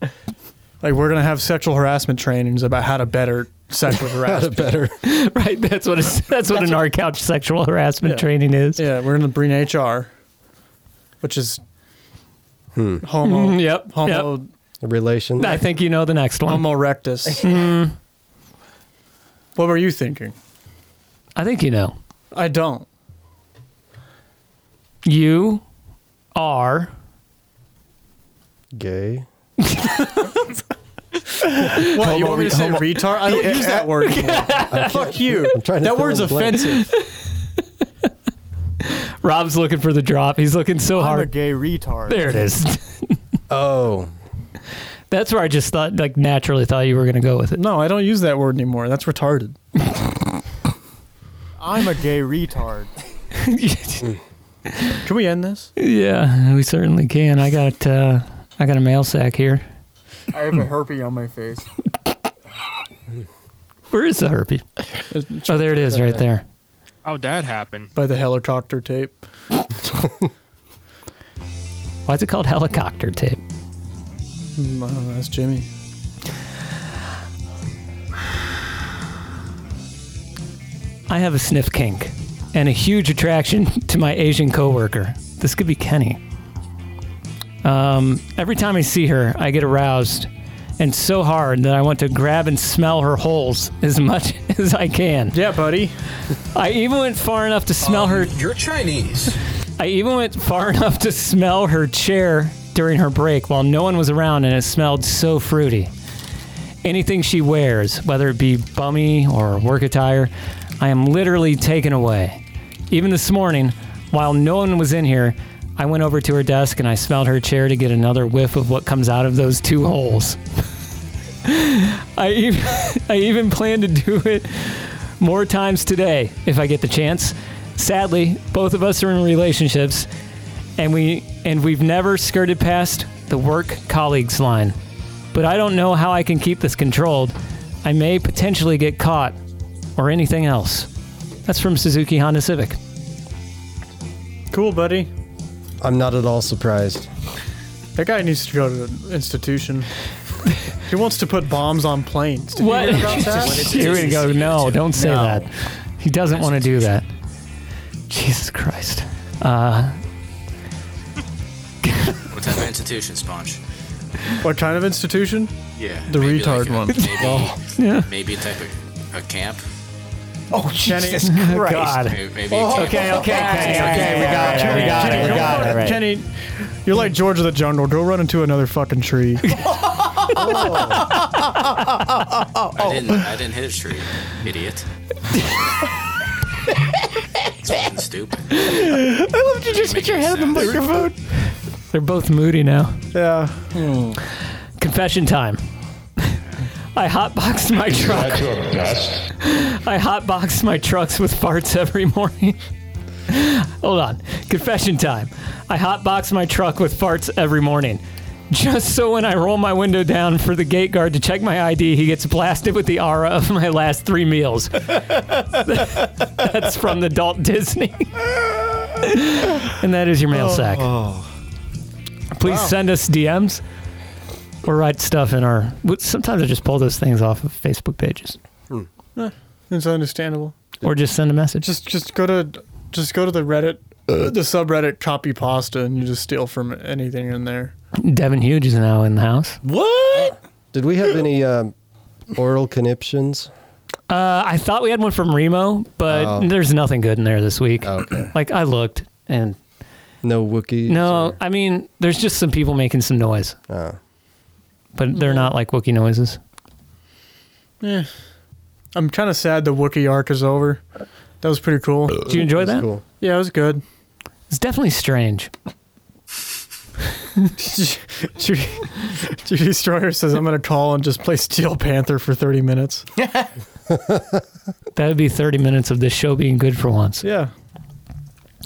Speaker 1: Like we're gonna have sexual harassment trainings about how to better [LAUGHS] sexual harass. people.
Speaker 2: right? That's what it's, that's what an our couch sexual harassment training is.
Speaker 1: Yeah, we're gonna bring HR, which is Hmm. homo. [LAUGHS]
Speaker 2: Mm, yep,
Speaker 1: Homo.
Speaker 2: yep.
Speaker 7: Relation.
Speaker 2: I think you know the next one.
Speaker 1: Homo [LAUGHS] erectus.
Speaker 2: Mm,
Speaker 1: What were you thinking?
Speaker 2: I think you know.
Speaker 1: I don't.
Speaker 2: You are
Speaker 7: Gay.
Speaker 1: What you want me to say?
Speaker 7: Homo-
Speaker 1: Retard? I don't use that word. anymore. Fuck you.
Speaker 7: I'm trying to
Speaker 1: that
Speaker 7: fill
Speaker 1: word's
Speaker 7: in the blanks.
Speaker 1: offensive.
Speaker 2: Rob's looking for the drop. He's looking so
Speaker 1: I'm a
Speaker 2: hard.
Speaker 1: gay retard.
Speaker 2: There it is. [LAUGHS]
Speaker 7: oh.
Speaker 2: That's where I just thought, like, naturally thought you were going to go with it.
Speaker 1: No, I don't use that word anymore. That's retarded. [LAUGHS] I'm a gay retard. [LAUGHS] Can we end this?
Speaker 2: Yeah, we certainly can. I got, uh, I got a mail sack here.
Speaker 1: I have a herpy on my face.
Speaker 2: Where is the herpy? Oh, there it is, right there.
Speaker 8: How'd that happen?
Speaker 1: By the helicopter tape.
Speaker 2: Why is it called helicopter tape?
Speaker 1: Mm, I don't know, that's Jimmy.
Speaker 2: I have a sniff kink and a huge attraction [LAUGHS] to my Asian coworker. This could be Kenny. Um, every time I see her, I get aroused and so hard that I want to grab and smell her holes as much [LAUGHS] as I can.
Speaker 1: Yeah, buddy.
Speaker 2: I even went far enough to smell her.
Speaker 11: Um, You're Chinese.
Speaker 2: I even went far [LAUGHS] enough to smell her chair during her break while no one was around, and it smelled so fruity. Anything she wears, whether it be bummy or work attire, I am literally taken away. Even this morning, while no one was in here, I went over to her desk and I smelled her chair to get another whiff of what comes out of those two holes. [LAUGHS] I even, [LAUGHS] I even plan to do it more times today if I get the chance. Sadly, both of us are in relationships, and we and we've never skirted past the work colleagues line. But I don't know how I can keep this controlled. I may potentially get caught, or anything else. That's from Suzuki Honda Civic.
Speaker 1: Cool, buddy.
Speaker 7: I'm not at all surprised.
Speaker 1: That guy needs to go to the institution. he wants to put bombs on planes. Did you
Speaker 2: What?
Speaker 1: hear
Speaker 2: [LAUGHS]
Speaker 1: about that?
Speaker 2: Here we go. No, don't say
Speaker 1: No.
Speaker 2: that. He doesn't want to do that. Jesus Christ. Uh,
Speaker 11: What type of institution, Sponge?
Speaker 1: What kind of [LAUGHS] institution?
Speaker 11: Yeah.
Speaker 1: The
Speaker 11: maybe
Speaker 1: retard
Speaker 11: like a-
Speaker 1: one. Oh.
Speaker 11: Maybe,
Speaker 1: Yeah.
Speaker 11: maybe a type of a camp.
Speaker 6: Oh,
Speaker 1: Jesus
Speaker 2: Christ. God.
Speaker 11: Maybe, maybe
Speaker 2: Oh,
Speaker 11: a camp.
Speaker 2: okay, okay, okay, okay, we got it,
Speaker 1: Kenny,
Speaker 2: we got it,
Speaker 1: Kenny,
Speaker 2: we
Speaker 1: go
Speaker 2: got
Speaker 1: run-
Speaker 2: it, right.
Speaker 1: Kenny, you're like George of the Jungle. Go run into another fucking [LAUGHS] tree.
Speaker 2: Oh. [LAUGHS]
Speaker 11: I didn't. I didn't hit a tree, idiot.
Speaker 17: Fucking stupid.
Speaker 2: I love you just hit your head on the microphone. They're both moody now. Yeah. Confession time. I hotboxed my truck. I hotboxed my trucks with farts every morning. Hold on. Confession time. I hotbox my truck with farts every morning. Just so when I roll my window down for the gate guard to check my ID, he gets blasted with the aura of my last three meals. [LAUGHS] That's from the Dalt Disney. [LAUGHS] and that is your mail sack. Please
Speaker 18: Wow.
Speaker 2: send us DMs or write stuff in our. Sometimes I just pull those things off of Facebook pages
Speaker 1: Eh, it's understandable.
Speaker 2: or just send a message.
Speaker 1: Just just go to just go to the Reddit, uh, the subreddit copy pasta, and you just steal from anything in there.
Speaker 2: Devin Hughes is now in the house.
Speaker 1: What?
Speaker 7: Did we have any um, oral conniptions?
Speaker 2: Uh, I thought we had one from Remo, but
Speaker 7: Oh.
Speaker 2: there's nothing good in there this week. [CLEARS THROAT] Like I looked and
Speaker 7: no Wookiees.
Speaker 2: No, I mean there's just some people making some noise. But they're not like Wookiee noises.
Speaker 1: Yeah. I'm kind of sad the Wookiee arc is over. That was pretty cool.
Speaker 2: Did you enjoy It was that? cool.
Speaker 1: Yeah, it was good. [LAUGHS]
Speaker 2: It's definitely strange.
Speaker 1: Judy, Judy Stroyer says, I'm going to call and just play Steel Panther for 30 minutes.
Speaker 2: That would be 30 minutes of this show being good for once.
Speaker 1: Yeah.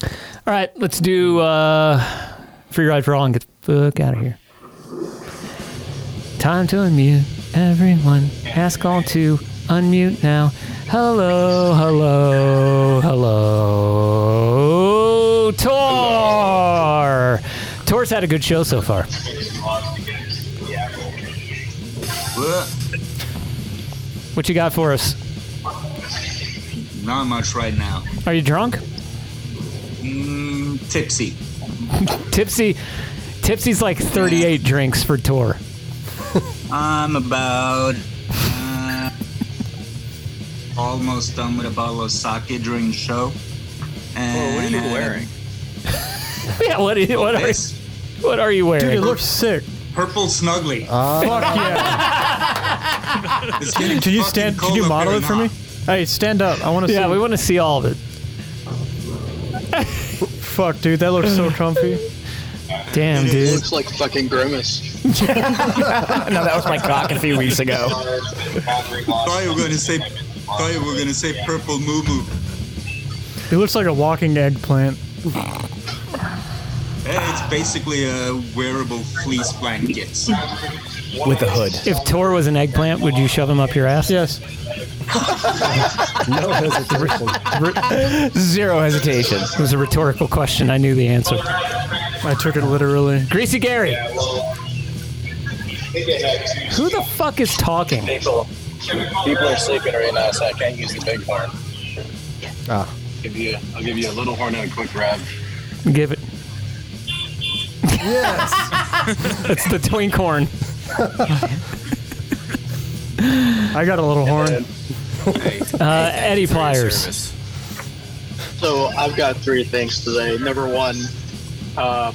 Speaker 2: All right, let's do uh, free ride for all and get the fuck out of here. Time to unmute everyone. Ask all to unmute now. Hello, hello, hello, Tor. Tor's had a good show so far. What you got for us?
Speaker 12: Not much right now.
Speaker 2: Are you drunk?
Speaker 12: Mm, tipsy.
Speaker 2: Tipsy, Tipsy's like 38 drinks for Tor. [LAUGHS]
Speaker 12: I'm about uh, almost done with a bottle of sake during the show. And,
Speaker 19: what are you wearing?
Speaker 2: yeah, what, is, what are
Speaker 12: This.
Speaker 2: what are you wearing?
Speaker 12: Dude, it looks
Speaker 1: sick.
Speaker 12: Purple snuggly.
Speaker 1: Oh, Fuck yeah.
Speaker 12: [LAUGHS]
Speaker 1: Can you stand? Can you model it for me? Hey, stand up. I want to see.
Speaker 2: Yeah, we want to see all of it.
Speaker 1: [LAUGHS] Fuck, dude, that looks so comfy.
Speaker 2: Damn,
Speaker 11: It looks like fucking grimace.
Speaker 1: [LAUGHS]
Speaker 20: no, that was my cock a few weeks ago.
Speaker 12: Thought you were gonna say. Thought you were gonna say purple moo moo.
Speaker 1: It looks like a walking eggplant.
Speaker 12: Eh, It's basically a wearable fleece blanket.
Speaker 2: With a hood. If Tor was an eggplant, would you shove him up your ass?
Speaker 1: Yes.
Speaker 2: no hesitation. Zero hesitation. It was a rhetorical question. I knew the answer.
Speaker 1: I took it literally.
Speaker 2: Greasy Gary. Who the fuck is talking?
Speaker 11: People, people are sleeping right now, so I can't use the big horn.
Speaker 7: Ah.
Speaker 11: Give you, I'll give you a little horn and a quick rev.
Speaker 2: Give it.
Speaker 7: Yes.
Speaker 2: [LAUGHS] It's the twink horn.
Speaker 1: I got a little horn.
Speaker 2: Uh, Eddie Pliers.
Speaker 11: So I've got three things today. Number one, um,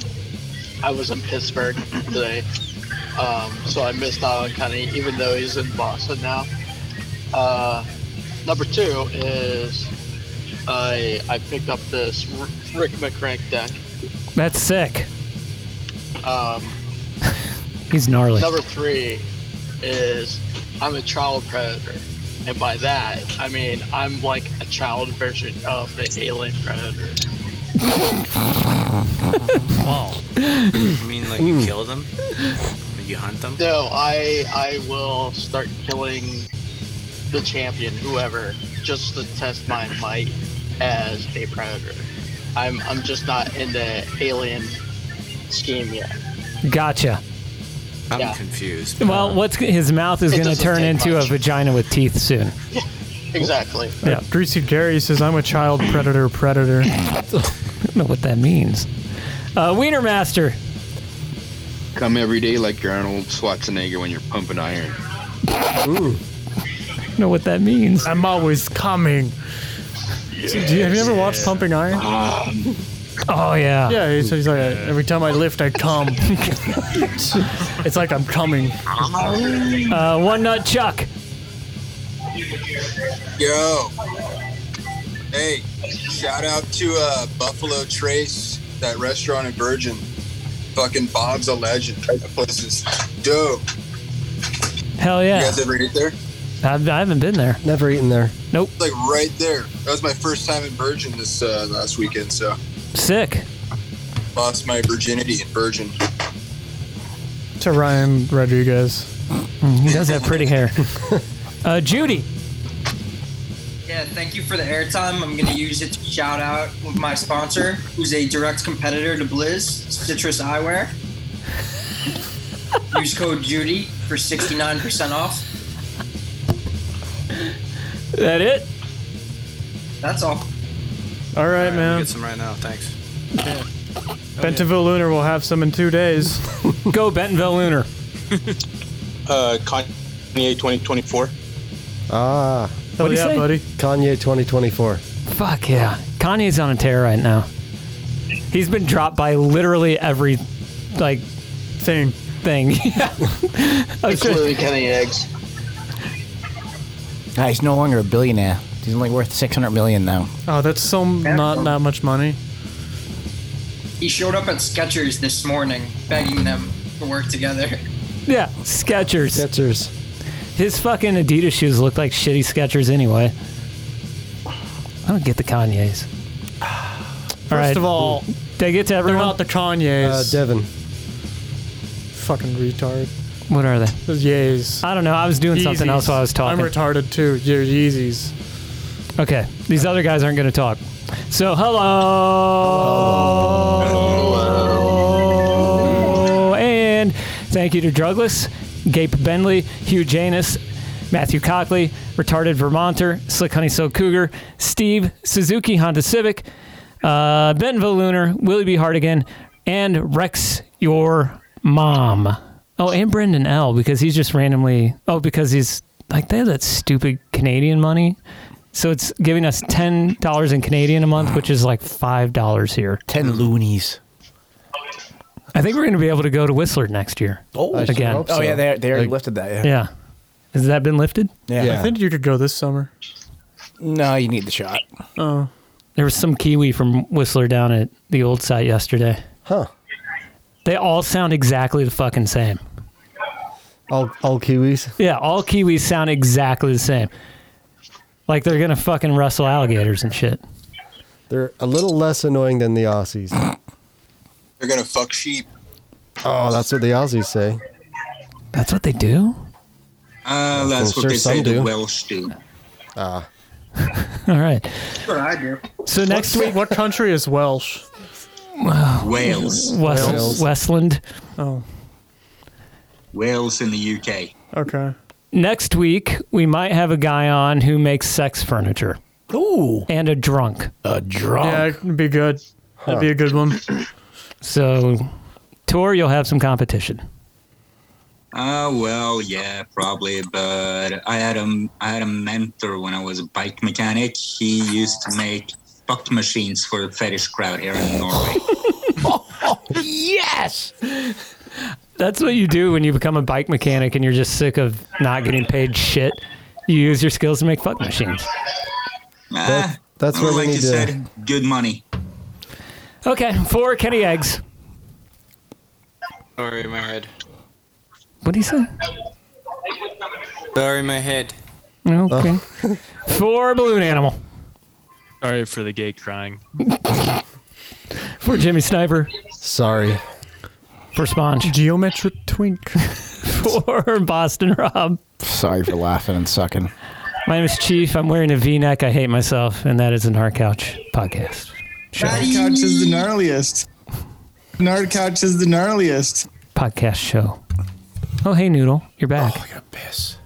Speaker 11: I was in Pittsburgh today, um, so I missed out on Kenny, even though he's in Boston now. Uh, number two is I I picked up this R- Rick McCrank deck.
Speaker 2: That's sick.
Speaker 11: Um,
Speaker 2: He's gnarly.
Speaker 11: Number three is I'm a child predator. And by that, I mean I'm like a child version of the alien predator.
Speaker 17: Wow. I mean, like, you
Speaker 11: Mm.
Speaker 17: kill them? Like, You hunt them?
Speaker 11: No, I I will start killing the champion, whoever, just to test my might as a predator. I'm I'm just not in the alien scheme yet.
Speaker 2: Gotcha.
Speaker 17: I'm confused.
Speaker 2: Well, what's his mouth is
Speaker 11: It
Speaker 2: going to
Speaker 11: doesn't
Speaker 2: turn
Speaker 11: take
Speaker 2: into a vagina with teeth soon.
Speaker 11: Exactly.
Speaker 1: Yeah. Greasy Gary says, I'm a child predator predator.
Speaker 2: I don't know what that means. Uh, Wiener Master.
Speaker 11: Come every day like you're Arnold Schwarzenegger when you're pumping iron.
Speaker 2: Ooh. know what that means.
Speaker 1: I'm always coming. Do you, have you ever watched Pumping Iron?
Speaker 11: Ah.
Speaker 2: oh yeah.
Speaker 1: Yeah, he's, he's like every time I lift, I
Speaker 2: [LAUGHS]
Speaker 1: come. it's like I'm coming.
Speaker 2: Uh, one nut Chuck.
Speaker 11: Yo.
Speaker 12: Hey, shout out to uh, Buffalo Trace, that restaurant in Virgin. Fucking Bob's a legend. That place is dope.
Speaker 2: Hell yeah.
Speaker 12: You guys ever eat there?
Speaker 2: I've, I haven't been there.
Speaker 7: Never eaten there.
Speaker 2: Nope.
Speaker 12: Like right there. That was my first time in Virgin this uh, last weekend, so
Speaker 2: Sick.
Speaker 12: lost my virginity in Virgin.
Speaker 1: To Ryan Rodriguez.
Speaker 2: He does have
Speaker 21: [LAUGHS]
Speaker 2: pretty hair. Uh, Judy.
Speaker 11: Yeah, thank you for the airtime. I'm going to use it to shout out my sponsor, who's a direct competitor to Blizz, Citrus Eyewear. Use code Judy for 69% off.
Speaker 2: That it?
Speaker 11: That's all.
Speaker 1: All right, man.
Speaker 21: Get some right now. Thanks.
Speaker 1: Bentonville Lunar will have some in two days.
Speaker 2: Go Bentonville Lunar.
Speaker 22: Uh, Kanye 2024.
Speaker 7: Ah.
Speaker 1: What'd he yeah, say? buddy.
Speaker 7: Kanye 2024.
Speaker 2: Fuck yeah. Kanye's on a tear right now. He's been dropped by literally every, like,
Speaker 1: thing.
Speaker 2: Thing. [LAUGHS]
Speaker 23: Including Kenny Eggs.
Speaker 6: Ah, he's no longer a billionaire. He's only worth six hundred million now.
Speaker 1: Oh, that's so not that much money.
Speaker 11: He showed up at Skechers this morning, begging them to work together.
Speaker 2: yeah. Skechers.
Speaker 7: Skechers.
Speaker 2: His fucking Adidas shoes look like shitty Skechers anyway. I don't get the Kanye's.
Speaker 1: First of all,
Speaker 2: did I get to everyone?
Speaker 1: They're not the Kanye's.
Speaker 7: Uh, Devin.
Speaker 1: Fucking retard.
Speaker 2: What are they?
Speaker 1: Those Yeezys.
Speaker 2: I don't know. I was doing something else while I was talking.
Speaker 1: I'm retarded too. Your Yeezys.
Speaker 2: Okay, these other guys aren't going to talk. So, hello. And thank you to Drugless, Gape Benley, Hugh Janus, Matthew Cockley, Retarded Vermonter, Slick Honey Soul Cougar, Steve, Suzuki Honda Civic, uh, Bentonville Lunar, Willie B. Hardigan, and Rex, your mom. Oh, and Brendan L. because he's just randomly. Oh, because he's like, they have that stupid Canadian money. So it's giving us $10 in Canadian a month, which is like $5 here.
Speaker 6: 10 loonies.
Speaker 2: I think we're going to be able to go to Whistler next year. again.
Speaker 6: Oh yeah, they they already lifted that. Yeah.
Speaker 2: Yeah. Has that been lifted?
Speaker 6: Yeah.
Speaker 1: I think you could go this summer.
Speaker 6: No, you need the shot.
Speaker 1: Oh.
Speaker 2: There was some Kiwi from Whistler down at the old site yesterday.
Speaker 7: Huh.
Speaker 2: They all sound exactly the fucking same.
Speaker 7: All, all Kiwis?
Speaker 2: Yeah, all Kiwis sound exactly the same. Like they're going to fucking wrestle alligators and shit.
Speaker 7: They're a little less annoying than the Aussies.
Speaker 12: They're gonna fuck sheep.
Speaker 7: Oh, that's what the Aussies say.
Speaker 2: That's what they do?
Speaker 12: Uh,
Speaker 7: that's what sure they say some the do.
Speaker 12: Welsh do.
Speaker 7: Ah.
Speaker 2: All right.
Speaker 11: That's what I do.
Speaker 2: So next
Speaker 1: What-
Speaker 2: week,
Speaker 1: what country is Welsh?
Speaker 12: Wales.
Speaker 2: West,
Speaker 12: Wales.
Speaker 2: Westland.
Speaker 1: Oh,
Speaker 12: Wales in the UK.
Speaker 1: okay.
Speaker 2: Next week, we might have a guy on who makes sex furniture.
Speaker 6: Ooh.
Speaker 2: And a drunk.
Speaker 6: A drunk.
Speaker 1: Yeah, it'd be good. That'd be a good one.
Speaker 2: So, Tor, you'll have some competition.
Speaker 12: Uh, well, yeah, probably. But I had a I had a mentor when I was a bike mechanic. He used to make fuck machines for the fetish crowd here in Norway.
Speaker 6: yes.
Speaker 2: That's what you do when you become a bike mechanic and you're just sick of not getting paid shit. You use your skills to make fuck machines.
Speaker 12: Ah,
Speaker 7: that's where we
Speaker 12: like
Speaker 7: need
Speaker 12: you
Speaker 7: to-
Speaker 12: said, good money.
Speaker 2: Okay, four Kenny eggs.
Speaker 21: Sorry, my head.
Speaker 2: What do you say?
Speaker 21: Sorry, my head.
Speaker 2: Okay. Four balloon animal.
Speaker 8: Sorry for the gay crying.
Speaker 2: For Jimmy Sniper.
Speaker 7: Sorry.
Speaker 2: For Sponge.
Speaker 1: Geometric twink.
Speaker 2: For [LAUGHS] Boston Rob.
Speaker 6: Sorry for laughing and sucking.
Speaker 2: My name is Chief. I'm wearing a V-neck. I hate myself, and that is an Hard Couch podcast.
Speaker 22: Nerd couch is the gnarliest. Nerd couch is the gnarliest.
Speaker 2: Podcast show. Oh, hey Noodle, you're back.
Speaker 6: I got piss.